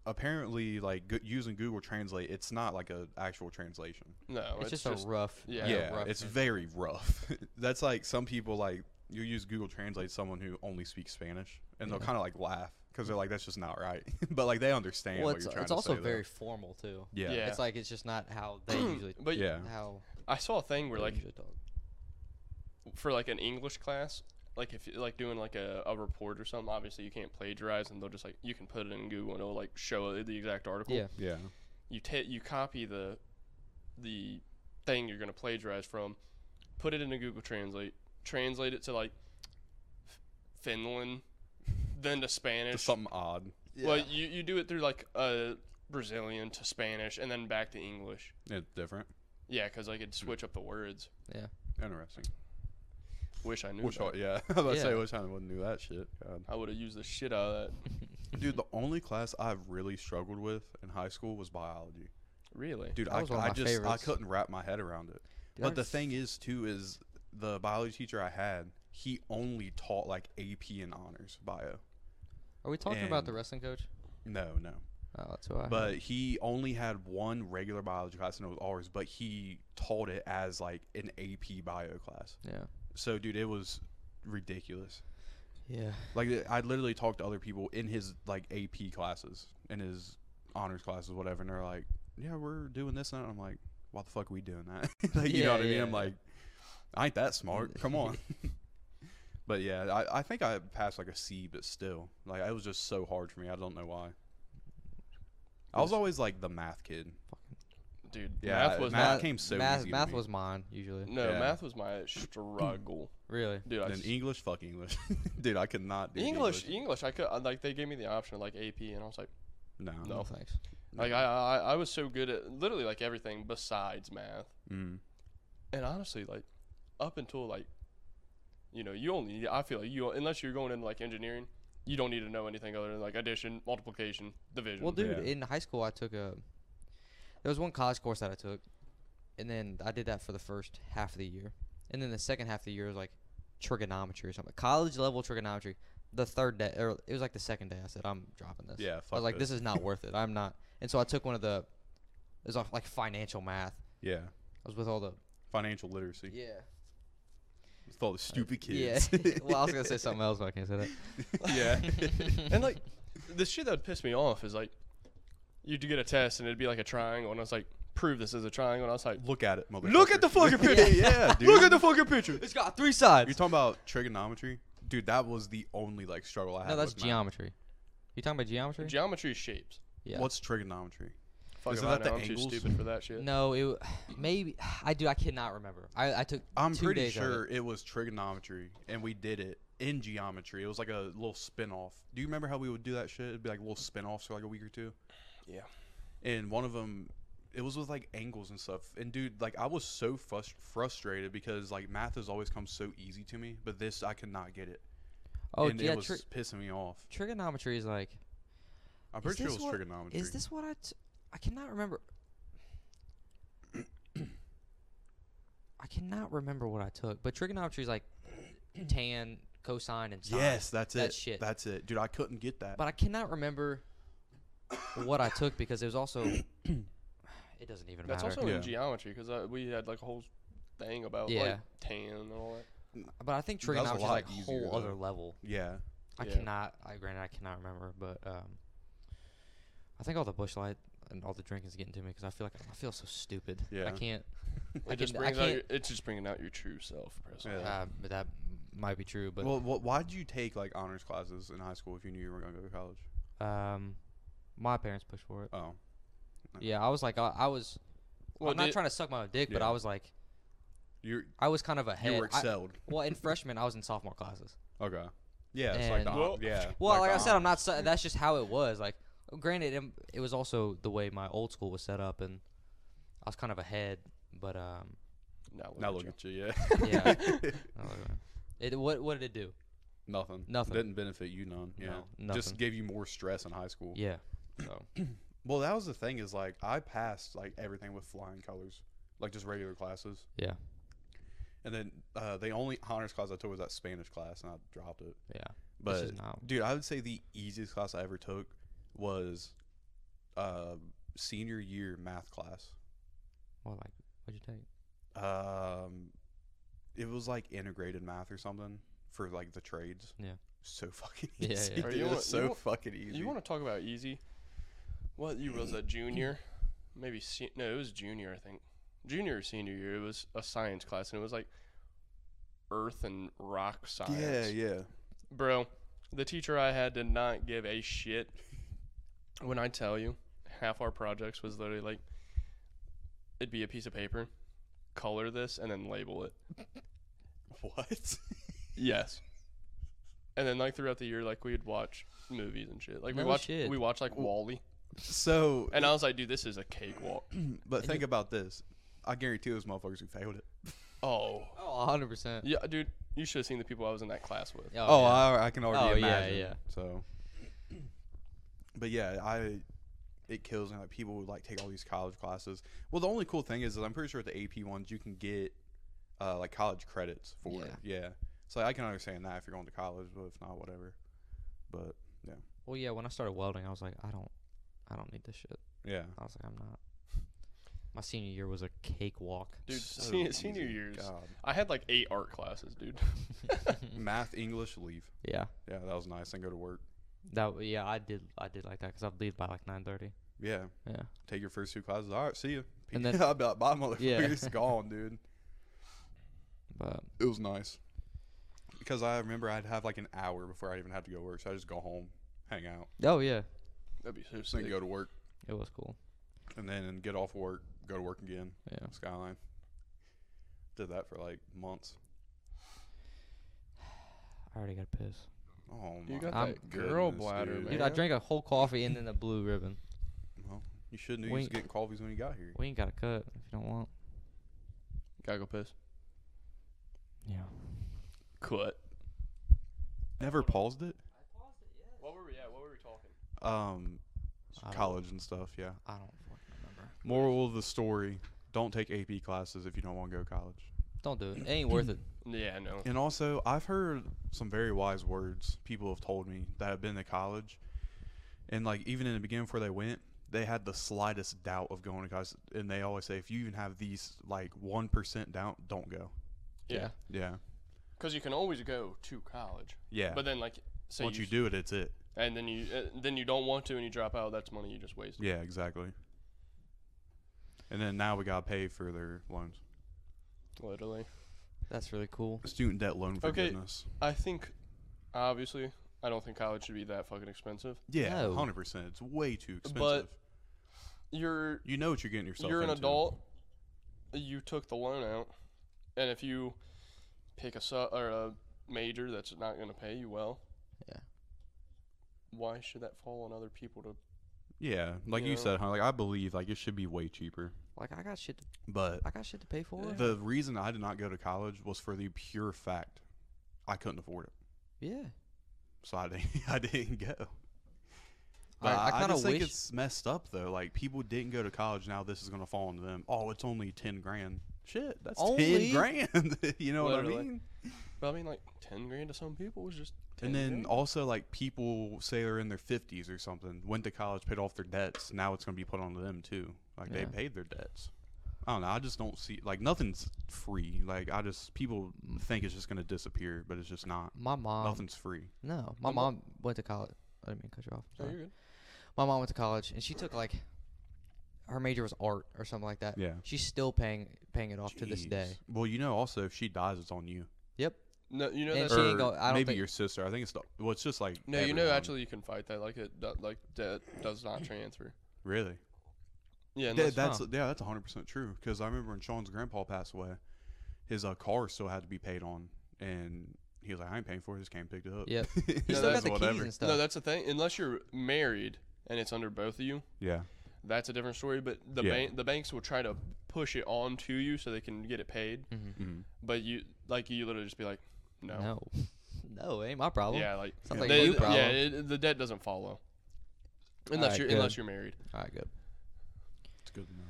[SPEAKER 2] apparently, like go- using Google Translate, it's not like a actual translation.
[SPEAKER 1] No,
[SPEAKER 3] It's, just, a rough.
[SPEAKER 1] Oh, yeah.
[SPEAKER 2] Yeah,
[SPEAKER 3] rough
[SPEAKER 2] it's
[SPEAKER 3] translation.
[SPEAKER 2] very rough. *laughs* That's like some people like you use Google Translate to someone who only speaks Spanish, and they'll
[SPEAKER 3] Yeah.
[SPEAKER 2] kind of like laugh because they're like, "That's just not right," *laughs* but like they understand
[SPEAKER 3] Well,
[SPEAKER 2] what
[SPEAKER 3] it's,
[SPEAKER 2] you're trying
[SPEAKER 3] it's
[SPEAKER 2] to
[SPEAKER 3] also
[SPEAKER 2] say, though.
[SPEAKER 3] very formal too.
[SPEAKER 2] yeah,
[SPEAKER 1] Yeah.
[SPEAKER 3] It's like it's just not how
[SPEAKER 1] *clears throat*
[SPEAKER 3] they usually.
[SPEAKER 1] but
[SPEAKER 2] yeah.
[SPEAKER 3] How
[SPEAKER 1] I saw a thing where
[SPEAKER 3] they
[SPEAKER 1] like
[SPEAKER 3] usually talk.
[SPEAKER 1] for like an English class, like if you- like doing like a, a report or something, obviously you can't plagiarize, and they'll just like you can put it in Google and it'll like show the exact article.
[SPEAKER 3] Yeah.
[SPEAKER 2] yeah.
[SPEAKER 1] You take you copy the the thing you're gonna plagiarize from, put it into Google Translate, translate it to like F- Finland, then to
[SPEAKER 2] Just
[SPEAKER 1] Spanish.
[SPEAKER 2] something odd.
[SPEAKER 1] Well,
[SPEAKER 3] *laughs*
[SPEAKER 1] you you do it through like uh, Brazilian to Spanish and then back to English.
[SPEAKER 2] It's different.
[SPEAKER 1] Yeah, because I
[SPEAKER 2] Hmm.
[SPEAKER 1] could switch up the words.
[SPEAKER 2] Interesting.
[SPEAKER 1] Wish I knew.
[SPEAKER 2] Wish
[SPEAKER 1] that.
[SPEAKER 2] I, yeah, *laughs* I was about to say
[SPEAKER 3] Yeah.
[SPEAKER 2] wish I wouldn't do that shit. God.
[SPEAKER 1] I would have used the shit out of that.
[SPEAKER 2] Dude, the only class I really struggled with in high school was biology.
[SPEAKER 1] Really?
[SPEAKER 2] Dude,
[SPEAKER 3] That
[SPEAKER 2] I,
[SPEAKER 3] was one of
[SPEAKER 2] I
[SPEAKER 3] my
[SPEAKER 2] just I
[SPEAKER 3] favorites.
[SPEAKER 2] couldn't wrap my head around it.
[SPEAKER 3] Dude,
[SPEAKER 2] but the
[SPEAKER 3] ours-
[SPEAKER 2] thing is, too, is the biology teacher I had, he only taught like AP and honors bio.
[SPEAKER 3] Are we talking about the
[SPEAKER 2] and-
[SPEAKER 3] wrestling coach?
[SPEAKER 2] No, no.
[SPEAKER 3] Oh, that's why.
[SPEAKER 2] But he only had one regular biology class, and it was ours. But he taught it as like an AP bio class.
[SPEAKER 3] yeah.
[SPEAKER 2] So, dude, it was ridiculous.
[SPEAKER 3] Yeah.
[SPEAKER 2] Like th- I literally talked to other people in his like AP classes, in his honors classes, whatever, and they're like, "Yeah, we're doing this," and that." I'm like, "Why the fuck are we doing that?" *laughs* like, you
[SPEAKER 3] Yeah,
[SPEAKER 2] know what I mean?
[SPEAKER 3] yeah,
[SPEAKER 2] I'm
[SPEAKER 3] yeah.
[SPEAKER 2] like, "I ain't that
[SPEAKER 3] *laughs*
[SPEAKER 2] smart. Come on." *laughs* but yeah, I, I think I passed like a C, but still, like it was just so hard for me. I don't know why. I was always like the math kid.
[SPEAKER 1] Dude,
[SPEAKER 2] Yeah,
[SPEAKER 1] math was
[SPEAKER 2] math
[SPEAKER 1] not.
[SPEAKER 2] came so
[SPEAKER 3] math,
[SPEAKER 2] easy to
[SPEAKER 3] math
[SPEAKER 2] me.
[SPEAKER 3] was mine usually.
[SPEAKER 1] No,
[SPEAKER 2] yeah.
[SPEAKER 1] math was my struggle.
[SPEAKER 3] Really.
[SPEAKER 1] Dude, I
[SPEAKER 2] Then
[SPEAKER 1] s-
[SPEAKER 2] English, fuck English, *laughs* dude. I could not do
[SPEAKER 1] English, English. I could I- like they gave me the option of like AP, and I was like,
[SPEAKER 2] No,
[SPEAKER 1] No.
[SPEAKER 3] thanks.
[SPEAKER 1] like I, I I was so good at literally like everything besides math.
[SPEAKER 2] Mm.
[SPEAKER 1] And honestly, like up until like, you know, you only need, I feel like you unless you're going into like engineering, you don't need to know anything other than like addition, multiplication, division.
[SPEAKER 3] Well, dude,
[SPEAKER 2] Yeah.
[SPEAKER 3] in high school, I took a. There was one college course that I took, and then I did that for the first half of the year, and then the second half of the year was like trigonometry or something, college level trigonometry. The third day, or it was like the second day, I said I'm dropping this.
[SPEAKER 2] Yeah,
[SPEAKER 3] I
[SPEAKER 2] fuck
[SPEAKER 3] was like, this is
[SPEAKER 2] *laughs*
[SPEAKER 3] not worth it. I'm not. And so I took one of the. It was off- like financial math.
[SPEAKER 2] yeah,
[SPEAKER 3] I was with all the.
[SPEAKER 2] financial literacy.
[SPEAKER 3] Yeah.
[SPEAKER 2] It's all the stupid
[SPEAKER 3] Yeah. *laughs*
[SPEAKER 2] kids.
[SPEAKER 3] well, I was gonna say something else, but I can't say that.
[SPEAKER 2] yeah.
[SPEAKER 1] *laughs*
[SPEAKER 2] *laughs*
[SPEAKER 3] *laughs*
[SPEAKER 1] and like the shit that would piss me off is like, you'd get a test and it'd be like a triangle, and I was like, prove this is a triangle, and I was like,
[SPEAKER 2] Look at it, motherfucker.
[SPEAKER 1] look at the fucking picture.
[SPEAKER 3] *laughs*
[SPEAKER 2] yeah, dude.
[SPEAKER 1] Look at the fucking picture.
[SPEAKER 3] It's got three sides.
[SPEAKER 2] You're talking about trigonometry, dude. That was the only like struggle I had.
[SPEAKER 3] no, that's
[SPEAKER 2] with math.
[SPEAKER 3] geometry. You talking about geometry?
[SPEAKER 1] Geometry is shapes.
[SPEAKER 3] yeah.
[SPEAKER 2] What's trigonometry?
[SPEAKER 1] Fuck
[SPEAKER 2] Isn't
[SPEAKER 1] if I
[SPEAKER 2] that the
[SPEAKER 1] know, I'm
[SPEAKER 2] angles?
[SPEAKER 1] too stupid for that shit.
[SPEAKER 3] No, it w- *sighs* maybe I do. I cannot remember. I, I took.
[SPEAKER 2] I'm
[SPEAKER 3] two
[SPEAKER 2] pretty
[SPEAKER 3] days of it.
[SPEAKER 2] sure it. was trigonometry, and we did it in geometry. It was like a little spin-off. Do you remember how we would do that shit? It'd be like little spin-offs for like a week or two.
[SPEAKER 1] Yeah.
[SPEAKER 2] And one of them, it was with like angles and stuff. And dude, like I was so frus- frustrated because like math has always come so easy to me, but this I could not get it.
[SPEAKER 3] Oh
[SPEAKER 2] and
[SPEAKER 3] yeah,
[SPEAKER 2] it was
[SPEAKER 3] tri-
[SPEAKER 2] pissing me off.
[SPEAKER 3] trigonometry is like
[SPEAKER 2] I'm
[SPEAKER 3] Is
[SPEAKER 2] pretty sure it
[SPEAKER 3] this
[SPEAKER 2] was
[SPEAKER 3] what-
[SPEAKER 2] trigonometry.
[SPEAKER 3] Is this what I? T- I cannot remember. *clears throat* I cannot remember what I took, but trigonometry is
[SPEAKER 2] *clears throat*
[SPEAKER 3] like tan, cosine, and sine.
[SPEAKER 2] yes, that's
[SPEAKER 3] that
[SPEAKER 2] it.
[SPEAKER 3] shit.
[SPEAKER 2] That's it, dude. I couldn't get that.
[SPEAKER 3] But I cannot remember what I took because it
[SPEAKER 2] *coughs*
[SPEAKER 3] was also. it doesn't even
[SPEAKER 1] That's
[SPEAKER 3] matter.
[SPEAKER 1] also
[SPEAKER 2] Yeah.
[SPEAKER 1] in geometry because we had like a whole thing about like
[SPEAKER 3] Yeah.
[SPEAKER 1] tan and all that.
[SPEAKER 3] but I think
[SPEAKER 2] That's a
[SPEAKER 3] trigonometry is
[SPEAKER 2] lot
[SPEAKER 3] like a
[SPEAKER 2] easier,
[SPEAKER 3] whole other
[SPEAKER 2] though.
[SPEAKER 3] level.
[SPEAKER 2] yeah,
[SPEAKER 3] I
[SPEAKER 1] Yeah.
[SPEAKER 3] cannot. I granted, I cannot remember, but um, I think all the bush light and all the drinking's getting to me because I feel like I feel so stupid. I
[SPEAKER 2] Yeah.
[SPEAKER 3] can't. I
[SPEAKER 1] It just
[SPEAKER 3] can- I
[SPEAKER 1] brings out
[SPEAKER 3] can't-
[SPEAKER 1] your, it's just bringing out your true self, Preston.
[SPEAKER 2] Yeah.
[SPEAKER 3] Uh, but that might be true. But
[SPEAKER 2] well, wh- why did you take like honors classes in high school if you knew you were going to go to college?
[SPEAKER 3] um, my parents pushed for it.
[SPEAKER 2] Oh,
[SPEAKER 3] Yeah, I was like, I, I was.
[SPEAKER 1] Well,
[SPEAKER 3] I'm not
[SPEAKER 1] did-
[SPEAKER 3] trying to suck my own dick, but
[SPEAKER 2] Yeah.
[SPEAKER 3] I was like,
[SPEAKER 2] you
[SPEAKER 3] I was kind of ahead.
[SPEAKER 2] you were
[SPEAKER 3] I-
[SPEAKER 2] excelled.
[SPEAKER 3] well, in freshman, I was in
[SPEAKER 2] *laughs*
[SPEAKER 3] sophomore classes.
[SPEAKER 2] okay. Yeah, it's like
[SPEAKER 3] And-
[SPEAKER 2] the,
[SPEAKER 1] Well-
[SPEAKER 3] *laughs*
[SPEAKER 2] yeah.
[SPEAKER 3] Well, like,
[SPEAKER 2] the
[SPEAKER 3] I said, I'm
[SPEAKER 2] honors.
[SPEAKER 3] not. Su- that's just how it was. Like, granted, it, it was also the way my old school was set up, and I was kind of ahead. But um,
[SPEAKER 1] Now look,
[SPEAKER 2] Now
[SPEAKER 1] at
[SPEAKER 2] look
[SPEAKER 1] you.
[SPEAKER 2] at you, yeah.
[SPEAKER 3] *laughs* yeah. Oh, okay. it, what what did it do?
[SPEAKER 2] *laughs* Nothing.
[SPEAKER 3] Nothing.
[SPEAKER 2] Didn't benefit you none. Yeah.
[SPEAKER 3] No,
[SPEAKER 2] Just
[SPEAKER 3] nothing.
[SPEAKER 2] gave you more stress in high school.
[SPEAKER 3] Yeah. So
[SPEAKER 2] Well, that was the thing is like I passed like everything with flying colors, like just regular classes.
[SPEAKER 3] yeah,
[SPEAKER 2] And then uh, the only honors class I took was that Spanish class, and I dropped it.
[SPEAKER 3] yeah.
[SPEAKER 2] But
[SPEAKER 3] is not-
[SPEAKER 2] dude, I would say the easiest class I ever took was uh, senior year math class.
[SPEAKER 3] Well, like, what'd you take?
[SPEAKER 2] Um, it was like integrated math or something for like the trades.
[SPEAKER 3] Yeah.
[SPEAKER 2] So fucking
[SPEAKER 3] Yeah,
[SPEAKER 2] easy.
[SPEAKER 3] yeah.
[SPEAKER 1] Are
[SPEAKER 2] *laughs* dude.
[SPEAKER 1] you
[SPEAKER 2] It
[SPEAKER 1] wa-
[SPEAKER 2] was so
[SPEAKER 1] you wa-
[SPEAKER 2] fucking easy.
[SPEAKER 1] You want to talk about easy? What year was
[SPEAKER 2] *clears throat*
[SPEAKER 1] that? Junior, maybe se- no, it was junior. I think junior or senior year. It was a science class, and it was like earth and rock science.
[SPEAKER 2] yeah, yeah.
[SPEAKER 1] *laughs* bro. The teacher I had did not give a shit. When I tell you, half our projects was literally like, it'd be a piece of paper, color this, and then label it.
[SPEAKER 2] What?
[SPEAKER 1] Yes. And then like throughout the year, like we'd watch movies and shit. Like we
[SPEAKER 3] No
[SPEAKER 1] watched
[SPEAKER 3] shit.
[SPEAKER 1] we watched like Wally.
[SPEAKER 2] so,
[SPEAKER 1] And I was like, dude, this is a cakewalk.
[SPEAKER 2] *clears throat* but think about this. I guarantee those motherfuckers who failed it.
[SPEAKER 1] Oh.
[SPEAKER 3] Oh, 100 percent.
[SPEAKER 1] Yeah, dude, you should have seen the people I was in that class with.
[SPEAKER 2] Oh, I, I can already
[SPEAKER 3] Oh, yeah,
[SPEAKER 2] imagine.
[SPEAKER 3] yeah.
[SPEAKER 2] So, but yeah, I it kills me. Like people would like take all these college classes. Well, the only cool thing is that I'm pretty sure at the AP ones you can get uh, like college credits for.
[SPEAKER 3] Yeah.
[SPEAKER 2] it. Yeah. So I can understand that if you're going to college, but if not, whatever. But
[SPEAKER 3] Well, yeah. When I started welding, I was like, I don't, I don't need this shit.
[SPEAKER 2] yeah.
[SPEAKER 3] I was like, I'm not. My senior year was a cakewalk.
[SPEAKER 1] Dude,
[SPEAKER 2] So
[SPEAKER 1] senior, senior
[SPEAKER 2] easy.
[SPEAKER 1] years.
[SPEAKER 2] God.
[SPEAKER 3] *laughs*
[SPEAKER 1] I had like eight art classes,
[SPEAKER 2] *laughs*
[SPEAKER 1] dude.
[SPEAKER 2] Math, English, leave.
[SPEAKER 3] Yeah,
[SPEAKER 2] Yeah, that was nice. And go to work.
[SPEAKER 3] that. w- Yeah, I did. I did like that because I'd leave by like 9:30.
[SPEAKER 2] Yeah.
[SPEAKER 3] Yeah.
[SPEAKER 2] Take your first two classes. All right, see you. *laughs*
[SPEAKER 3] And then-
[SPEAKER 2] I about my motherfucker
[SPEAKER 3] Yeah.
[SPEAKER 2] is gone, dude.
[SPEAKER 3] But
[SPEAKER 2] It was nice because I remember I'd have like an hour before I even had to go work, so I just go home, hang out,
[SPEAKER 3] oh yeah,
[SPEAKER 1] That'd be so
[SPEAKER 2] then
[SPEAKER 1] sick.
[SPEAKER 2] go to work,
[SPEAKER 3] it was cool.
[SPEAKER 2] and then get off work, go to work again.
[SPEAKER 3] Yeah.
[SPEAKER 2] Skyline did that for like months.
[SPEAKER 3] I already got piss.
[SPEAKER 2] Oh my!
[SPEAKER 1] You got
[SPEAKER 3] I'm-
[SPEAKER 1] that girl
[SPEAKER 2] goodness,
[SPEAKER 1] bladder,
[SPEAKER 2] dude.
[SPEAKER 1] man.
[SPEAKER 3] Dude, I drank a whole coffee and then a blue ribbon.
[SPEAKER 2] well, you should knew you was
[SPEAKER 3] Wink.
[SPEAKER 2] getting coffees when you got here.
[SPEAKER 3] We ain't got a cut if you don't want.
[SPEAKER 1] Gotta go piss.
[SPEAKER 3] Yeah.
[SPEAKER 1] Cut.
[SPEAKER 2] Never paused it.
[SPEAKER 1] What were we at? What were we talking?
[SPEAKER 2] Um,
[SPEAKER 3] I don't-
[SPEAKER 2] college and stuff. Yeah.
[SPEAKER 3] I don't fucking remember.
[SPEAKER 2] Moral of the story: Don't take AP classes if you don't want to go to college.
[SPEAKER 3] Don't do it. It ain't *clears throat* worth it.
[SPEAKER 1] Yeah, no.
[SPEAKER 2] And also, I've heard some very wise words people have told me that have been to college. And like even in the beginning before they went, they had the slightest doubt of going to college. And they always say, if you even have these like one percent doubt, don't go.
[SPEAKER 1] Yeah.
[SPEAKER 2] Yeah,
[SPEAKER 1] Because you can always go to college.
[SPEAKER 2] yeah.
[SPEAKER 1] But then, like, say
[SPEAKER 2] once you
[SPEAKER 1] s-
[SPEAKER 2] do it, it's it.
[SPEAKER 1] and then you uh, then you don't want to, and you drop out. That's money you just wasted.
[SPEAKER 2] Yeah, exactly. And then now we gotta pay for their loans,
[SPEAKER 1] Literally.
[SPEAKER 3] That's really cool.
[SPEAKER 2] student debt loan
[SPEAKER 1] Okay.
[SPEAKER 2] forgiveness.
[SPEAKER 1] I think, obviously, I don't think college should be that fucking expensive.
[SPEAKER 2] Yeah,
[SPEAKER 3] No.
[SPEAKER 2] hundred percent. It's way too expensive.
[SPEAKER 1] You're
[SPEAKER 2] you know what you're getting yourself.
[SPEAKER 1] you're an
[SPEAKER 2] into.
[SPEAKER 1] adult. You took the loan out, and if you pick a su- or a major that's not going to pay you well,
[SPEAKER 3] Yeah.
[SPEAKER 1] Why should that fall on other people to
[SPEAKER 2] Yeah, like you
[SPEAKER 1] Yeah.
[SPEAKER 2] said, huh? Like I believe like it should be way cheaper,
[SPEAKER 3] Like I got shit. To,
[SPEAKER 2] but
[SPEAKER 3] I got shit to pay for.
[SPEAKER 2] the reason I did not go to college was for the pure fact I couldn't afford it,
[SPEAKER 3] yeah.
[SPEAKER 2] so I didn't. *laughs* I didn't go.
[SPEAKER 3] I-
[SPEAKER 2] But
[SPEAKER 3] I
[SPEAKER 2] I,
[SPEAKER 3] kinda
[SPEAKER 2] just think
[SPEAKER 3] wish-
[SPEAKER 2] it's messed up though. Like people didn't go to college. Now this is gonna fall on them. Oh, it's only ten grand. Shit, that's ten
[SPEAKER 3] Only?
[SPEAKER 2] grand. *laughs* you know what I
[SPEAKER 1] Literally.
[SPEAKER 2] mean?
[SPEAKER 1] But I mean, like ten grand to some people is just. 10
[SPEAKER 2] And then
[SPEAKER 1] grand.
[SPEAKER 2] also like people say they're in their fifties or something, went to college, paid off their debts. Now it's gonna be put onto them too. Like they
[SPEAKER 3] Yeah.
[SPEAKER 2] paid their debts. I don't know. I just don't see like nothing's free. Like I just people think it's just gonna disappear, but it's just not.
[SPEAKER 3] My mom.
[SPEAKER 2] Nothing's free.
[SPEAKER 3] No,
[SPEAKER 1] My
[SPEAKER 3] my
[SPEAKER 1] mo-
[SPEAKER 3] mom went to college. I didn't mean to cut you off.
[SPEAKER 1] No,
[SPEAKER 3] sorry.
[SPEAKER 1] you're good.
[SPEAKER 3] My mom went to college and she took like her major was art or something like that.
[SPEAKER 2] Yeah.
[SPEAKER 3] She's still paying paying it off to this day.
[SPEAKER 2] Jeez. Well, you know, also if she dies, it's on you.
[SPEAKER 3] Yep.
[SPEAKER 1] No, you know
[SPEAKER 3] And
[SPEAKER 1] that's
[SPEAKER 3] she ain't
[SPEAKER 2] Or
[SPEAKER 3] gonna- I don't
[SPEAKER 2] maybe
[SPEAKER 3] think-
[SPEAKER 2] your sister. I think it's the, well, it's just like
[SPEAKER 1] No, you know
[SPEAKER 2] everyone.
[SPEAKER 1] actually you can fight that. Like it, do- like debt does
[SPEAKER 2] *laughs*
[SPEAKER 1] not transfer.
[SPEAKER 2] really.
[SPEAKER 1] Yeah,
[SPEAKER 2] Th-
[SPEAKER 1] unless-
[SPEAKER 2] that's
[SPEAKER 3] Huh.
[SPEAKER 2] yeah, that's 100 percent true. Because I remember when Sean's grandpa passed away, his uh, car still had to be paid on, and he was like, "I ain't paying for it. This came picked it up." *laughs*
[SPEAKER 3] Yep.
[SPEAKER 1] No,
[SPEAKER 3] He's
[SPEAKER 1] that's
[SPEAKER 3] still got the keys
[SPEAKER 2] whatever.
[SPEAKER 3] and stuff.
[SPEAKER 1] no, that's the thing. Unless you're married and it's under both of you,
[SPEAKER 2] Yeah,
[SPEAKER 1] that's a different story. But the
[SPEAKER 2] Yeah.
[SPEAKER 1] bank, the banks will try to push it on to you so they can get it paid.
[SPEAKER 3] Mhm.
[SPEAKER 2] Mhm.
[SPEAKER 1] But you, like, you literally just be like, no,
[SPEAKER 3] No. *laughs* No, it ain't my problem.
[SPEAKER 1] yeah, like,
[SPEAKER 3] Sounds like
[SPEAKER 1] they-
[SPEAKER 3] a you
[SPEAKER 1] th-
[SPEAKER 3] problem.
[SPEAKER 1] yeah, it, the debt doesn't follow unless
[SPEAKER 3] Alright,
[SPEAKER 1] you're
[SPEAKER 3] good.
[SPEAKER 1] unless you're married.
[SPEAKER 3] All right, good.
[SPEAKER 2] it's good to know.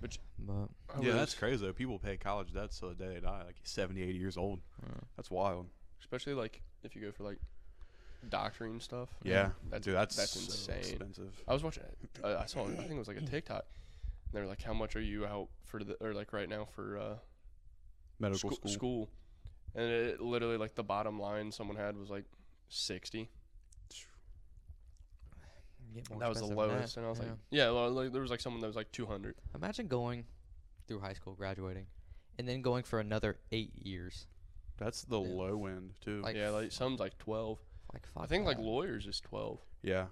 [SPEAKER 3] But
[SPEAKER 1] I
[SPEAKER 2] yeah,
[SPEAKER 1] really
[SPEAKER 2] Oh, that's
[SPEAKER 1] s-
[SPEAKER 2] crazy though. People pay college debts till the day they die, like 70, 80 years old.
[SPEAKER 3] Yeah.
[SPEAKER 2] That's wild.
[SPEAKER 1] especially like if you go for like doctoring stuff.
[SPEAKER 2] Yeah,
[SPEAKER 1] That's-
[SPEAKER 2] dude, that's
[SPEAKER 1] that's
[SPEAKER 2] so
[SPEAKER 1] insane.
[SPEAKER 2] Expensive.
[SPEAKER 1] I was watching. Uh, I saw. I think it was like a TikTok. And they were like, "How much are you out for the or like right now for uh,
[SPEAKER 2] Medical
[SPEAKER 1] school,
[SPEAKER 2] school.
[SPEAKER 1] school. and it literally like the bottom line someone had was like 60
[SPEAKER 3] get more
[SPEAKER 1] that was the
[SPEAKER 3] expensive than that,
[SPEAKER 1] lowest and i was
[SPEAKER 3] yeah.
[SPEAKER 1] like yeah well, like, there was like someone that was like 200
[SPEAKER 3] imagine going through high school, graduating, and then going for another eight years.
[SPEAKER 2] That's the
[SPEAKER 3] Yeah.
[SPEAKER 2] low end too.
[SPEAKER 3] Like,
[SPEAKER 1] yeah like some's like 12
[SPEAKER 3] Like fuck.
[SPEAKER 1] i think like
[SPEAKER 3] that.
[SPEAKER 1] lawyers is 12
[SPEAKER 2] yeah.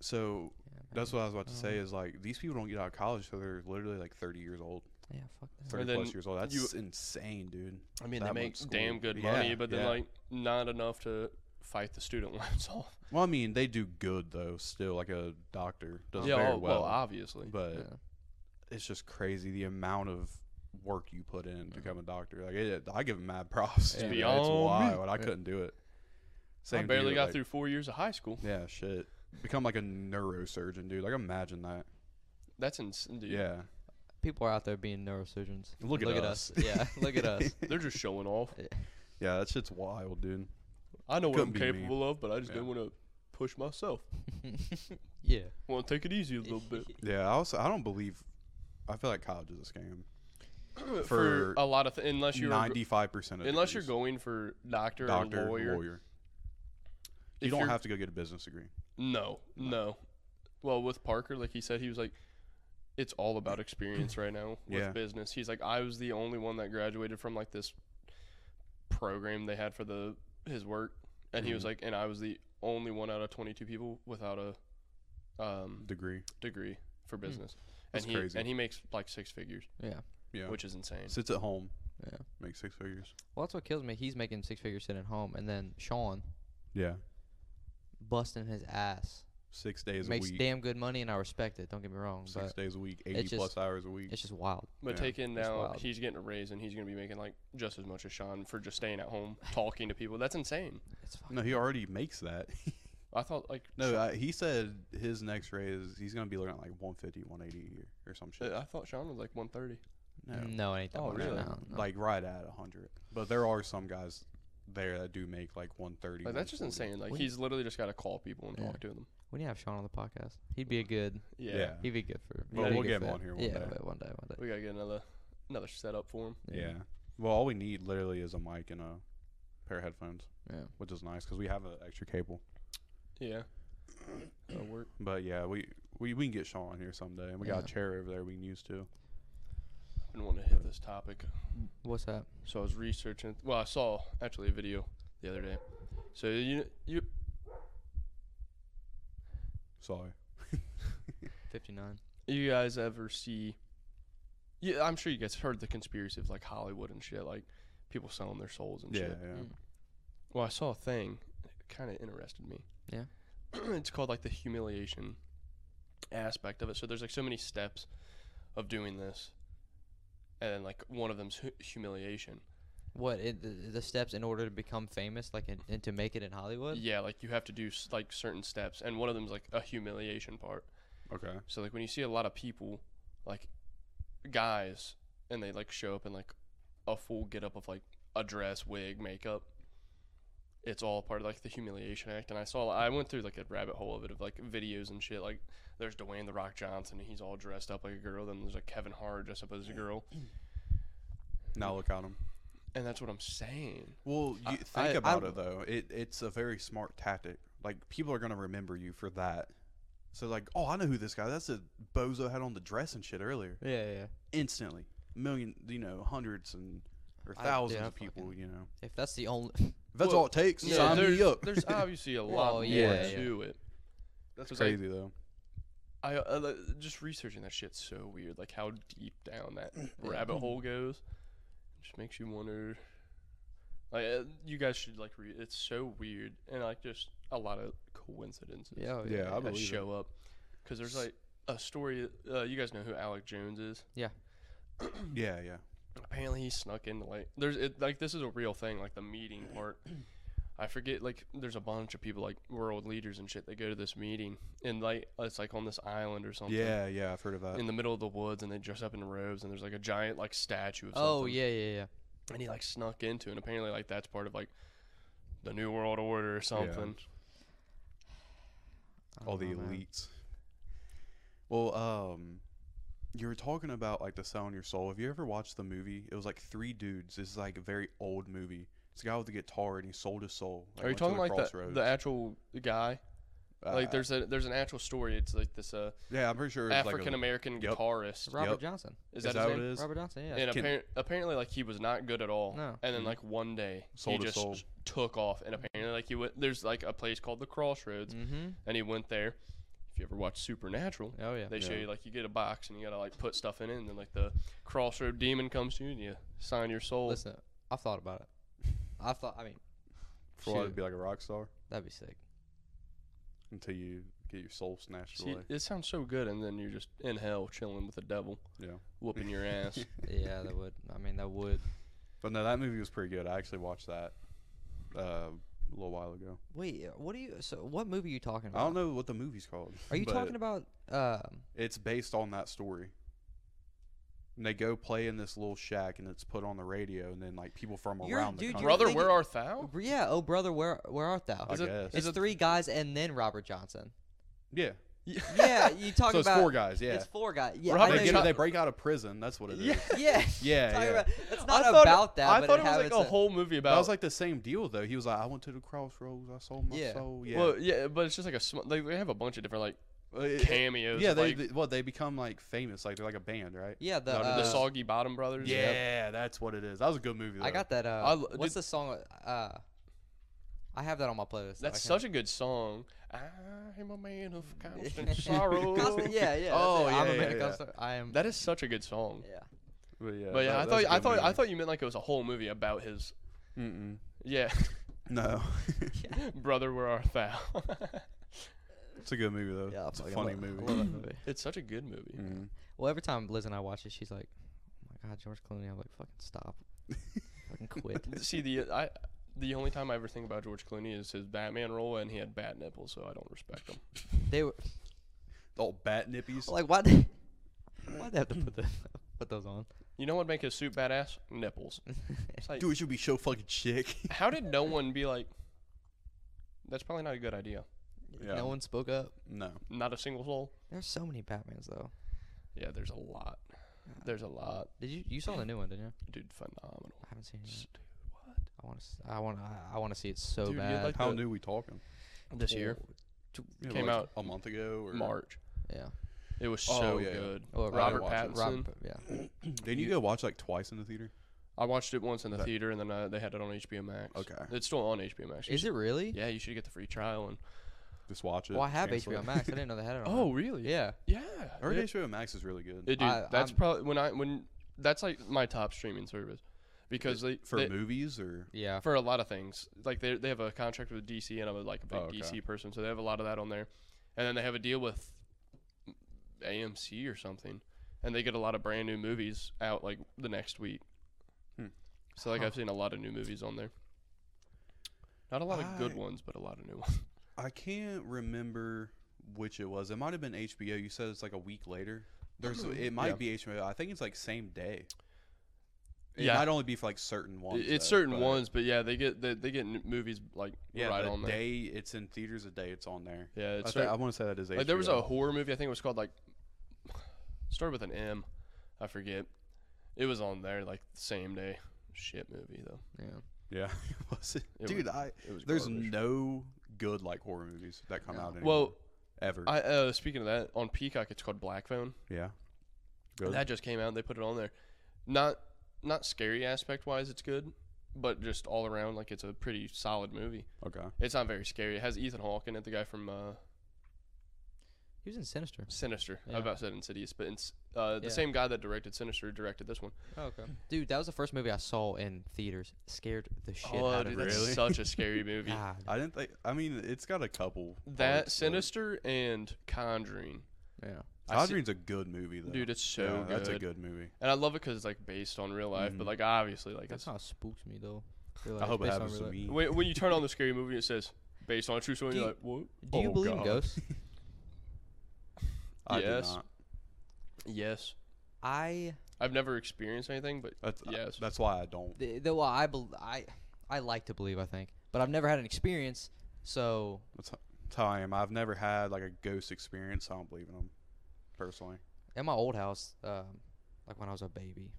[SPEAKER 2] So
[SPEAKER 3] Yeah,
[SPEAKER 2] that's
[SPEAKER 3] man.
[SPEAKER 2] what I was about to say
[SPEAKER 3] Um,
[SPEAKER 2] is like these people don't get out of college till they're literally like 30 years old,
[SPEAKER 3] Yeah, fuck that.
[SPEAKER 2] 30
[SPEAKER 1] then
[SPEAKER 2] plus years old. That's
[SPEAKER 1] you-
[SPEAKER 2] insane, dude.
[SPEAKER 1] i mean
[SPEAKER 2] That
[SPEAKER 1] they make
[SPEAKER 2] much school.
[SPEAKER 1] damn good
[SPEAKER 2] Yeah,
[SPEAKER 1] money but then
[SPEAKER 2] yeah.
[SPEAKER 1] like not enough to fight the student loans off
[SPEAKER 2] Well, I mean, they do good though. Still, like a doctor does
[SPEAKER 1] yeah
[SPEAKER 2] very
[SPEAKER 1] oh, well,
[SPEAKER 2] well,
[SPEAKER 1] obviously
[SPEAKER 2] but
[SPEAKER 3] Yeah.
[SPEAKER 2] it's just crazy the amount of work you put in to become a doctor. Like, it, I give them mad *laughs*
[SPEAKER 1] It's
[SPEAKER 2] props. dude. it's
[SPEAKER 1] beyond me.
[SPEAKER 2] wild. I
[SPEAKER 3] Yeah.
[SPEAKER 2] couldn't do it.
[SPEAKER 1] i
[SPEAKER 2] Same
[SPEAKER 1] barely
[SPEAKER 2] dude,
[SPEAKER 1] got
[SPEAKER 2] like-
[SPEAKER 1] through four years of high school
[SPEAKER 2] Yeah, shit. Become like a neurosurgeon, dude. Like, imagine that.
[SPEAKER 1] that's insane dude.
[SPEAKER 2] Yeah,
[SPEAKER 3] People are out there being neurosurgeons.
[SPEAKER 2] look at, us.
[SPEAKER 3] yeah, look at us. *laughs*
[SPEAKER 1] they're just showing off
[SPEAKER 2] *laughs* Yeah, that shit's wild, dude.
[SPEAKER 1] i know what
[SPEAKER 2] Couldn't
[SPEAKER 1] i'm
[SPEAKER 2] be me.
[SPEAKER 1] capable of but i just
[SPEAKER 2] Yeah.
[SPEAKER 1] didn't want to push myself
[SPEAKER 3] yeah.
[SPEAKER 1] want to take it easy a little
[SPEAKER 2] *laughs*
[SPEAKER 1] bit
[SPEAKER 2] Yeah, I also I don't believe. I feel like college is a scam.
[SPEAKER 1] for,
[SPEAKER 2] For
[SPEAKER 1] a lot of th- unless you're a gr-
[SPEAKER 2] Ninety-five percent of
[SPEAKER 1] Unless you're
[SPEAKER 2] degrees.
[SPEAKER 1] going for doctor,
[SPEAKER 2] doctor,
[SPEAKER 1] or lawyer,
[SPEAKER 2] lawyer, you
[SPEAKER 1] if
[SPEAKER 2] don't
[SPEAKER 1] you're-
[SPEAKER 2] have to go get a business degree.
[SPEAKER 1] No, no. Well, with Parker, like he said, he was like, it's all about experience right now with
[SPEAKER 2] Yeah.
[SPEAKER 1] business. He's like, I was the only one that graduated from like this program they had for the his work, and he was
[SPEAKER 2] Mhm.
[SPEAKER 1] like, and I was the only one out of 22 people without a um,
[SPEAKER 2] Degree.
[SPEAKER 1] degree for business.
[SPEAKER 2] mm. That's
[SPEAKER 1] and he
[SPEAKER 2] crazy.
[SPEAKER 1] and he makes like six figures,
[SPEAKER 3] *laughs* Yeah.
[SPEAKER 2] Yeah.
[SPEAKER 1] which is insane.
[SPEAKER 2] sits at home,
[SPEAKER 3] Yeah.
[SPEAKER 2] makes six figures.
[SPEAKER 3] Well, that's what kills me. He's making six figures sitting at home, and then Sean
[SPEAKER 2] Yeah,
[SPEAKER 3] busting his ass
[SPEAKER 2] six days
[SPEAKER 3] makes
[SPEAKER 2] a week,
[SPEAKER 3] damn good money, and I respect it. Don't get me wrong,
[SPEAKER 2] six
[SPEAKER 3] but
[SPEAKER 2] days a week,
[SPEAKER 3] it's
[SPEAKER 2] eighty plus
[SPEAKER 3] just-
[SPEAKER 2] hours a week.
[SPEAKER 3] it's just wild.
[SPEAKER 1] But
[SPEAKER 2] Yeah,
[SPEAKER 1] take in
[SPEAKER 3] that's
[SPEAKER 1] now,
[SPEAKER 3] wild.
[SPEAKER 1] he's getting a raise, and he's gonna be making like just as much as Sean for just staying at home, talking to people. That's insane.
[SPEAKER 3] It's fucking.
[SPEAKER 2] No, he already makes
[SPEAKER 3] *laughs*
[SPEAKER 2] that.
[SPEAKER 1] I thought like
[SPEAKER 2] no,
[SPEAKER 1] Sean-
[SPEAKER 2] I, he said his next raise he's gonna be looking at like 150, 180 a year or some shit.
[SPEAKER 1] uh, I thought Sean was like 130.
[SPEAKER 2] no,
[SPEAKER 3] No, it ain't that
[SPEAKER 1] Oh,
[SPEAKER 3] much.
[SPEAKER 1] really?
[SPEAKER 3] No, no.
[SPEAKER 2] like right at hundred. But there are some guys there that do make like 130.
[SPEAKER 1] Like that's just
[SPEAKER 2] 140.
[SPEAKER 1] insane. Like
[SPEAKER 3] Wait.
[SPEAKER 1] he's literally just got to call people and
[SPEAKER 3] Yeah.
[SPEAKER 1] talk to them.
[SPEAKER 3] we need to have Sean on the podcast. He'd be a good.
[SPEAKER 1] Yeah.
[SPEAKER 2] Yeah.
[SPEAKER 3] He'd be good for.
[SPEAKER 2] Well,
[SPEAKER 3] he'd be
[SPEAKER 2] we'll
[SPEAKER 3] good
[SPEAKER 2] get
[SPEAKER 3] for
[SPEAKER 2] him
[SPEAKER 3] that.
[SPEAKER 2] on here one
[SPEAKER 3] yeah,
[SPEAKER 2] day.
[SPEAKER 3] but one day, one day.
[SPEAKER 1] We gotta get another another setup for him.
[SPEAKER 2] Yeah. Well, all we need literally is a mic and a pair of headphones,
[SPEAKER 3] Yeah.
[SPEAKER 2] which is nice because we have an extra cable.
[SPEAKER 1] Yeah. That'll work.
[SPEAKER 2] But yeah, we we, we can get Sean on here someday, and we got
[SPEAKER 3] Yeah.
[SPEAKER 2] a chair over there we can use too.
[SPEAKER 1] I've been wanting to hit this topic,
[SPEAKER 3] What's that?
[SPEAKER 1] so I was researching. Well, I saw actually a video the other day. So you you
[SPEAKER 2] Sorry.
[SPEAKER 3] Fifty nine.
[SPEAKER 1] you guys ever see? Yeah, I'm sure you guys heard the conspiracy of like Hollywood and shit, like people selling their souls and
[SPEAKER 2] Yeah,
[SPEAKER 1] shit.
[SPEAKER 2] yeah.
[SPEAKER 3] Mm.
[SPEAKER 1] Well, I saw a thing. It kind of interested me.
[SPEAKER 3] Yeah.
[SPEAKER 1] *clears throat* it's called like the humiliation aspect of it. So there's like so many steps of doing this, and like one of them's hu- humiliation.
[SPEAKER 3] What it, the, the steps in order to become famous, like and, and to make it in Hollywood?
[SPEAKER 1] Yeah, like you have to do s- like certain steps, and one of them's like a humiliation part.
[SPEAKER 2] Okay.
[SPEAKER 1] So like when you see a lot of people, like guys, and they like show up in like a full get up of like a dress, wig, makeup. It's all part of like the humiliation act, and I saw I went through like a rabbit hole of it of like videos and shit. Like there's Dwayne the Rock Johnson, and he's all dressed up like a girl. Then there's like Kevin Hart dressed up as a girl,
[SPEAKER 2] Now look at him.
[SPEAKER 1] and that's what I'm saying.
[SPEAKER 2] Well,
[SPEAKER 5] I-
[SPEAKER 2] you
[SPEAKER 5] I-
[SPEAKER 2] think about
[SPEAKER 5] I-
[SPEAKER 2] it though. It it's a very smart tactic. Like people are gonna remember you for that. So like, oh, I know who this guy. That's a bozo had on the dress and shit earlier.
[SPEAKER 3] Yeah, yeah.
[SPEAKER 2] Instantly, million, you know, hundreds and or
[SPEAKER 3] I- dude,
[SPEAKER 2] thousands
[SPEAKER 3] I
[SPEAKER 2] of people.
[SPEAKER 3] fucking-
[SPEAKER 2] You know,
[SPEAKER 3] If that's the
[SPEAKER 2] *laughs*
[SPEAKER 3] only,
[SPEAKER 2] if that's
[SPEAKER 1] Well,
[SPEAKER 2] all it takes.
[SPEAKER 1] Yeah,
[SPEAKER 2] sign
[SPEAKER 1] there's,
[SPEAKER 2] me up.
[SPEAKER 1] there's obviously a lot
[SPEAKER 3] Well,
[SPEAKER 1] more
[SPEAKER 3] yeah, yeah.
[SPEAKER 1] to it.
[SPEAKER 2] that's
[SPEAKER 1] 'cause, like,
[SPEAKER 2] crazy though.
[SPEAKER 1] I uh, li- just researching that shit's so weird. Like how deep down
[SPEAKER 3] *clears throat*
[SPEAKER 1] that rabbit hole goes, just makes you wonder. Like uh, you guys should like read. It's so weird and like just a lot of coincidences
[SPEAKER 3] yeah, oh,
[SPEAKER 2] Yeah, I
[SPEAKER 1] that
[SPEAKER 2] believe it.
[SPEAKER 1] show up. Because there's like a story. Uh, you guys know who Alec Jones is.
[SPEAKER 2] Yeah, yeah.
[SPEAKER 1] Apparently he snuck into like there's it, like this is a real thing. Like the
[SPEAKER 3] *clears throat*
[SPEAKER 1] meeting part. I forget like there's a bunch of people like world leaders and shit. They go to this meeting and like it's like on this island or something.
[SPEAKER 2] Yeah, yeah, I've heard of that.
[SPEAKER 1] in the middle of the woods and they dress up in robes and there's like a giant like statue of
[SPEAKER 3] Oh
[SPEAKER 1] something.
[SPEAKER 3] yeah, yeah, yeah.
[SPEAKER 1] And he like snuck into and apparently like that's part of like the New World Order or something.
[SPEAKER 3] I
[SPEAKER 2] all the
[SPEAKER 3] don't
[SPEAKER 1] Oh,
[SPEAKER 3] know, man.
[SPEAKER 2] elites. Well, um, you were talking about like the selling your soul. Have you ever watched the movie? It was like three dudes. This is like a very old movie. It's a guy with a guitar and he sold his soul.
[SPEAKER 1] Are you
[SPEAKER 2] went to
[SPEAKER 1] talking like the,
[SPEAKER 2] crossroads.
[SPEAKER 1] the actual guy?
[SPEAKER 2] Uh,
[SPEAKER 1] like there's a there's an actual story. It's like this uh,
[SPEAKER 2] yeah, I'm pretty sure it was like a-
[SPEAKER 1] African American
[SPEAKER 2] Yep.
[SPEAKER 1] guitarist.
[SPEAKER 3] Robert
[SPEAKER 2] Yep.
[SPEAKER 3] Johnson.
[SPEAKER 1] Is that,
[SPEAKER 2] is that
[SPEAKER 1] his
[SPEAKER 2] what
[SPEAKER 1] name?
[SPEAKER 2] it is?
[SPEAKER 3] Robert Johnson. Yeah.
[SPEAKER 1] And
[SPEAKER 2] Can-
[SPEAKER 1] apparent, apparently, like he was not good at all.
[SPEAKER 3] No.
[SPEAKER 1] And then,
[SPEAKER 2] Mhm.
[SPEAKER 1] like one day,
[SPEAKER 2] Sold
[SPEAKER 1] he
[SPEAKER 2] his
[SPEAKER 1] just
[SPEAKER 2] soul.
[SPEAKER 1] took off. And apparently, like he went, there's like a place called the
[SPEAKER 2] Mm.
[SPEAKER 1] Crossroads,
[SPEAKER 3] mm-hmm.
[SPEAKER 1] and he went there. If you ever watch Supernatural,
[SPEAKER 3] Oh yeah.
[SPEAKER 1] They show
[SPEAKER 2] Yeah.
[SPEAKER 1] you like you get a box and you gotta like put stuff in it, and then like the crossroad demon comes to you and you sign your soul.
[SPEAKER 3] Listen, I've thought about it.
[SPEAKER 2] *laughs*
[SPEAKER 3] I've thought. I mean,
[SPEAKER 2] for why to
[SPEAKER 3] shoot.
[SPEAKER 2] be like a rock star
[SPEAKER 3] that'd be sick.
[SPEAKER 2] until you get your soul snatched
[SPEAKER 1] See, *laughs*
[SPEAKER 2] away.
[SPEAKER 1] it sounds so good, and then you're just in hell chilling with the devil,
[SPEAKER 2] Yeah,
[SPEAKER 1] whooping your
[SPEAKER 2] *laughs*
[SPEAKER 1] ass.
[SPEAKER 3] Yeah, that would. I mean, that would.
[SPEAKER 2] but no, that movie was pretty good. I actually watched that uh, a little while ago.
[SPEAKER 3] Wait, uh, what are you? So, what movie are you talking about?
[SPEAKER 2] I don't know what the movie's called.
[SPEAKER 3] Are you
[SPEAKER 2] but
[SPEAKER 3] talking about? Um,
[SPEAKER 2] It's based on that story. And they go play in this little shack, and it's put on the radio, and then like people from
[SPEAKER 3] You're-
[SPEAKER 2] around the
[SPEAKER 3] dude, you're
[SPEAKER 2] country.
[SPEAKER 1] Brother,
[SPEAKER 3] thinking-
[SPEAKER 1] where art thou?
[SPEAKER 3] br- yeah. Oh, brother, where where art thou?
[SPEAKER 2] I
[SPEAKER 1] Is it-
[SPEAKER 2] guess.
[SPEAKER 1] is
[SPEAKER 3] it's
[SPEAKER 1] it-
[SPEAKER 3] three guys and then
[SPEAKER 1] *laughs*
[SPEAKER 3] Robert Johnson.
[SPEAKER 2] *laughs* yeah.
[SPEAKER 3] *laughs* yeah, you talk
[SPEAKER 2] so it's
[SPEAKER 3] about.
[SPEAKER 2] four guys. Yeah.
[SPEAKER 3] It's four guys. Yeah,
[SPEAKER 1] Robert
[SPEAKER 3] I know
[SPEAKER 2] they,
[SPEAKER 1] Johnson-
[SPEAKER 3] you're
[SPEAKER 2] get,
[SPEAKER 1] you're
[SPEAKER 2] they
[SPEAKER 1] not-
[SPEAKER 2] break out of prison. That's what it is. *laughs*
[SPEAKER 3] Yeah,
[SPEAKER 1] *laughs*
[SPEAKER 3] yeah.
[SPEAKER 2] Yeah,
[SPEAKER 3] Talking
[SPEAKER 2] yeah.
[SPEAKER 3] about- it's
[SPEAKER 1] I
[SPEAKER 3] not
[SPEAKER 1] thought it-
[SPEAKER 3] about that.
[SPEAKER 1] I
[SPEAKER 3] but
[SPEAKER 1] thought it
[SPEAKER 3] it,
[SPEAKER 1] was like
[SPEAKER 3] happens
[SPEAKER 1] a
[SPEAKER 3] to-
[SPEAKER 1] whole movie about.
[SPEAKER 2] That was like the same deal though. He was like, I went to the crossroads. I sold my
[SPEAKER 3] Yeah.
[SPEAKER 2] soul. Yeah.
[SPEAKER 1] Well, yeah, but it's just like a sm- like they have a bunch of different like
[SPEAKER 2] Uh, it-
[SPEAKER 1] cameos.
[SPEAKER 2] yeah.
[SPEAKER 1] of,
[SPEAKER 2] They,
[SPEAKER 1] like,
[SPEAKER 2] they well, they become like famous. Like they're like a band, right?
[SPEAKER 3] Yeah, the,
[SPEAKER 2] No, no,
[SPEAKER 3] uh,
[SPEAKER 1] the Soggy Bottom Brothers.
[SPEAKER 2] Yeah, that's what it is. That was a good movie. Though.
[SPEAKER 3] I got that. Uh,
[SPEAKER 1] I l-
[SPEAKER 3] what's the song? Uh, I have that on my playlist.
[SPEAKER 1] that's such a good song. I'm a man of
[SPEAKER 3] *laughs*
[SPEAKER 1] constant sorrow.
[SPEAKER 3] yeah, yeah.
[SPEAKER 2] Oh,
[SPEAKER 3] Oh, yeah. I'm
[SPEAKER 2] yeah,
[SPEAKER 3] a man
[SPEAKER 2] yeah,
[SPEAKER 3] of
[SPEAKER 2] yeah.
[SPEAKER 3] constant- I am.
[SPEAKER 1] That is such a good song.
[SPEAKER 3] yeah.
[SPEAKER 2] But yeah,
[SPEAKER 1] But yeah,
[SPEAKER 2] that-
[SPEAKER 1] I
[SPEAKER 2] that's
[SPEAKER 1] thought
[SPEAKER 2] a
[SPEAKER 1] I
[SPEAKER 2] good
[SPEAKER 1] thought
[SPEAKER 2] movie.
[SPEAKER 1] I thought you meant like it was a whole movie about his.
[SPEAKER 2] Mm-mm.
[SPEAKER 1] Yeah, *laughs*
[SPEAKER 2] No, *laughs*
[SPEAKER 1] brother, where art thou? *laughs*
[SPEAKER 2] it's a good movie though.
[SPEAKER 3] Yeah, I
[SPEAKER 2] it's a
[SPEAKER 3] fucking
[SPEAKER 2] funny
[SPEAKER 3] love- I
[SPEAKER 2] movie.
[SPEAKER 3] love that movie.
[SPEAKER 1] it's such a good movie.
[SPEAKER 2] Mhm.
[SPEAKER 3] Well, every time Liz and I watch it, she's like, "Oh my God, George Clooney!" I'm like, "Fucking stop, fucking quit."
[SPEAKER 1] Th- See the I the only time I ever think about George Clooney is his Batman role, and he had bat nipples, so I don't respect him.
[SPEAKER 3] They were
[SPEAKER 2] The old bat nippies.
[SPEAKER 3] like, "Why? They, why they have to put the, *laughs* put those on?"
[SPEAKER 1] You know what make his suit badass? Nipples. It's like,
[SPEAKER 2] it should be so fucking chick.
[SPEAKER 1] how did no one be like? That's probably not a good idea.
[SPEAKER 2] Yeah.
[SPEAKER 3] No one spoke up.
[SPEAKER 2] *laughs* No.
[SPEAKER 1] Not a single soul.
[SPEAKER 3] There's so many Batmans though.
[SPEAKER 1] Yeah, there's a lot. There's a lot,
[SPEAKER 3] Did you you saw the new one? Didn't you?
[SPEAKER 1] dude. Phenomenal.
[SPEAKER 3] I haven't seen it.
[SPEAKER 1] S-
[SPEAKER 3] Yet. I want to. I want. I, I want to see it so
[SPEAKER 1] Dude, you'd
[SPEAKER 3] bad.
[SPEAKER 1] like-
[SPEAKER 2] How
[SPEAKER 1] The-
[SPEAKER 2] new we talking?
[SPEAKER 1] This year,
[SPEAKER 2] Yeah,
[SPEAKER 1] Came out
[SPEAKER 2] a month ago or
[SPEAKER 1] March.
[SPEAKER 3] yeah.
[SPEAKER 1] It was
[SPEAKER 2] Oh,
[SPEAKER 1] so
[SPEAKER 2] yeah, yeah.
[SPEAKER 1] good.
[SPEAKER 3] Oh,
[SPEAKER 2] I
[SPEAKER 1] Robert
[SPEAKER 2] didn't watch it.
[SPEAKER 1] Pattinson.
[SPEAKER 3] Rob, yeah.
[SPEAKER 2] Didn't you
[SPEAKER 1] You-
[SPEAKER 2] go watch like twice in the theater?
[SPEAKER 1] I watched it once in the
[SPEAKER 2] That-
[SPEAKER 1] theater, and then uh, they had it on HBO Max.
[SPEAKER 2] Okay.
[SPEAKER 1] It's still on HBO Max. You
[SPEAKER 3] Is
[SPEAKER 1] should-
[SPEAKER 3] it really?
[SPEAKER 1] Yeah, you should get the free trial. And
[SPEAKER 2] Just watch it.
[SPEAKER 3] Well, I have
[SPEAKER 2] cancel *laughs*
[SPEAKER 3] HBO
[SPEAKER 2] it.
[SPEAKER 3] Max. I didn't know they had it on.
[SPEAKER 1] oh, really?
[SPEAKER 3] Uh-huh. yeah.
[SPEAKER 1] Yeah.
[SPEAKER 2] I heard
[SPEAKER 1] it-
[SPEAKER 2] HBO Max is really good.
[SPEAKER 1] it- dude,
[SPEAKER 3] I-
[SPEAKER 1] that's
[SPEAKER 3] I'm-
[SPEAKER 1] probably when I when that's like my top streaming service because they
[SPEAKER 2] for
[SPEAKER 1] they-
[SPEAKER 2] movies or
[SPEAKER 3] Yeah.
[SPEAKER 1] for a lot of things. Like they they have a contract with DC, and I'm a, like a big
[SPEAKER 2] Oh, okay.
[SPEAKER 1] DC person, so they have a lot of that on there. And then they have a deal with AMC or something, and they get a lot of brand new movies out like the next week.
[SPEAKER 2] Hmm.
[SPEAKER 1] So like I've seen a lot of new movies on there. Not a lot of good
[SPEAKER 2] I-
[SPEAKER 1] ones, but a lot of new ones.
[SPEAKER 2] I can't remember which it was. It might have been HBO. You said it's like a week later. There's it might
[SPEAKER 1] Yeah.
[SPEAKER 2] be HBO. I think it's like same day. It
[SPEAKER 1] Yeah.
[SPEAKER 2] might only be for like certain ones.
[SPEAKER 1] it's
[SPEAKER 2] though,
[SPEAKER 1] certain
[SPEAKER 2] but-
[SPEAKER 1] ones, but yeah, they get they, they get n- movies like
[SPEAKER 2] Yeah,
[SPEAKER 1] right
[SPEAKER 2] the
[SPEAKER 1] on there.
[SPEAKER 2] day it's in theaters, a day it's on there.
[SPEAKER 1] Yeah,
[SPEAKER 2] I,
[SPEAKER 1] it's
[SPEAKER 2] th-
[SPEAKER 1] certain-
[SPEAKER 2] I want to say that is HBO.
[SPEAKER 1] Like there was a horror movie. I think it was called like started with an M. I forget. It was on there like the same day. Shit movie though.
[SPEAKER 3] Yeah.
[SPEAKER 2] yeah. *laughs* was it?
[SPEAKER 1] It
[SPEAKER 2] Dude,
[SPEAKER 1] was-
[SPEAKER 2] I
[SPEAKER 1] It was
[SPEAKER 2] there's
[SPEAKER 1] garbage.
[SPEAKER 2] no good like horror movies that come
[SPEAKER 3] No.
[SPEAKER 2] out anymore.
[SPEAKER 1] well.
[SPEAKER 2] ever.
[SPEAKER 1] I uh, speaking of that, on Peacock it's called Black Phone.
[SPEAKER 2] yeah. Good.
[SPEAKER 1] That just came out. They put it on there. Not not scary aspect wise, it's good, but just all around like it's a pretty solid movie.
[SPEAKER 2] okay.
[SPEAKER 1] It's not very scary. It has Ethan Hawke in it, the guy from uh,
[SPEAKER 3] He was in Sinister.
[SPEAKER 1] Sinister.
[SPEAKER 3] Yeah.
[SPEAKER 1] I about said Insidious, but it's uh, the
[SPEAKER 3] Yeah.
[SPEAKER 1] same guy that directed Sinister directed this one.
[SPEAKER 3] Oh, okay. Dude, that was the first movie I saw in theaters. Scared the shit
[SPEAKER 1] oh,
[SPEAKER 3] out
[SPEAKER 1] dude,
[SPEAKER 3] of me.
[SPEAKER 1] that's
[SPEAKER 2] Really?
[SPEAKER 1] such a scary movie.
[SPEAKER 2] *laughs*
[SPEAKER 3] God.
[SPEAKER 2] I didn't think. I mean, it's got a couple.
[SPEAKER 1] That
[SPEAKER 2] parts, but-
[SPEAKER 1] Sinister and Conjuring,
[SPEAKER 3] Yeah.
[SPEAKER 1] I see-
[SPEAKER 2] Conjuring's a good movie though.
[SPEAKER 1] dude, it's so
[SPEAKER 2] Yeah,
[SPEAKER 1] good.
[SPEAKER 2] That's a good movie.
[SPEAKER 1] And I love it because it's like based on real life,
[SPEAKER 2] Mhm.
[SPEAKER 1] but like obviously, like
[SPEAKER 3] That's
[SPEAKER 1] it's,
[SPEAKER 3] how it spooks me though.
[SPEAKER 2] I hope it happens to me.
[SPEAKER 1] when, when you turn on the scary movie, it says based on a true story.
[SPEAKER 3] Do
[SPEAKER 1] You're
[SPEAKER 3] you-
[SPEAKER 1] like, what?
[SPEAKER 3] Do you
[SPEAKER 2] Oh,
[SPEAKER 3] believe
[SPEAKER 2] God. *laughs*
[SPEAKER 3] in ghosts?
[SPEAKER 2] I do
[SPEAKER 1] Yes.
[SPEAKER 2] not.
[SPEAKER 1] Yes,
[SPEAKER 3] I
[SPEAKER 1] I've never experienced anything, but
[SPEAKER 2] That's
[SPEAKER 1] Yes.
[SPEAKER 2] that's why I don't.
[SPEAKER 3] th- though I bel I I like to believe I think, but I've never had an experience. So
[SPEAKER 2] That's h- that's how I am. I've never had like a ghost experience. So I don't believe in them, personally.
[SPEAKER 3] at my old house, um, like when I was a baby,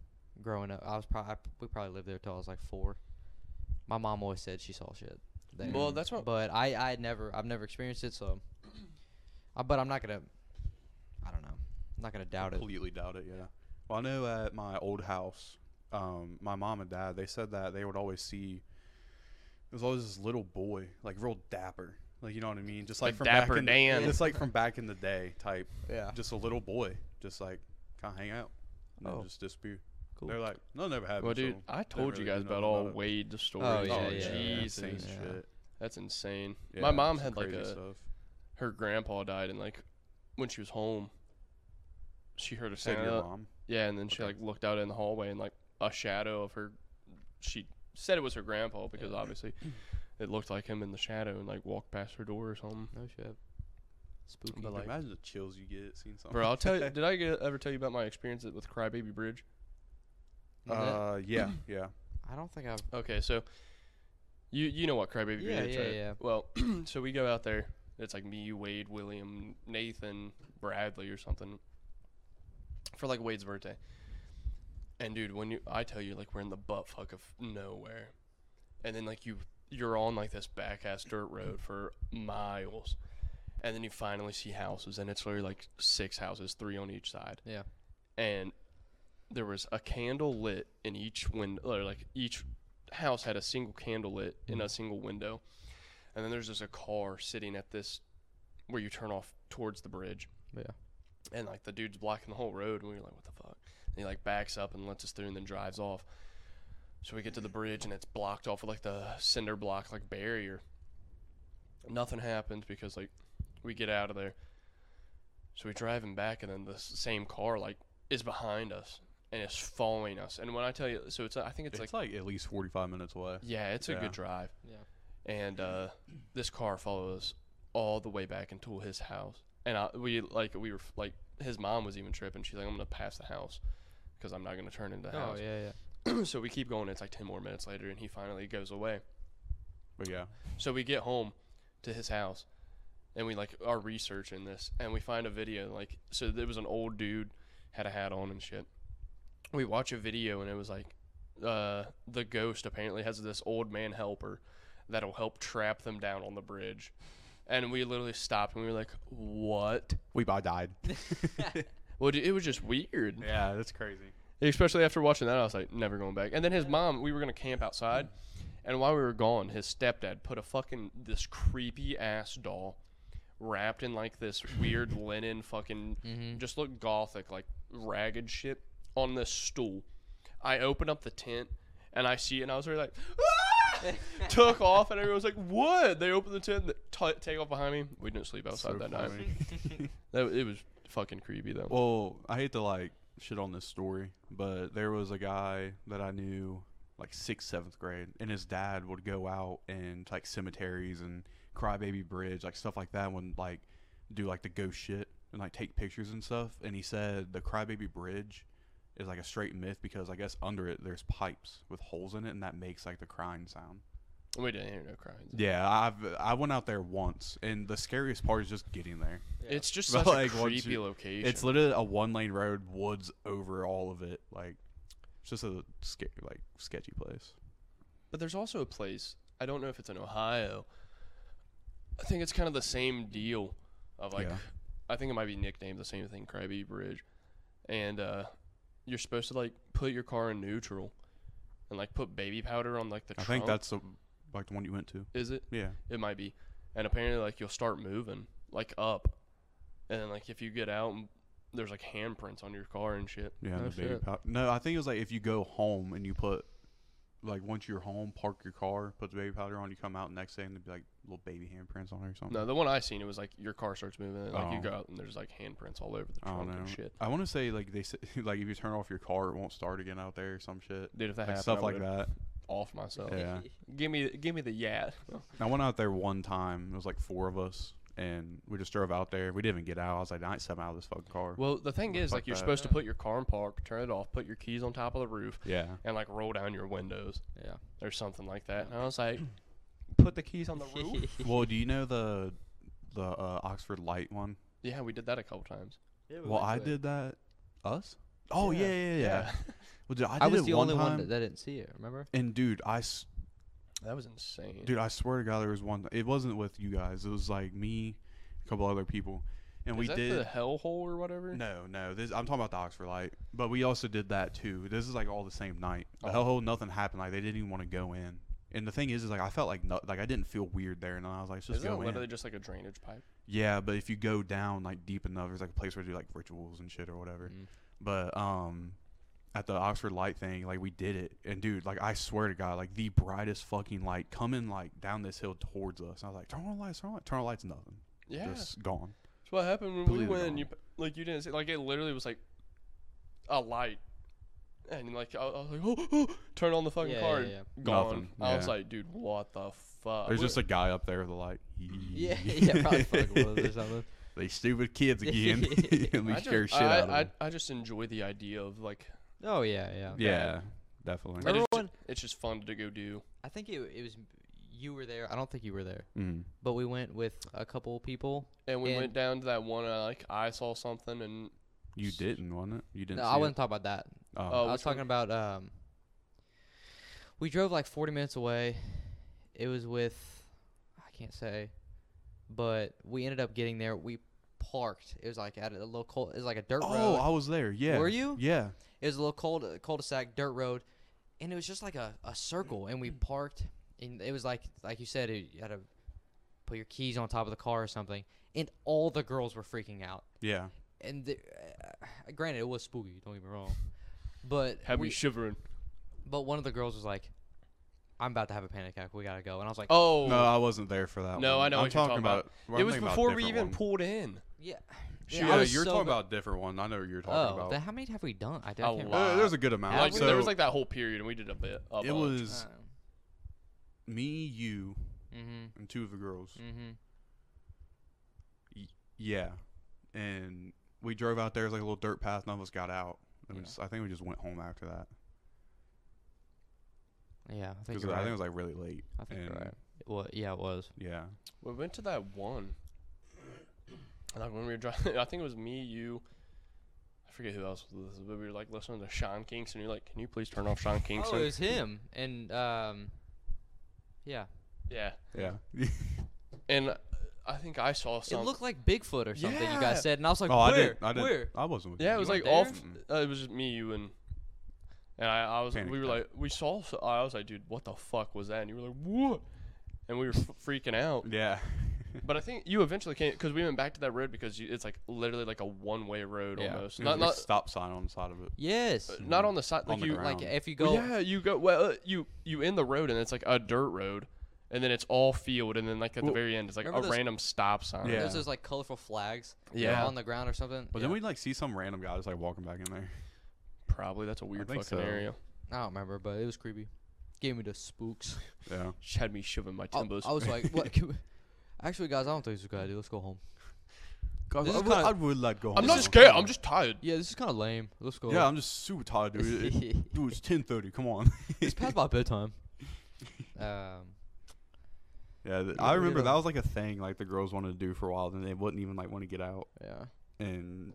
[SPEAKER 3] growing up, I was probably we probably lived there till I was like four. My mom always said she saw shit. There.
[SPEAKER 1] well, that's what.
[SPEAKER 3] but I I had never I've never experienced it, so. I, but I'm not gonna. I don't know. I'm not gonna doubt it.
[SPEAKER 2] Completely doubt it. Yeah. Well, I know at my old house, um, my mom and dad they said that they would always see. It was always this little boy, like real dapper, like you know what I mean, just
[SPEAKER 1] Like
[SPEAKER 2] like from
[SPEAKER 1] Dapper
[SPEAKER 2] back in
[SPEAKER 1] Dan.
[SPEAKER 2] The, just like from back in the day type.
[SPEAKER 3] Yeah.
[SPEAKER 2] Just a little boy, just like kind of hang out, and then
[SPEAKER 3] Oh.
[SPEAKER 2] just disappear.
[SPEAKER 3] Cool.
[SPEAKER 2] They're like, no, never happened.
[SPEAKER 1] Well, dude,
[SPEAKER 2] so
[SPEAKER 1] I told you
[SPEAKER 2] really
[SPEAKER 1] guys
[SPEAKER 2] do nothing
[SPEAKER 1] about all
[SPEAKER 2] about it.
[SPEAKER 1] Wade the story.
[SPEAKER 3] Oh, yeah,
[SPEAKER 1] oh
[SPEAKER 3] yeah, yeah.
[SPEAKER 1] Jesus,
[SPEAKER 2] insane
[SPEAKER 3] Yeah.
[SPEAKER 2] shit.
[SPEAKER 1] that's insane.
[SPEAKER 2] Yeah,
[SPEAKER 1] My mom
[SPEAKER 2] some
[SPEAKER 1] had like
[SPEAKER 2] crazy
[SPEAKER 1] a
[SPEAKER 2] stuff.
[SPEAKER 1] her grandpa died, and like when she was home, she heard a
[SPEAKER 2] Said
[SPEAKER 1] sound.
[SPEAKER 2] to your mom.
[SPEAKER 1] Yeah, and then she
[SPEAKER 2] Okay.
[SPEAKER 1] like looked out in the hallway and like a shadow of her. She said it was her grandpa because obviously it looked like him in the shadow and like walked past her door or something.
[SPEAKER 3] No shit. Spooky.
[SPEAKER 1] But, like-
[SPEAKER 2] Imagine the chills you get seeing something. *laughs*
[SPEAKER 1] Bro, I'll tell you. Did I get, ever tell you about my experience with Crybaby Bridge?
[SPEAKER 3] N-
[SPEAKER 2] Uh,
[SPEAKER 1] *laughs*
[SPEAKER 2] yeah, yeah.
[SPEAKER 3] I don't think I've.
[SPEAKER 1] Okay, so you you know what Crybaby
[SPEAKER 3] Yeah,
[SPEAKER 1] Bridge?
[SPEAKER 3] yeah,
[SPEAKER 1] right?
[SPEAKER 3] yeah.
[SPEAKER 1] Well, *clears throat* so we go out there. It's like me, Wade, William, Nathan, Bradley, or something for like Wade's birthday. And dude, when you I tell you like we're in the butt fuck of nowhere, and then like you you're on like this back ass dirt road for miles, and then you finally see houses, and it's literally like six houses, three on each side.
[SPEAKER 3] Yeah.
[SPEAKER 1] And there was a candle lit in each window, or like each house had a single candle lit in a single window, and then there's just a car sitting at this where you turn off towards the bridge.
[SPEAKER 3] Yeah.
[SPEAKER 1] And like the dude's blocking the whole road, and we were like, "What the fuck?" And he like backs up and lets us through, and then drives off. So we get to the bridge, and it's blocked off with like the cinder block like barrier. Nothing happens because like we get out of there. So we drive him back, and then the s- same car like is behind us and is following us. And when I tell you, so it's I think it's,
[SPEAKER 2] It's,
[SPEAKER 1] like.
[SPEAKER 2] like, at least forty-five minutes away.
[SPEAKER 1] Yeah, it's a
[SPEAKER 2] Yeah.
[SPEAKER 1] good drive.
[SPEAKER 3] Yeah.
[SPEAKER 1] And uh, this car follows all the way back into his house, and I, we like we were f- like his mom was even tripping. She's like, "I'm gonna pass the house because I'm not gonna turn into the
[SPEAKER 3] Oh
[SPEAKER 1] house."
[SPEAKER 3] yeah,
[SPEAKER 1] *clears throat*
[SPEAKER 3] yeah.
[SPEAKER 1] so we keep going. It's like ten more minutes later, and he finally goes away.
[SPEAKER 2] But yeah,
[SPEAKER 1] So we get home to his house, and we like are researching this, and we find a video. Like, so there was an old dude had a hat on and shit. We watch a video, and it was like, uh, the ghost apparently has this old man helper that'll help trap them down on the bridge. And we literally stopped, and we were like, "What?"
[SPEAKER 2] we by died.
[SPEAKER 1] Well, dude, it was just weird.
[SPEAKER 2] yeah, that's crazy.
[SPEAKER 1] Especially after watching that, I was like, never going back. And then his mom, we were gonna camp outside, and while we were gone, his stepdad put a fucking this creepy ass doll, wrapped in like this weird
[SPEAKER 2] *laughs*
[SPEAKER 1] linen fucking,
[SPEAKER 2] Mm-hmm.
[SPEAKER 1] just looked gothic like ragged shit on this stool. I open up the tent, and I see it, and I was already
[SPEAKER 2] *laughs*
[SPEAKER 1] like, *laughs* "Ah!" took off, and everyone was like, "What?" They opened the tent, th- t- take off behind me. We didn't sleep outside
[SPEAKER 2] So
[SPEAKER 1] that night.
[SPEAKER 2] funny.
[SPEAKER 1] That, it was fucking creepy though.
[SPEAKER 2] Well, I hate to like shit on this story, but there was a guy that I knew like sixth, seventh grade, and his dad would go out and like cemeteries and Crybaby Bridge, like stuff like that, and like do like the ghost shit and like take pictures and stuff. And he said the Crybaby Bridge is like a straight myth because I guess under it there's pipes with holes in it, and that makes like the crying sound.
[SPEAKER 1] we didn't hear no crying.
[SPEAKER 2] Yeah, I've I went out there once, and the scariest part is just getting there.
[SPEAKER 1] It's just
[SPEAKER 2] But,
[SPEAKER 1] such
[SPEAKER 2] like,
[SPEAKER 1] a
[SPEAKER 2] once
[SPEAKER 1] creepy
[SPEAKER 2] you-
[SPEAKER 1] location.
[SPEAKER 2] It's literally a one lane road, woods over all of it. Like, it's just a sca- like sketchy place.
[SPEAKER 1] But there's also a place, I don't know if it's in Ohio. I think it's kind of the same deal of like
[SPEAKER 2] Yeah.
[SPEAKER 1] I think it might be nicknamed the same thing, Krabby Bridge. And uh you're supposed to like put your car in neutral and like put baby powder on like the
[SPEAKER 2] I
[SPEAKER 1] trunk.
[SPEAKER 2] think that's the like the one you went to.
[SPEAKER 1] is it?
[SPEAKER 2] Yeah.
[SPEAKER 1] It might be. And apparently like you'll start moving, like up. And then like if you get out and there's like handprints on your car and shit.
[SPEAKER 2] Yeah,
[SPEAKER 1] No
[SPEAKER 2] the baby
[SPEAKER 1] shit.
[SPEAKER 2] pow- No, I think it was like if you go home and you put, like, once you're home, park your car, put the baby powder on, you come out next day and there'd be like little baby handprints on it or something.
[SPEAKER 1] No, the one I seen it was like your car starts moving, and, like you
[SPEAKER 2] Oh.
[SPEAKER 1] go out and there's like handprints all over the
[SPEAKER 2] I don't
[SPEAKER 1] trunk and
[SPEAKER 2] know.
[SPEAKER 1] shit.
[SPEAKER 2] I want to say like they say, *laughs* like if you turn off your car, it won't start again out there or some shit.
[SPEAKER 1] Dude, if that
[SPEAKER 2] Like
[SPEAKER 1] happened,
[SPEAKER 2] stuff
[SPEAKER 1] I
[SPEAKER 2] like
[SPEAKER 1] would've
[SPEAKER 2] that.
[SPEAKER 1] off myself. *laughs*
[SPEAKER 2] Yeah.
[SPEAKER 1] Give me, give me the
[SPEAKER 2] *laughs*
[SPEAKER 1] yat.
[SPEAKER 2] I went out there one time. It was like four of us, and we just drove out there. We didn't even get out. I was like, I ain't stepping out of this fucking car.
[SPEAKER 1] Well, the thing
[SPEAKER 2] Well,
[SPEAKER 1] is,
[SPEAKER 2] fuck
[SPEAKER 1] like, you're
[SPEAKER 2] that.
[SPEAKER 1] supposed to put your car in park, turn it off, put your keys on top of the roof,
[SPEAKER 2] yeah.
[SPEAKER 1] and like roll down your windows
[SPEAKER 3] Yeah.
[SPEAKER 1] or something like that. And I was
[SPEAKER 2] *clears throat*
[SPEAKER 1] like, put the keys on the
[SPEAKER 3] *laughs*
[SPEAKER 1] roof.
[SPEAKER 2] well, do you know the the uh, Oxford Light one?
[SPEAKER 1] yeah, we did that a couple times.
[SPEAKER 2] well, I did that. Us? Oh yeah,
[SPEAKER 3] Yeah.
[SPEAKER 2] yeah, yeah. *laughs* yeah. Well, dude, I,
[SPEAKER 3] I,
[SPEAKER 2] did
[SPEAKER 3] was
[SPEAKER 2] it
[SPEAKER 3] the
[SPEAKER 2] one
[SPEAKER 3] only
[SPEAKER 2] time,
[SPEAKER 3] one that, that didn't see it. Remember?
[SPEAKER 2] and dude, I s-
[SPEAKER 1] That was insane.
[SPEAKER 2] dude, I swear to God, there was one. It wasn't with you guys. It was like me, a couple other people, and
[SPEAKER 1] Is
[SPEAKER 2] we
[SPEAKER 1] that
[SPEAKER 2] did.
[SPEAKER 1] the hellhole or whatever.
[SPEAKER 2] No, no. This I'm talking about the Oxford Light, but we also did that too. This is like all the same night. The
[SPEAKER 1] Oh.
[SPEAKER 2] hellhole, nothing happened. Like they didn't even want to go in. And the thing is, is like I felt like no, like I didn't feel weird there, and I was like, let's just
[SPEAKER 1] Isn't it
[SPEAKER 2] go in.
[SPEAKER 1] literally just like a drainage pipe?
[SPEAKER 2] yeah, but if you go down like deep enough, there's like a place where they do like rituals and shit or whatever.
[SPEAKER 3] Mm.
[SPEAKER 2] But um, at the Oxford Light thing, like we did it, and dude, like I swear to God, like the brightest fucking light coming like down this hill towards us. And I was like, turn on lights, turn on lights, turn on lights, nothing,
[SPEAKER 1] Yeah.
[SPEAKER 2] just gone.
[SPEAKER 1] That's what happened when we
[SPEAKER 2] Completely
[SPEAKER 1] went.
[SPEAKER 2] gone.
[SPEAKER 1] You p- like you didn't see like it literally was like a light, and like I, I was like, oh, turn on the fucking
[SPEAKER 3] Yeah,
[SPEAKER 1] car,
[SPEAKER 3] yeah,
[SPEAKER 1] and
[SPEAKER 2] yeah.
[SPEAKER 1] gone.
[SPEAKER 2] Nothing,
[SPEAKER 1] I was
[SPEAKER 2] yeah.
[SPEAKER 1] like, dude, what the fuck?
[SPEAKER 2] There's
[SPEAKER 1] We-
[SPEAKER 2] just a guy up there with a light. *laughs*
[SPEAKER 3] Yeah, *laughs* yeah, probably fucking was or something.
[SPEAKER 2] These stupid kids again. *laughs* and we
[SPEAKER 1] I
[SPEAKER 2] scare
[SPEAKER 1] just,
[SPEAKER 2] shit
[SPEAKER 1] I,
[SPEAKER 2] out of
[SPEAKER 1] I,
[SPEAKER 2] them.
[SPEAKER 1] *laughs* I just enjoy the idea of like
[SPEAKER 3] Oh yeah, yeah.
[SPEAKER 2] yeah,
[SPEAKER 1] I
[SPEAKER 2] definitely.
[SPEAKER 1] just-
[SPEAKER 3] Everyone-
[SPEAKER 1] it's just fun to go do.
[SPEAKER 3] I think it it was you were there. I don't think you were there,
[SPEAKER 2] Mm.
[SPEAKER 3] but we went with a couple people.
[SPEAKER 1] And we went
[SPEAKER 3] And-
[SPEAKER 1] down to that one. And, like I saw something, and
[SPEAKER 2] You didn't, wasn't it? You didn't.
[SPEAKER 3] No,
[SPEAKER 2] see
[SPEAKER 3] I uh,
[SPEAKER 2] it?
[SPEAKER 3] wasn't talking about that.
[SPEAKER 2] Oh.
[SPEAKER 1] Oh,
[SPEAKER 3] I was
[SPEAKER 1] which one?
[SPEAKER 3] talking about um. We drove like 40 minutes away. It was with, I can't say, but we ended up getting there. We parked. It was like at a local. It was like a dirt
[SPEAKER 2] Oh,
[SPEAKER 3] road.
[SPEAKER 2] I was there. Yeah.
[SPEAKER 3] Were you?
[SPEAKER 2] Yeah.
[SPEAKER 3] It was a little cold, cul-de-sac, dirt road, and it was just like a, a circle. And we
[SPEAKER 2] Mm-hmm.
[SPEAKER 3] parked, and it was like like you said, it, you had to put your keys on top of the car or something. And all the girls were freaking out.
[SPEAKER 2] Yeah.
[SPEAKER 3] And the, uh, granted, it was spooky. Don't get me wrong, but
[SPEAKER 1] had me
[SPEAKER 3] we,
[SPEAKER 1] shivering.
[SPEAKER 3] but one of the girls was like, "I'm about to have a panic attack. We gotta go." And I was like,
[SPEAKER 1] Oh
[SPEAKER 2] No, I wasn't there for that.
[SPEAKER 1] No,
[SPEAKER 2] one.
[SPEAKER 1] I know
[SPEAKER 2] I'm
[SPEAKER 1] what you're talking about.
[SPEAKER 2] well,
[SPEAKER 1] it
[SPEAKER 2] I'm
[SPEAKER 1] was
[SPEAKER 2] thinking about a
[SPEAKER 1] before we
[SPEAKER 2] different
[SPEAKER 1] even
[SPEAKER 2] one.
[SPEAKER 1] pulled in.
[SPEAKER 3] "Yeah."
[SPEAKER 2] Yeah,
[SPEAKER 3] I was
[SPEAKER 2] you're
[SPEAKER 3] so
[SPEAKER 2] talking
[SPEAKER 3] ba-
[SPEAKER 2] about a different one. I know what you're
[SPEAKER 3] Oh,
[SPEAKER 2] talking
[SPEAKER 3] the-
[SPEAKER 2] about.
[SPEAKER 3] how many have we done? I don't.
[SPEAKER 1] A
[SPEAKER 3] I can't
[SPEAKER 1] lot.
[SPEAKER 2] Uh, there's a good amount.
[SPEAKER 1] Like,
[SPEAKER 2] so
[SPEAKER 1] there was like that whole period, and we did a bit. A
[SPEAKER 2] it
[SPEAKER 1] bunch.
[SPEAKER 2] was me, you,
[SPEAKER 3] Mm-hmm.
[SPEAKER 2] and two of the girls.
[SPEAKER 1] Mm.
[SPEAKER 3] Mm-hmm.
[SPEAKER 2] Yeah, and we drove out there. It was like a little dirt path. None of us got out. And we
[SPEAKER 3] Yeah.
[SPEAKER 2] just, I think we just went home after that
[SPEAKER 3] Yeah, I think
[SPEAKER 2] because
[SPEAKER 3] you're
[SPEAKER 2] I think it
[SPEAKER 3] right.
[SPEAKER 2] was like really late.
[SPEAKER 3] I think you're
[SPEAKER 2] and-
[SPEAKER 3] right. Well, yeah, it was.
[SPEAKER 2] Yeah.
[SPEAKER 1] We went to that one. Like when we were driving, *laughs* I think it was me, you. I forget who else was with us, but we were like listening to Sean Kingston. You're like, can you please turn off Sean
[SPEAKER 3] Oh,
[SPEAKER 1] Kingston?
[SPEAKER 3] it was him and um, yeah.
[SPEAKER 1] yeah,
[SPEAKER 2] Yeah. *laughs*
[SPEAKER 1] and uh, I think I saw
[SPEAKER 3] It
[SPEAKER 1] something.
[SPEAKER 3] looked like Bigfoot or something. You
[SPEAKER 1] Yeah.
[SPEAKER 3] guys said, and I was like,
[SPEAKER 2] oh,
[SPEAKER 3] where?
[SPEAKER 2] I didn't. I didn't.
[SPEAKER 3] Where?
[SPEAKER 2] I wasn't. With
[SPEAKER 1] Yeah,
[SPEAKER 2] you.
[SPEAKER 1] it was
[SPEAKER 3] weren't
[SPEAKER 1] like
[SPEAKER 3] there?
[SPEAKER 1] off.
[SPEAKER 2] Mm-mm.
[SPEAKER 1] Uh, it was just me, you, and and I, I was.
[SPEAKER 2] Panic
[SPEAKER 1] we were like,
[SPEAKER 2] attack.
[SPEAKER 1] we saw. so- I was like, dude, what the fuck was that? And you were like, what? And we were f- freaking out.
[SPEAKER 2] Yeah.
[SPEAKER 1] But I think you eventually came because we went back to that road because you, it's like literally like a one way road
[SPEAKER 6] Yeah.
[SPEAKER 1] almost.
[SPEAKER 2] There's
[SPEAKER 1] Not
[SPEAKER 2] a
[SPEAKER 1] not
[SPEAKER 2] stop sign on the side of it.
[SPEAKER 3] Yes.
[SPEAKER 1] uh, not on the side
[SPEAKER 2] On
[SPEAKER 1] like
[SPEAKER 2] the
[SPEAKER 1] you
[SPEAKER 2] ground.
[SPEAKER 3] Like
[SPEAKER 2] Brown.
[SPEAKER 3] if you
[SPEAKER 1] Well,
[SPEAKER 3] go,
[SPEAKER 1] yeah you go well uh, you you in the road and it's like a dirt road and then it's all field and then like at
[SPEAKER 2] Well,
[SPEAKER 1] the very end it's like a
[SPEAKER 3] remember those-
[SPEAKER 1] random stop sign.
[SPEAKER 2] Yeah.
[SPEAKER 3] there's those like colorful flags. that are
[SPEAKER 1] Yeah.
[SPEAKER 3] On the ground or something.
[SPEAKER 2] But
[SPEAKER 3] yeah.
[SPEAKER 2] then we like see some random guy just like walking back in there.
[SPEAKER 1] Probably that's a weird fucking
[SPEAKER 2] think so.
[SPEAKER 1] area.
[SPEAKER 3] I don't remember, but it was creepy. Gave me
[SPEAKER 2] *laughs*
[SPEAKER 3] the spooks.
[SPEAKER 2] Yeah.
[SPEAKER 1] She had me shoving my
[SPEAKER 3] I,
[SPEAKER 1] timbos.
[SPEAKER 3] I was like,
[SPEAKER 2] *laughs*
[SPEAKER 3] what? can we- Actually, guys, I don't think this is a good idea. Let's go home.
[SPEAKER 7] God,
[SPEAKER 3] This
[SPEAKER 7] I,
[SPEAKER 3] is
[SPEAKER 7] would,
[SPEAKER 3] kinda-
[SPEAKER 7] I would like go home.
[SPEAKER 1] I'm not
[SPEAKER 7] now.
[SPEAKER 1] scared. I'm just tired.
[SPEAKER 3] Yeah, this is kind of lame. Let's go. *laughs*
[SPEAKER 2] Yeah, I'm just super tired, dude. It- it- dude, it's ten thirty. Come on. *laughs*
[SPEAKER 3] it's past my bedtime. Um,
[SPEAKER 2] Yeah, th-
[SPEAKER 3] Yeah,
[SPEAKER 2] I
[SPEAKER 3] we
[SPEAKER 2] remember
[SPEAKER 3] did
[SPEAKER 2] that
[SPEAKER 3] a-
[SPEAKER 2] was like a thing like the girls wanted to do for a while, then they wouldn't even like want to get out.
[SPEAKER 3] yeah.
[SPEAKER 2] And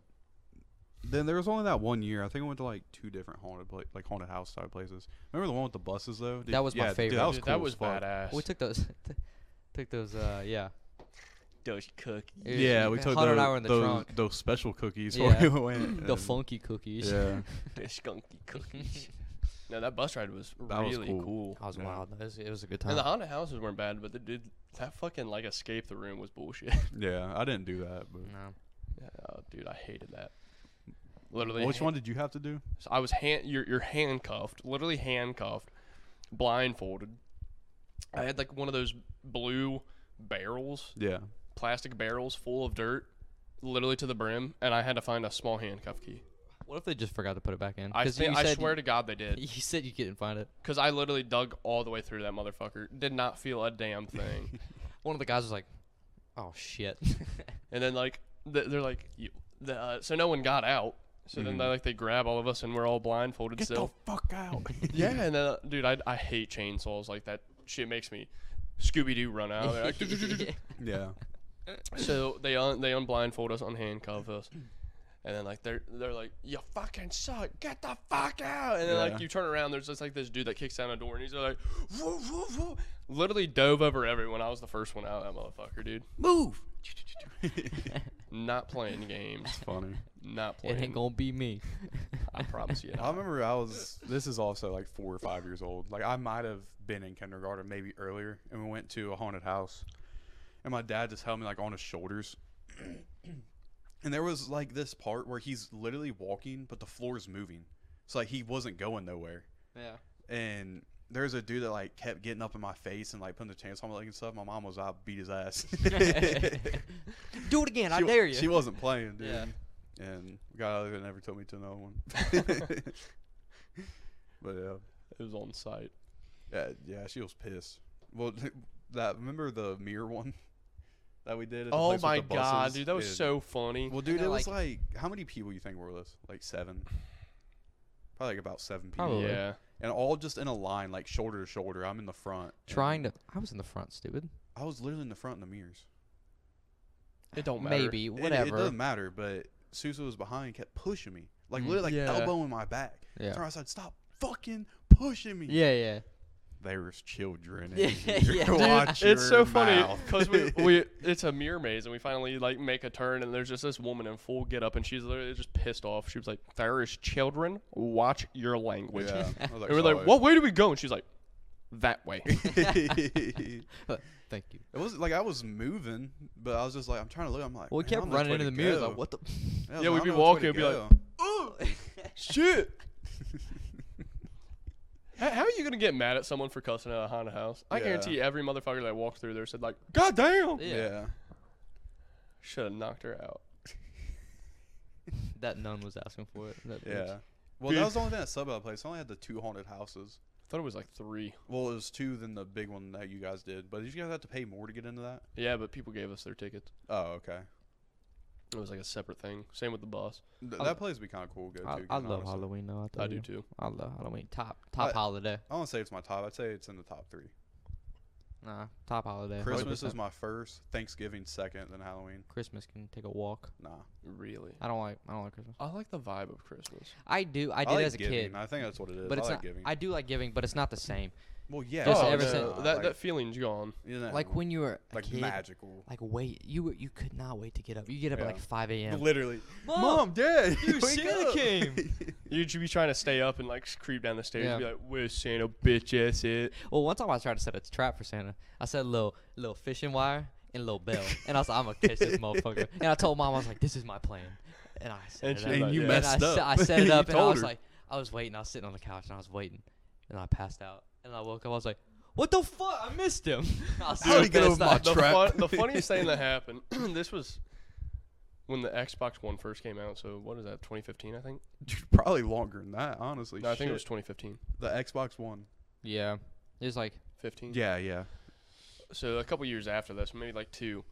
[SPEAKER 2] then there was only that one year. I think I went to like two different haunted pla- like haunted house type places. Remember the one with the buses though? Did-
[SPEAKER 3] That was my
[SPEAKER 2] yeah, dude,
[SPEAKER 3] favorite.
[SPEAKER 2] that was
[SPEAKER 1] Dude,
[SPEAKER 2] cool
[SPEAKER 1] that was
[SPEAKER 2] as fuck.
[SPEAKER 1] badass.
[SPEAKER 3] We took those. *laughs* took those. Uh, yeah.
[SPEAKER 1] those cookies.
[SPEAKER 3] It was-
[SPEAKER 2] Yeah, we took
[SPEAKER 3] Hunter
[SPEAKER 2] those,
[SPEAKER 3] and I were in the
[SPEAKER 2] those,
[SPEAKER 3] trunk.
[SPEAKER 2] those special cookies.
[SPEAKER 3] Yeah.
[SPEAKER 2] Yeah. *laughs* went
[SPEAKER 3] *laughs* The
[SPEAKER 2] and-
[SPEAKER 3] funky cookies. *laughs*
[SPEAKER 2] Yeah.
[SPEAKER 1] *laughs* the skunky cookies. no, that bus ride was
[SPEAKER 2] That was
[SPEAKER 1] really
[SPEAKER 2] cool.
[SPEAKER 1] cool.
[SPEAKER 3] I was
[SPEAKER 2] Yeah.
[SPEAKER 3] wild. It was, it was a good time.
[SPEAKER 1] And the haunted houses weren't bad, but the dude that fucking like escape the room was bullshit. *laughs*
[SPEAKER 2] yeah, I didn't do that. But
[SPEAKER 3] No.
[SPEAKER 1] oh, dude, I hated that. Literally,
[SPEAKER 2] which one did you have to do?
[SPEAKER 1] So I was hand you're, you're handcuffed, literally handcuffed, blindfolded. I had like one of those blue barrels,
[SPEAKER 2] Yeah.
[SPEAKER 1] plastic barrels full of dirt, literally to the brim, and I had to find a small handcuff key.
[SPEAKER 3] What if they just forgot to put it back in?
[SPEAKER 1] I
[SPEAKER 3] 'Cause
[SPEAKER 1] thi-
[SPEAKER 3] you
[SPEAKER 1] I
[SPEAKER 3] said
[SPEAKER 1] swear
[SPEAKER 3] you,
[SPEAKER 1] to God they did,
[SPEAKER 3] *laughs* you said you couldn't find it.
[SPEAKER 1] because I literally dug all the way through that motherfucker. Did not feel a damn thing.
[SPEAKER 3] *laughs* One of the guys was like, "Oh *laughs* shit."
[SPEAKER 1] And then like th- they're like, you, the, uh, so no one got out. So
[SPEAKER 3] Mm-hmm.
[SPEAKER 1] then they like they grab all of us and we're all blindfolded. still.
[SPEAKER 2] fuck out.
[SPEAKER 1] *laughs* yeah, and then uh, dude, I I hate chainsaws like that. Shit makes me Scooby Doo run out. Oh, They're *laughs* like,
[SPEAKER 2] *laughs* yeah. *laughs*
[SPEAKER 1] so they un they unblindfold us, unhandcuff us, and then like they're they're like, you fucking suck, get the fuck out. And then
[SPEAKER 2] Yeah.
[SPEAKER 1] like you turn around, there's just like this dude that kicks down a door, and he's like, woo, woo, woo. literally dove over everyone. I was the first one out. That motherfucker, dude,
[SPEAKER 2] Move.
[SPEAKER 1] not playing *laughs* games,
[SPEAKER 2] Funny.
[SPEAKER 1] not
[SPEAKER 3] *laughs* it
[SPEAKER 1] playing.
[SPEAKER 3] ain't gonna be me.
[SPEAKER 1] I promise you.
[SPEAKER 2] I remember I was. This is also like four or five years old. Like I might have been in kindergarten, maybe earlier, and we went to a haunted house, and my dad just held me like on his shoulders, *clears throat* and there was like this part where he's literally walking, but the floor is moving, so like he wasn't going nowhere.
[SPEAKER 3] *laughs* Yeah.
[SPEAKER 2] And there's a dude that like kept getting up in my face and like putting the chainsaw on my leg and stuff. My mom was out, beat his ass.
[SPEAKER 3] *laughs*
[SPEAKER 2] *laughs*
[SPEAKER 3] Do it again. I
[SPEAKER 2] she,
[SPEAKER 3] dare you.
[SPEAKER 2] She wasn't playing, dude.
[SPEAKER 3] Yeah.
[SPEAKER 2] And got out of there, never took me to another one. *laughs* but yeah.
[SPEAKER 1] It was on site.
[SPEAKER 2] Yeah, yeah, she was pissed. Well, *laughs* that remember the mirror one *laughs* that we did? At the
[SPEAKER 1] Oh
[SPEAKER 2] place with
[SPEAKER 1] my
[SPEAKER 2] the
[SPEAKER 1] god,
[SPEAKER 2] buses?
[SPEAKER 1] dude, that was
[SPEAKER 2] And-
[SPEAKER 1] so funny.
[SPEAKER 2] Well, dude,
[SPEAKER 3] know,
[SPEAKER 2] it was like, how many people you think were with us? Like seven. Probably like about seven people.
[SPEAKER 3] Probably.
[SPEAKER 1] Yeah.
[SPEAKER 2] And all just in a line, like shoulder to shoulder. I'm in the front. and
[SPEAKER 3] Trying to. I was in the front, stupid.
[SPEAKER 2] I was literally in the front in the mirrors.
[SPEAKER 1] It don't matter.
[SPEAKER 3] Maybe.
[SPEAKER 2] It-
[SPEAKER 3] Whatever.
[SPEAKER 2] It, doesn't matter, but Susa was behind, kept pushing me. Like
[SPEAKER 3] Mm.
[SPEAKER 2] literally, like
[SPEAKER 1] Yeah.
[SPEAKER 2] elbowing my back.
[SPEAKER 3] Yeah.
[SPEAKER 2] So I said, "Stop fucking pushing me."
[SPEAKER 3] yeah. Yeah.
[SPEAKER 2] They were children.
[SPEAKER 3] *laughs* Yeah,
[SPEAKER 2] and *laughs* you
[SPEAKER 3] yeah.
[SPEAKER 2] Watch
[SPEAKER 1] It's so
[SPEAKER 2] your
[SPEAKER 1] funny
[SPEAKER 2] mouth. *laughs*
[SPEAKER 1] because we, we it's a mirror maze and we finally like make a turn and there's just this woman in full get up and she's literally just pissed off. She was like, "There is children. Watch your language."
[SPEAKER 2] *laughs* Yeah. I was
[SPEAKER 1] And we're
[SPEAKER 2] "Sorry."
[SPEAKER 1] like, "What way do we go?" And she's like, "That
[SPEAKER 2] *laughs*
[SPEAKER 1] way."
[SPEAKER 3] *laughs*
[SPEAKER 2] it
[SPEAKER 3] Thank you.
[SPEAKER 2] was like I was moving, but I was just like I'm trying to look. I'm like,
[SPEAKER 3] Well, we
[SPEAKER 2] "Man, I
[SPEAKER 3] kept
[SPEAKER 2] don't know which
[SPEAKER 3] running
[SPEAKER 2] way
[SPEAKER 3] into the
[SPEAKER 2] to
[SPEAKER 3] mirror.
[SPEAKER 2] go."
[SPEAKER 3] Like, what
[SPEAKER 2] *laughs*
[SPEAKER 3] the?
[SPEAKER 2] I was
[SPEAKER 1] Yeah,
[SPEAKER 2] like,
[SPEAKER 1] we'd be
[SPEAKER 2] "I don't know which way
[SPEAKER 1] walking,
[SPEAKER 2] to
[SPEAKER 1] it'd be
[SPEAKER 2] go."
[SPEAKER 1] Shit. *laughs* How how are you gonna get mad at someone for cussing at a haunted house? I
[SPEAKER 2] Yeah.
[SPEAKER 1] guarantee every motherfucker that walked through there said like, "God damn!"
[SPEAKER 3] Yeah.
[SPEAKER 2] yeah.
[SPEAKER 1] Should have knocked her out.
[SPEAKER 3] *laughs* That nun was asking for it. That
[SPEAKER 2] yeah,
[SPEAKER 3] bitch.
[SPEAKER 2] Well, that was the only thing that subbed about the place. I only had the two haunted houses.
[SPEAKER 1] Thought it was like three.
[SPEAKER 2] Well, it was two than the big one that you guys did. But did you guys have to pay more to get into that?
[SPEAKER 1] Yeah, but people gave us their tickets.
[SPEAKER 2] Oh, okay.
[SPEAKER 1] It was like a separate thing. Same with the bus.
[SPEAKER 2] Th-
[SPEAKER 3] I-
[SPEAKER 2] that place would be kind of cool. to Go
[SPEAKER 3] I,
[SPEAKER 2] to.
[SPEAKER 3] I
[SPEAKER 2] kinda
[SPEAKER 3] love
[SPEAKER 2] honestly.
[SPEAKER 3] Halloween though. I,
[SPEAKER 1] I
[SPEAKER 3] told
[SPEAKER 1] do
[SPEAKER 3] you.
[SPEAKER 1] too.
[SPEAKER 3] I love Halloween. Top top
[SPEAKER 2] I-
[SPEAKER 3] holiday.
[SPEAKER 2] I won't say it's my top. I'd say it's in the top three.
[SPEAKER 3] Nah, top holiday.
[SPEAKER 2] Christmas is
[SPEAKER 3] 100%.
[SPEAKER 2] my first. Thanksgiving second, then Halloween.
[SPEAKER 3] Christmas can take a walk.
[SPEAKER 2] Nah,
[SPEAKER 1] Really.
[SPEAKER 3] I don't like I don't like Christmas.
[SPEAKER 1] I like the vibe of Christmas.
[SPEAKER 3] I do. I did
[SPEAKER 2] like
[SPEAKER 3] as a
[SPEAKER 2] giving.
[SPEAKER 3] kid.
[SPEAKER 2] I think that's what it is.
[SPEAKER 3] But
[SPEAKER 2] I
[SPEAKER 3] it's
[SPEAKER 2] like
[SPEAKER 3] not.
[SPEAKER 2] giving.
[SPEAKER 3] I do like giving, but it's not the same.
[SPEAKER 2] well, yeah.
[SPEAKER 3] Just
[SPEAKER 2] oh,
[SPEAKER 3] ever
[SPEAKER 2] no,
[SPEAKER 3] since-
[SPEAKER 1] that, that,
[SPEAKER 2] like-
[SPEAKER 1] feeling's gone.
[SPEAKER 2] you know,
[SPEAKER 3] Like when you were a
[SPEAKER 2] like
[SPEAKER 3] kid,
[SPEAKER 2] magical.
[SPEAKER 3] Like wait, you were you could not wait to get up. You get up
[SPEAKER 2] Yeah.
[SPEAKER 3] at like 5
[SPEAKER 2] *laughs*
[SPEAKER 3] a.m. *laughs*
[SPEAKER 2] Literally.
[SPEAKER 3] Mom,
[SPEAKER 2] Dad,
[SPEAKER 3] dude,
[SPEAKER 2] *laughs* wake
[SPEAKER 3] Santa
[SPEAKER 2] up.
[SPEAKER 3] *laughs* came.
[SPEAKER 1] You'd be trying to stay up and like creep down the stairs
[SPEAKER 3] Yeah.
[SPEAKER 1] and be like, "Where's Santa, bitch ass it?"
[SPEAKER 2] *laughs*
[SPEAKER 3] well, one time I tried to set a trap for Santa. I set a little little fishing wire and Lil Bell, and I was like, I'm gonna catch this motherfucker. And I told mom, I was like, this is my plan, and I set
[SPEAKER 1] And
[SPEAKER 3] it
[SPEAKER 1] she
[SPEAKER 3] up.
[SPEAKER 1] was like,
[SPEAKER 2] you
[SPEAKER 1] yeah.
[SPEAKER 2] messed
[SPEAKER 3] and I, se-
[SPEAKER 2] up.
[SPEAKER 3] I set
[SPEAKER 2] *laughs*
[SPEAKER 3] it
[SPEAKER 2] You
[SPEAKER 3] up, and I
[SPEAKER 2] told
[SPEAKER 3] was
[SPEAKER 2] her.
[SPEAKER 3] like, I was waiting. I was sitting on the couch, and I was waiting, and I passed out, and I woke up. I was like, what the fuck? I missed him. *laughs* I was
[SPEAKER 2] How
[SPEAKER 3] so
[SPEAKER 2] did he get over
[SPEAKER 3] pissed
[SPEAKER 2] my
[SPEAKER 3] off.
[SPEAKER 1] the,
[SPEAKER 2] trap.
[SPEAKER 1] fu- the funniest thing
[SPEAKER 2] *laughs*
[SPEAKER 1] that happened, *clears throat* this was when the Xbox One first came out. So what is that? 2015, I think.
[SPEAKER 2] Dude, probably longer than that, honestly.
[SPEAKER 1] No, I think it was
[SPEAKER 2] Shit.
[SPEAKER 1] 2015.
[SPEAKER 2] the Xbox One.
[SPEAKER 3] Yeah, it was like
[SPEAKER 1] 15.
[SPEAKER 2] Yeah, yeah.
[SPEAKER 1] So a couple years after this, maybe like two,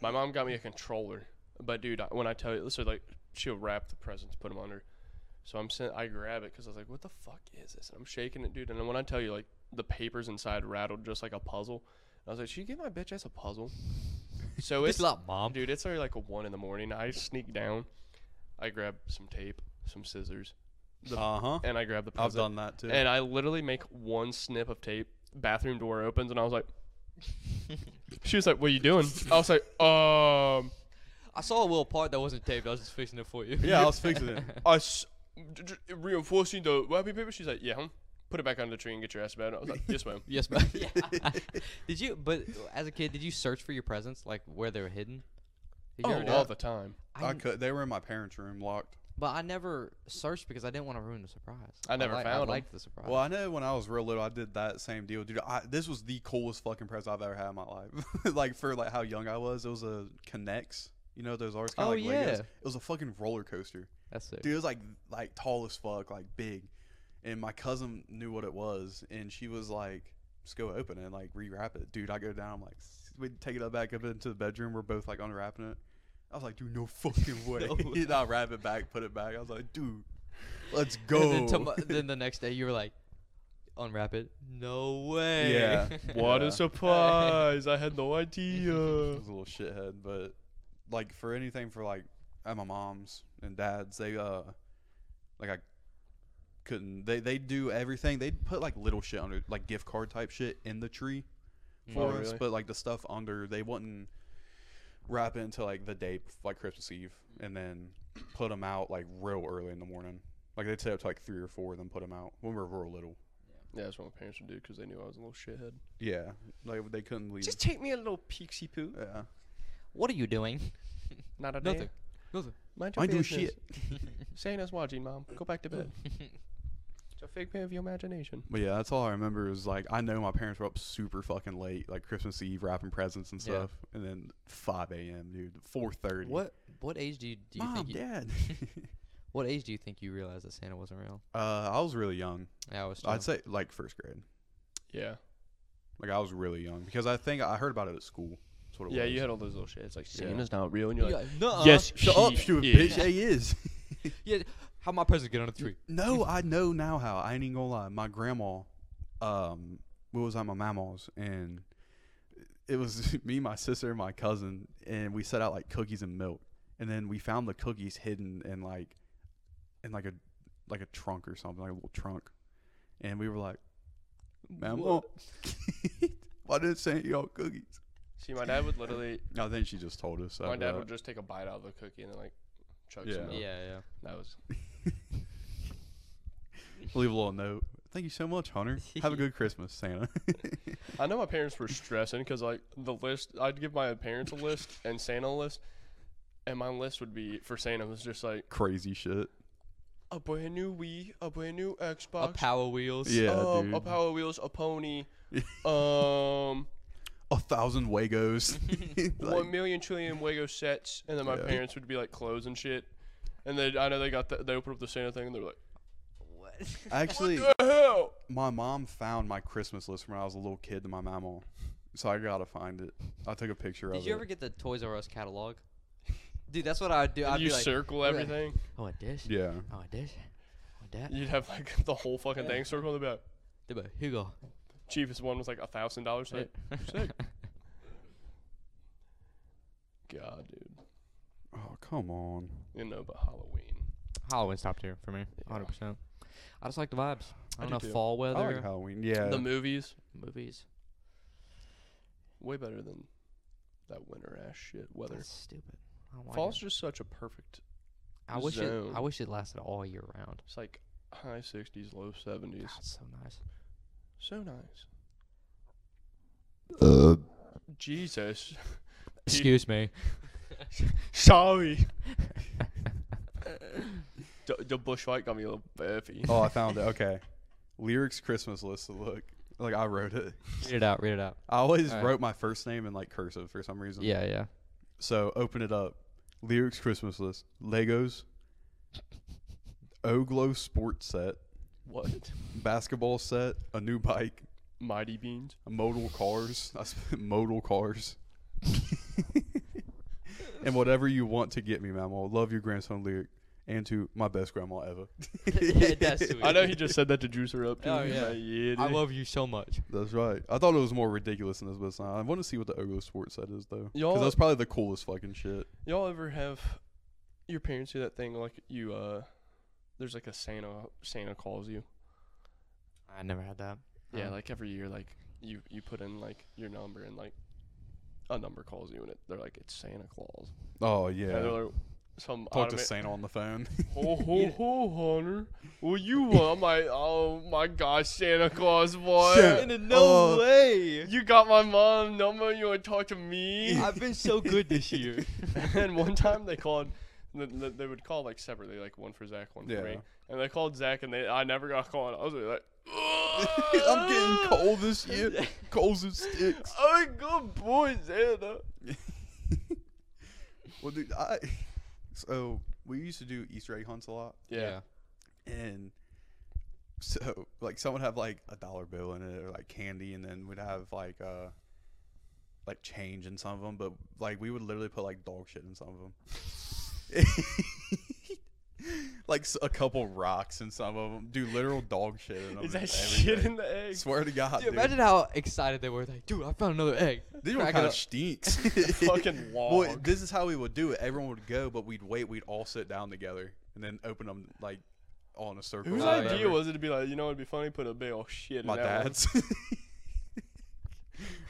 [SPEAKER 1] my mom got me a controller. But dude, I- when I tell you, so like she'll wrap the presents, put them under. So I'm sent, I grab it because I was like, "What the fuck is this?" And I'm shaking it, dude. And then when I tell you, like the papers inside rattled just like a puzzle. I was like, "She give my bitch ass a puzzle." So
[SPEAKER 3] this
[SPEAKER 1] it's
[SPEAKER 3] is not mom. *laughs*
[SPEAKER 1] Dude, it's already like a one in the morning. I sneak down, I grab some tape, some scissors, The-
[SPEAKER 2] Uh huh.
[SPEAKER 1] and I grab the
[SPEAKER 2] I've
[SPEAKER 1] present.
[SPEAKER 2] done that too.
[SPEAKER 1] And I literally make one snip of tape. Bathroom door opens, and I was like, she was like, "What are you doing?" I was like, "Um,
[SPEAKER 3] I saw a little part that wasn't taped. I was just fixing it for you.
[SPEAKER 2] yeah,
[SPEAKER 1] *laughs*
[SPEAKER 3] *laughs*
[SPEAKER 2] I was fixing it.
[SPEAKER 1] I s- d- d- reinforcing the wrapping paper." She's like, "Yeah, hmm. put it back under the tree and get your ass to bed." I was like, "Yes, *laughs* ma'am."
[SPEAKER 3] Yes, but *laughs* did you? But as a kid, did you search for your presents, like where they were hidden? Did you
[SPEAKER 1] Oh,
[SPEAKER 3] ever do
[SPEAKER 1] all
[SPEAKER 3] that?
[SPEAKER 1] the time.
[SPEAKER 2] I,
[SPEAKER 3] I n-
[SPEAKER 2] could. They were in my parents' room, locked.
[SPEAKER 3] but I never searched because I didn't want to ruin the surprise.
[SPEAKER 1] I never
[SPEAKER 3] li-
[SPEAKER 1] found 'em.
[SPEAKER 3] I liked the surprise.
[SPEAKER 2] Well, I know when I was real little, I did that same deal, dude. I, this was the coolest fucking present I've ever had in my life. *laughs* like for like how young I was, it was a Kinex. You know those are kind
[SPEAKER 3] Oh,
[SPEAKER 2] of like Legos.
[SPEAKER 3] yeah.
[SPEAKER 2] It was a fucking roller coaster,
[SPEAKER 3] That's sick.
[SPEAKER 2] dude. It was like like tall as fuck, like big. And my cousin knew what it was, and she was like, "Just go open it, and, like rewrap it, dude." I go down, I'm like, s- we take it up back up into the bedroom. We're both like unwrapping it. I was like, "Dude, no
[SPEAKER 3] *laughs*
[SPEAKER 2] fucking way!"
[SPEAKER 3] No way.
[SPEAKER 2] *laughs* and I wrap it back, put it back. I was like, "Dude, let's
[SPEAKER 3] *laughs* And
[SPEAKER 2] go."
[SPEAKER 3] then, tomo- then the next day, you were like, unwrap it. No way.
[SPEAKER 2] *laughs* Yeah.
[SPEAKER 1] What
[SPEAKER 2] Yeah.
[SPEAKER 1] a surprise! I had no
[SPEAKER 2] I
[SPEAKER 1] idea.
[SPEAKER 2] was a little shithead, but like for anything for like at my mom's and dad's, they uh like I couldn't they they do everything. They'd put like little shit under like gift card type shit in the tree for
[SPEAKER 1] Oh,
[SPEAKER 2] us,
[SPEAKER 1] really?
[SPEAKER 2] but like the stuff under they wouldn't wrap it until like the day bef- like Christmas Eve and then put them out like real early in the morning. Like they'd set up to like three or four, then put them out when we were real little.
[SPEAKER 1] Yeah, that's what my parents would do because they knew I was a little shithead.
[SPEAKER 2] Yeah, like they couldn't leave.
[SPEAKER 1] Just take me a little peeksy poo.
[SPEAKER 2] yeah,
[SPEAKER 3] *laughs* What are you doing?
[SPEAKER 1] Not a
[SPEAKER 3] *laughs* Nothing.
[SPEAKER 1] damn.
[SPEAKER 3] Nothing.
[SPEAKER 1] Mind your
[SPEAKER 2] I do
[SPEAKER 1] business.
[SPEAKER 2] shit.
[SPEAKER 1] *laughs* Santa's watching, Mom. Go back to bed. *laughs* it's a figment of your imagination.
[SPEAKER 2] But yeah, that's all I remember is like I know my parents were up super fucking late, like Christmas Eve wrapping presents and
[SPEAKER 3] Yeah.
[SPEAKER 2] stuff, and then 5 a.m. dude, 4:30.
[SPEAKER 3] *laughs* What what age do you, do you
[SPEAKER 2] Mom,
[SPEAKER 3] think? You, *laughs*
[SPEAKER 2] Dad. *laughs*
[SPEAKER 3] what age do you think you realized that Santa wasn't real?
[SPEAKER 2] uh, I was really young.
[SPEAKER 3] Yeah, I was.
[SPEAKER 2] I'd
[SPEAKER 3] I'd say
[SPEAKER 2] say like first grade.
[SPEAKER 1] Yeah.
[SPEAKER 2] Like I was really young because I think I heard about it at school. That's what it
[SPEAKER 1] Yeah,
[SPEAKER 2] was.
[SPEAKER 1] you had all those little shits like
[SPEAKER 2] Yeah.
[SPEAKER 1] Santa's not real, and you're like,
[SPEAKER 3] no.
[SPEAKER 1] yes,
[SPEAKER 2] Shut up,
[SPEAKER 1] he
[SPEAKER 2] stupid
[SPEAKER 1] is."
[SPEAKER 2] bitch. He is.
[SPEAKER 3] Yeah. How my presents get on the tree?
[SPEAKER 2] no, I know now how. I ain't even gonna lie. My grandma, um, we was at my mama's and it was *laughs* me, my sister, and my cousin, and we set out like cookies and milk, and then we found the cookies hidden in like, in like a, like a trunk or something, like a little trunk, and we were like, "Mama, *laughs* why did it say y'all cookies?"
[SPEAKER 1] See, my dad would literally,
[SPEAKER 2] No, then she just told us.
[SPEAKER 1] my
[SPEAKER 2] after
[SPEAKER 1] dad
[SPEAKER 2] that.
[SPEAKER 1] would just take a bite out of the cookie and then like chuck
[SPEAKER 2] Yeah.
[SPEAKER 1] some.
[SPEAKER 3] Yeah,
[SPEAKER 1] Out.
[SPEAKER 3] yeah.
[SPEAKER 1] That was.
[SPEAKER 2] *laughs* leave a little note. Thank you so much, Hunter.
[SPEAKER 1] *laughs*
[SPEAKER 2] Have a good Christmas, Santa. *laughs*
[SPEAKER 1] I know my parents were stressing because like the list, I'd give my parents a list and Santa a list, and my list would be for Santa was just like
[SPEAKER 2] Crazy shit.
[SPEAKER 1] a brand new Wii, a brand new
[SPEAKER 3] A
[SPEAKER 1] Xbox,
[SPEAKER 3] Power Wheels.
[SPEAKER 2] Yeah,
[SPEAKER 1] um,
[SPEAKER 2] dude.
[SPEAKER 1] a *laughs* Power Wheels, a pony, um.
[SPEAKER 2] a thousand Wagos.
[SPEAKER 1] one
[SPEAKER 2] *laughs* like,
[SPEAKER 1] million trillion Lego sets, and then my
[SPEAKER 2] Yeah.
[SPEAKER 1] parents would be like clothes and shit. And then I know they got the, they opened up the Santa thing and they're like,
[SPEAKER 2] actually,
[SPEAKER 1] "The hell!"
[SPEAKER 2] my mom found my Christmas list when I was a little kid to my mama, so I gotta find it. I took a picture of
[SPEAKER 3] Did you
[SPEAKER 2] it.
[SPEAKER 3] ever get the Toys R Us catalog? *laughs* Dude, that's what I would do.
[SPEAKER 1] And
[SPEAKER 3] I'd
[SPEAKER 1] you
[SPEAKER 3] be like,
[SPEAKER 1] circle
[SPEAKER 3] I'd be like-
[SPEAKER 1] everything.
[SPEAKER 3] I want this.
[SPEAKER 2] yeah,
[SPEAKER 3] I want this. I want that.
[SPEAKER 1] You'd have like *laughs* the whole fucking thing circled about.
[SPEAKER 3] They'd be like, here you go.
[SPEAKER 1] Cheapest one was like a thousand dollars. Like,
[SPEAKER 3] *laughs*
[SPEAKER 1] sick. God, dude,
[SPEAKER 2] oh come on.
[SPEAKER 1] you know, but Halloween.
[SPEAKER 3] Halloween stopped here for me.
[SPEAKER 1] Yeah.
[SPEAKER 3] 100%. I just like the vibes. I
[SPEAKER 1] I
[SPEAKER 3] don't
[SPEAKER 1] do
[SPEAKER 3] know,
[SPEAKER 1] too.
[SPEAKER 3] fall
[SPEAKER 2] I
[SPEAKER 3] weather,
[SPEAKER 2] like Halloween. Yeah,
[SPEAKER 1] The movies
[SPEAKER 3] movies.
[SPEAKER 1] way better than that winter ass shit weather.
[SPEAKER 3] That's stupid. I don't like
[SPEAKER 1] Fall's
[SPEAKER 3] it.
[SPEAKER 1] just such a perfect.
[SPEAKER 3] I wish it. I
[SPEAKER 1] zone.
[SPEAKER 3] wish it lasted all year round.
[SPEAKER 1] It's like high sixties, low
[SPEAKER 3] God, *laughs*
[SPEAKER 1] seventies.
[SPEAKER 3] it's so nice.
[SPEAKER 1] So nice. Jesus. *laughs*
[SPEAKER 3] Excuse me.
[SPEAKER 1] Sorry. *laughs* the, the bush light got me a little burpy.
[SPEAKER 2] Oh, I found it. Okay. Lyrics Christmas list. Look, like I wrote it.
[SPEAKER 3] Read it out. Read it *laughs* out.
[SPEAKER 2] I always
[SPEAKER 3] All right.
[SPEAKER 2] wrote my first name in like cursive for some reason.
[SPEAKER 3] Yeah, yeah.
[SPEAKER 2] So open it up. Lyrics Christmas list. Legos. Oglo sports set.
[SPEAKER 1] What?
[SPEAKER 2] Basketball set. A new bike.
[SPEAKER 1] Mighty
[SPEAKER 3] *laughs*
[SPEAKER 1] beans.
[SPEAKER 2] Modal cars. *laughs* I spent modal cars. and whatever you want to get me, Mama. Love your grandson lyric. And to my best grandma ever.
[SPEAKER 3] Yeah, *laughs* *laughs* that's sweet.
[SPEAKER 1] I know he just said that to juice her up.
[SPEAKER 3] Oh,
[SPEAKER 1] dude.
[SPEAKER 3] yeah.
[SPEAKER 1] Like, yeah,
[SPEAKER 3] I
[SPEAKER 1] dude.
[SPEAKER 3] love you so much.
[SPEAKER 2] That's right. I thought it was more ridiculous than this, but it's not. I want to see what the Oglo sports set is though,
[SPEAKER 1] Y'all-
[SPEAKER 2] because that's probably the coolest fucking shit.
[SPEAKER 1] Y'all ever have your parents do that thing like you uh there's like a Santa Santa calls you.
[SPEAKER 3] I never had that.
[SPEAKER 1] Yeah,
[SPEAKER 3] Uh-huh. *laughs*
[SPEAKER 1] like every year like you you put in like your number and like a number calls you and it, they're like it's Santa Claus.
[SPEAKER 2] Oh
[SPEAKER 1] And they're
[SPEAKER 2] yeah.
[SPEAKER 1] like some
[SPEAKER 2] Talk to
[SPEAKER 1] automa- *laughs*
[SPEAKER 2] Santa on the phone. *laughs*
[SPEAKER 1] Ho ho ho, Hunter. Well, you want my oh my gosh, Santa Claus boy.
[SPEAKER 2] Santa.
[SPEAKER 3] No
[SPEAKER 2] Uh,
[SPEAKER 3] way.
[SPEAKER 1] You got my mom number. You want to talk to me?
[SPEAKER 3] I've been so good this year.
[SPEAKER 1] *laughs*
[SPEAKER 3] *laughs*
[SPEAKER 1] and one time they called, th- th- they would call like separately, like one for Zach, one for me.
[SPEAKER 2] Yeah.
[SPEAKER 1] And they called Zach, and they I never got called. I was really like,
[SPEAKER 2] *laughs* I'm getting
[SPEAKER 1] *laughs*
[SPEAKER 2] cold this year. Cold as sticks.
[SPEAKER 1] Oh, good boy, Santa.
[SPEAKER 2] Well, dude, I so we used to do Easter egg hunts a lot,
[SPEAKER 1] Yeah.
[SPEAKER 2] and so like someone have like a dollar bill in it or like candy, and then we'd have like uh like change in some of them, but like we would literally put like dog shit in some of them. *laughs* like s- a couple rocks in some of them, dude. Literal dog shit in them.
[SPEAKER 1] Is that
[SPEAKER 2] and
[SPEAKER 1] shit
[SPEAKER 2] everything.
[SPEAKER 1] in the egg?
[SPEAKER 2] Swear to God,
[SPEAKER 3] Dude,
[SPEAKER 2] dude.
[SPEAKER 3] imagine how excited they were. Like, dude, I found another egg.
[SPEAKER 2] This one
[SPEAKER 3] Crack it
[SPEAKER 2] kind of
[SPEAKER 1] *laughs*
[SPEAKER 3] up.
[SPEAKER 2] stinks. *laughs*
[SPEAKER 1] Fucking
[SPEAKER 2] Well,
[SPEAKER 1] log.
[SPEAKER 2] this is how we would do it. Everyone would go, but we'd wait. We'd all sit down together and then open them like all in a circle.
[SPEAKER 1] Whose
[SPEAKER 2] or
[SPEAKER 3] Oh, yeah.
[SPEAKER 1] idea
[SPEAKER 2] whatever.
[SPEAKER 1] was it to be like, you know, it'd be funny put a big old shit in
[SPEAKER 2] my
[SPEAKER 1] that one?
[SPEAKER 2] dad's? *laughs*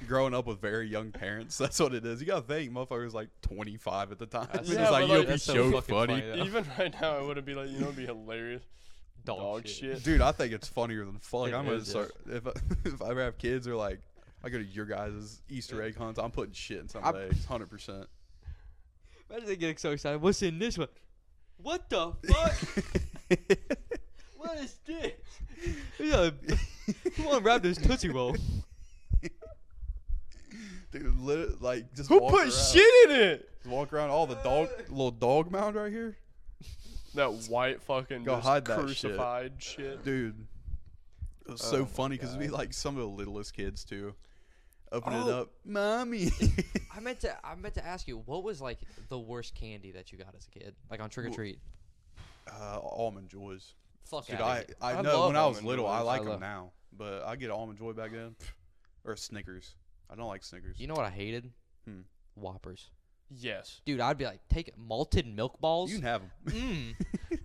[SPEAKER 2] Growing up with very young parents, *laughs* that's what it is. You gotta think, motherfuckers like twenty five at the time. *laughs*
[SPEAKER 3] That's-
[SPEAKER 2] It's
[SPEAKER 1] Yeah, but,
[SPEAKER 2] like you'll
[SPEAKER 1] like,
[SPEAKER 2] be
[SPEAKER 1] that's
[SPEAKER 2] so,
[SPEAKER 3] so fucking
[SPEAKER 2] funny,
[SPEAKER 3] funny, Yeah.
[SPEAKER 1] Even right now, it would have be like, you know, it'd be hilarious. *laughs* Dog, shit.
[SPEAKER 2] dude. I think it's funnier than fuck.
[SPEAKER 3] It
[SPEAKER 2] I'm gonna
[SPEAKER 3] is, yeah.
[SPEAKER 2] start if I, *laughs* if I ever have kids or like I go to your guys' Easter egg hunts. I'm putting shit in some of the eggs, hundred percent.
[SPEAKER 3] Imagine they getting so excited. What's in this one? What the *laughs* fuck? what is this? *laughs* Yeah, *laughs* who unwrapped this tootsie roll?
[SPEAKER 2] *laughs* Dude, lit, like just
[SPEAKER 1] Who
[SPEAKER 2] walk
[SPEAKER 1] put
[SPEAKER 2] around.
[SPEAKER 1] shit in it?
[SPEAKER 2] Just walk around all the dog little dog mound right here,
[SPEAKER 1] That white fucking
[SPEAKER 2] Go
[SPEAKER 1] just
[SPEAKER 2] hide that shit.
[SPEAKER 1] crucified shit.
[SPEAKER 2] dude. Oh It was so funny because it'd be like some of the littlest kids too. Open it
[SPEAKER 3] Oh.
[SPEAKER 2] up, mommy.
[SPEAKER 3] I meant to. I meant to ask you, what was like the worst candy that you got as a kid, like on trick or
[SPEAKER 2] Wh-
[SPEAKER 3] treat?
[SPEAKER 2] *laughs* uh, almond joys,
[SPEAKER 3] Fuck
[SPEAKER 2] dude.
[SPEAKER 3] outta
[SPEAKER 2] I,
[SPEAKER 3] here.
[SPEAKER 2] I
[SPEAKER 1] I
[SPEAKER 2] know when
[SPEAKER 1] love
[SPEAKER 2] I was
[SPEAKER 1] Almond
[SPEAKER 2] little, I
[SPEAKER 1] Joys.
[SPEAKER 2] like
[SPEAKER 3] I
[SPEAKER 2] them
[SPEAKER 3] love-
[SPEAKER 2] now, but I get almond joy back then, or Snickers. I don't like Snickers.
[SPEAKER 3] You know what I hated?
[SPEAKER 2] Hmm.
[SPEAKER 3] Whoppers.
[SPEAKER 1] Yes.
[SPEAKER 3] Dude, I'd be like, take malted milk balls.
[SPEAKER 2] You can have them.
[SPEAKER 3] *laughs* Mm.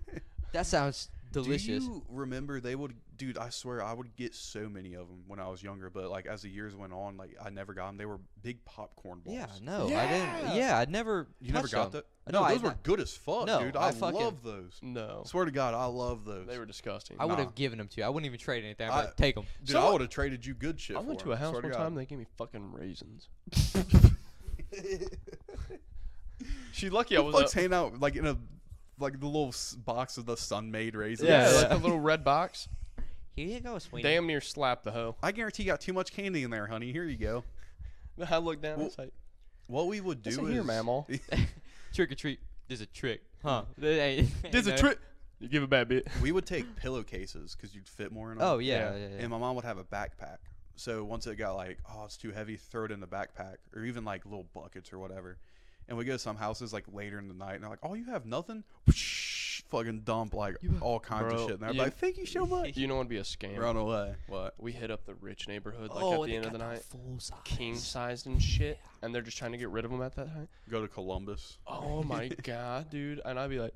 [SPEAKER 3] that sounds delicious.
[SPEAKER 2] Do you remember they would, dude? I swear I would get so many of them when I was younger, but like as the years went on, like I never got them. They were big popcorn balls.
[SPEAKER 3] yeah, no, I
[SPEAKER 1] Yeah.
[SPEAKER 3] didn't. Yeah, I never.
[SPEAKER 2] You never
[SPEAKER 3] touched
[SPEAKER 2] got
[SPEAKER 3] 'em.
[SPEAKER 2] that?
[SPEAKER 3] Uh,
[SPEAKER 2] No,
[SPEAKER 3] no, I-
[SPEAKER 2] those were
[SPEAKER 3] I-
[SPEAKER 2] good as fuck,
[SPEAKER 3] no,
[SPEAKER 2] dude. I,
[SPEAKER 3] I fucking-
[SPEAKER 2] love those.
[SPEAKER 1] No.
[SPEAKER 2] Swear to God, I love those.
[SPEAKER 1] They were disgusting.
[SPEAKER 3] I would
[SPEAKER 2] Nah.
[SPEAKER 3] have given them to you. I wouldn't even trade anything. I'd
[SPEAKER 2] I-
[SPEAKER 3] be like, take them.
[SPEAKER 2] dude, I
[SPEAKER 1] Someone-
[SPEAKER 2] would have traded you good shit.
[SPEAKER 1] I went
[SPEAKER 2] for
[SPEAKER 1] to a
[SPEAKER 2] 'em,
[SPEAKER 1] house
[SPEAKER 2] swear to
[SPEAKER 1] one
[SPEAKER 2] God.
[SPEAKER 1] time. They gave me fucking
[SPEAKER 2] *laughs*
[SPEAKER 1] raisins. *laughs* she lucky I
[SPEAKER 2] Who fucks
[SPEAKER 1] was. A,
[SPEAKER 2] hanging out like in a like the little s- box of the sun made raisins.
[SPEAKER 1] yeah, *laughs* like the little red
[SPEAKER 2] *laughs*
[SPEAKER 1] box.
[SPEAKER 3] Here you go, sweetie.
[SPEAKER 1] Damn near slapped the hoe. *laughs*
[SPEAKER 2] I guarantee you got too much candy in there, honey. Here you go.
[SPEAKER 1] I looked down. I
[SPEAKER 2] Well,
[SPEAKER 1] was like,
[SPEAKER 2] What we would do
[SPEAKER 1] "Listen
[SPEAKER 2] is
[SPEAKER 1] here, mammal.
[SPEAKER 3] Trick or treat. There's a trick,
[SPEAKER 1] *laughs*
[SPEAKER 3] huh? There's
[SPEAKER 1] There's a trick. You give it back,
[SPEAKER 2] *laughs*
[SPEAKER 1] bit.
[SPEAKER 2] *laughs* we would take pillowcases because you'd fit more in them.
[SPEAKER 3] Oh yeah,
[SPEAKER 1] Yeah.
[SPEAKER 3] yeah, yeah.
[SPEAKER 2] and my mom would have a backpack. So once it got like, oh, it's too heavy, throw it in the backpack or even like little buckets or whatever. And we go to some houses like later in the night and they're like, oh, you have nothing? Fucking dump like all kinds of
[SPEAKER 1] Bro,
[SPEAKER 2] shit. And I'm
[SPEAKER 1] you-
[SPEAKER 2] like, thank you *laughs* so much.
[SPEAKER 1] You know what'd be a scam?
[SPEAKER 2] Run away. What?
[SPEAKER 1] We hit up the rich neighborhood like at
[SPEAKER 3] oh, and
[SPEAKER 1] the
[SPEAKER 3] they
[SPEAKER 1] end of the
[SPEAKER 3] got
[SPEAKER 1] night,
[SPEAKER 3] full size.
[SPEAKER 1] king sized and shit, and they're just trying to get rid of them at that time.
[SPEAKER 2] Go to Columbus.
[SPEAKER 1] *laughs* Oh my god, dude! And I'd be like,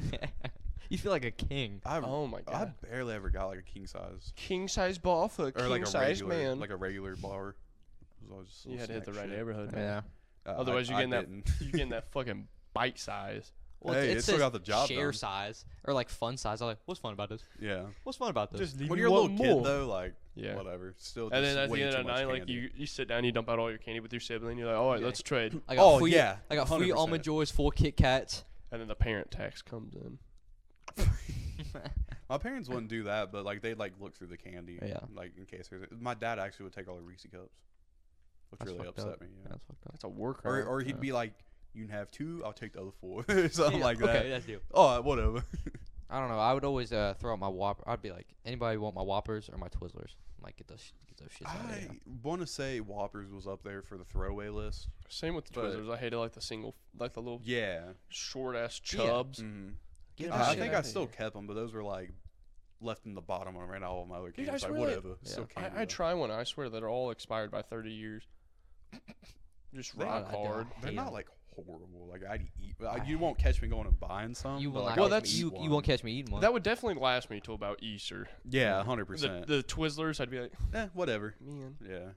[SPEAKER 3] *laughs* you feel like a king.
[SPEAKER 2] I,
[SPEAKER 1] oh my
[SPEAKER 2] I
[SPEAKER 1] god,
[SPEAKER 2] barely ever got like a king size
[SPEAKER 1] king size ball for a
[SPEAKER 2] or
[SPEAKER 1] king
[SPEAKER 2] like a
[SPEAKER 1] size
[SPEAKER 2] regular
[SPEAKER 1] man.
[SPEAKER 2] like a regular bar. It was always just
[SPEAKER 1] you
[SPEAKER 2] little
[SPEAKER 1] had to hit the
[SPEAKER 2] snack
[SPEAKER 1] right
[SPEAKER 2] shit.
[SPEAKER 1] neighborhood. man.
[SPEAKER 2] Uh, I-
[SPEAKER 1] *laughs* Otherwise, you're
[SPEAKER 2] I
[SPEAKER 1] getting that
[SPEAKER 2] didn't.
[SPEAKER 1] you're getting that fucking bite size.
[SPEAKER 3] Well,
[SPEAKER 8] Hey,
[SPEAKER 3] it,
[SPEAKER 8] it still
[SPEAKER 3] says
[SPEAKER 8] got the job
[SPEAKER 3] share
[SPEAKER 8] done.
[SPEAKER 3] size or like fun size. I'm like, what's fun about this?
[SPEAKER 2] *laughs* Yeah.
[SPEAKER 3] What's fun about this?
[SPEAKER 9] Just leave
[SPEAKER 8] When
[SPEAKER 9] me
[SPEAKER 8] you're a little
[SPEAKER 9] wanting
[SPEAKER 8] kid
[SPEAKER 9] more.
[SPEAKER 8] though, like
[SPEAKER 1] Yeah.
[SPEAKER 8] whatever. Still,
[SPEAKER 1] And
[SPEAKER 8] just
[SPEAKER 1] then at the
[SPEAKER 8] way
[SPEAKER 1] end
[SPEAKER 8] too
[SPEAKER 1] of the
[SPEAKER 8] much
[SPEAKER 1] night, like
[SPEAKER 8] candy.
[SPEAKER 1] you, you sit down, you dump out all your candy with your sibling, you're like, all right, let's *laughs* trade.
[SPEAKER 3] I got
[SPEAKER 8] Oh,
[SPEAKER 3] free,
[SPEAKER 8] yeah,
[SPEAKER 3] I got free almond
[SPEAKER 8] 100%.
[SPEAKER 3] joys, four Kit Kats.
[SPEAKER 1] And then the parent tax comes in.
[SPEAKER 2] My parents wouldn't do that, but like they'd like look through the candy.
[SPEAKER 3] Yeah.
[SPEAKER 2] Like in case there's my dad actually would take all the Reese cups. Which
[SPEAKER 3] That's
[SPEAKER 2] really
[SPEAKER 3] fucked up.
[SPEAKER 2] upset me. Yeah.
[SPEAKER 3] That's fucked up.
[SPEAKER 1] That's a work.
[SPEAKER 2] Or
[SPEAKER 1] hard.
[SPEAKER 2] or he'd
[SPEAKER 1] Yeah.
[SPEAKER 2] be like, You can have two, I'll take the other four. *laughs* Something like that.
[SPEAKER 3] Okay, that's you.
[SPEAKER 2] Oh whatever.
[SPEAKER 3] I don't know. I would always uh, throw out my Whopper. I'd be like, anybody want my Whoppers or my Twizzlers? I'm like, get those, sh- get those shits out of
[SPEAKER 2] I
[SPEAKER 3] here.
[SPEAKER 2] wanna say Whoppers was up there for the throwaway list.
[SPEAKER 1] Same with the
[SPEAKER 2] But-
[SPEAKER 1] Twizzlers. I hated like the single, like the little
[SPEAKER 2] Yeah.
[SPEAKER 1] short ass chubs.
[SPEAKER 2] Mhm.
[SPEAKER 3] Get
[SPEAKER 2] I-
[SPEAKER 3] that
[SPEAKER 2] I
[SPEAKER 3] shit
[SPEAKER 2] think
[SPEAKER 3] out
[SPEAKER 2] I
[SPEAKER 3] of
[SPEAKER 2] still
[SPEAKER 3] here.
[SPEAKER 2] kept them, but those were like left in the bottom when I ran out of all my other
[SPEAKER 1] Dude,
[SPEAKER 2] games.
[SPEAKER 1] I
[SPEAKER 2] like
[SPEAKER 1] swear that-
[SPEAKER 2] whatever.
[SPEAKER 3] Yeah.
[SPEAKER 2] Still
[SPEAKER 1] I,
[SPEAKER 2] candy,
[SPEAKER 1] I
[SPEAKER 2] though.
[SPEAKER 1] try one. I swear they're all expired by 30 years. Just
[SPEAKER 2] They-
[SPEAKER 1] rock
[SPEAKER 3] I don't-
[SPEAKER 1] hard.
[SPEAKER 2] They're
[SPEAKER 3] hate
[SPEAKER 2] not
[SPEAKER 3] 'em.
[SPEAKER 2] like horrible. Like I'd eat. Like,
[SPEAKER 3] I
[SPEAKER 2] you won't catch me going and buying some.
[SPEAKER 3] You
[SPEAKER 2] but,
[SPEAKER 3] will
[SPEAKER 2] like,
[SPEAKER 3] not.
[SPEAKER 2] I'll
[SPEAKER 1] Well,
[SPEAKER 2] just
[SPEAKER 1] that's-
[SPEAKER 2] eat
[SPEAKER 3] you. You
[SPEAKER 2] one.
[SPEAKER 3] won't catch me eating one.
[SPEAKER 1] That would definitely last me till about Easter.
[SPEAKER 2] Yeah, hundred
[SPEAKER 1] The,
[SPEAKER 2] percent.
[SPEAKER 1] the Twizzlers, I'd be like,
[SPEAKER 2] Eh, whatever.
[SPEAKER 1] man,
[SPEAKER 3] *laughs*
[SPEAKER 2] Yeah,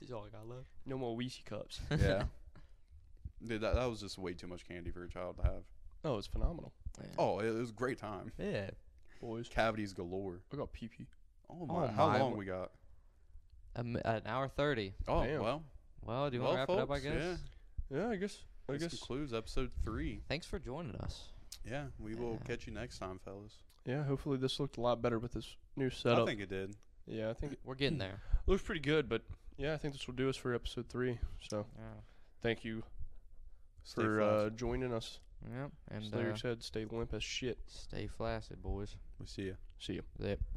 [SPEAKER 3] That's all I got left.
[SPEAKER 1] no more Wheatie cups.
[SPEAKER 2] yeah. Dude, that, that was just way too much candy for a child to have.
[SPEAKER 1] Oh, it's phenomenal,
[SPEAKER 2] Oh, it, it was a great time.
[SPEAKER 3] Yeah.
[SPEAKER 1] boys.
[SPEAKER 2] Cavities galore.
[SPEAKER 1] I got pee pee.
[SPEAKER 2] Oh
[SPEAKER 3] Oh
[SPEAKER 2] my! how
[SPEAKER 3] my.
[SPEAKER 2] long we got?
[SPEAKER 3] A mi- an hour thirty.
[SPEAKER 2] Oh
[SPEAKER 1] Damn.
[SPEAKER 2] well.
[SPEAKER 3] Well, do you
[SPEAKER 2] well,
[SPEAKER 3] want to wrap it up? I
[SPEAKER 2] folks,
[SPEAKER 3] guess.
[SPEAKER 2] Yeah.
[SPEAKER 1] Yeah, I guess. I
[SPEAKER 2] this
[SPEAKER 1] guess.
[SPEAKER 2] concludes episode three.
[SPEAKER 3] Thanks for joining us.
[SPEAKER 2] Yeah, we will
[SPEAKER 3] Yeah.
[SPEAKER 2] catch you next time, fellas.
[SPEAKER 1] Yeah, hopefully this looked a lot better with this new
[SPEAKER 2] I
[SPEAKER 1] setup.
[SPEAKER 2] think it did.
[SPEAKER 1] yeah, I think it
[SPEAKER 3] We're
[SPEAKER 2] Hmm.
[SPEAKER 3] getting there.
[SPEAKER 1] looks pretty good, but yeah, I think this will do us for episode three. So
[SPEAKER 3] Yeah.
[SPEAKER 1] thank you
[SPEAKER 2] Stay
[SPEAKER 1] for
[SPEAKER 2] flash.
[SPEAKER 1] uh, joining us.
[SPEAKER 3] Yep.
[SPEAKER 1] As
[SPEAKER 3] And
[SPEAKER 1] Larry
[SPEAKER 3] uh,
[SPEAKER 1] said, stay limp as shit.
[SPEAKER 3] stay flaccid, boys.
[SPEAKER 2] we see ya.
[SPEAKER 1] See you.
[SPEAKER 3] Yep.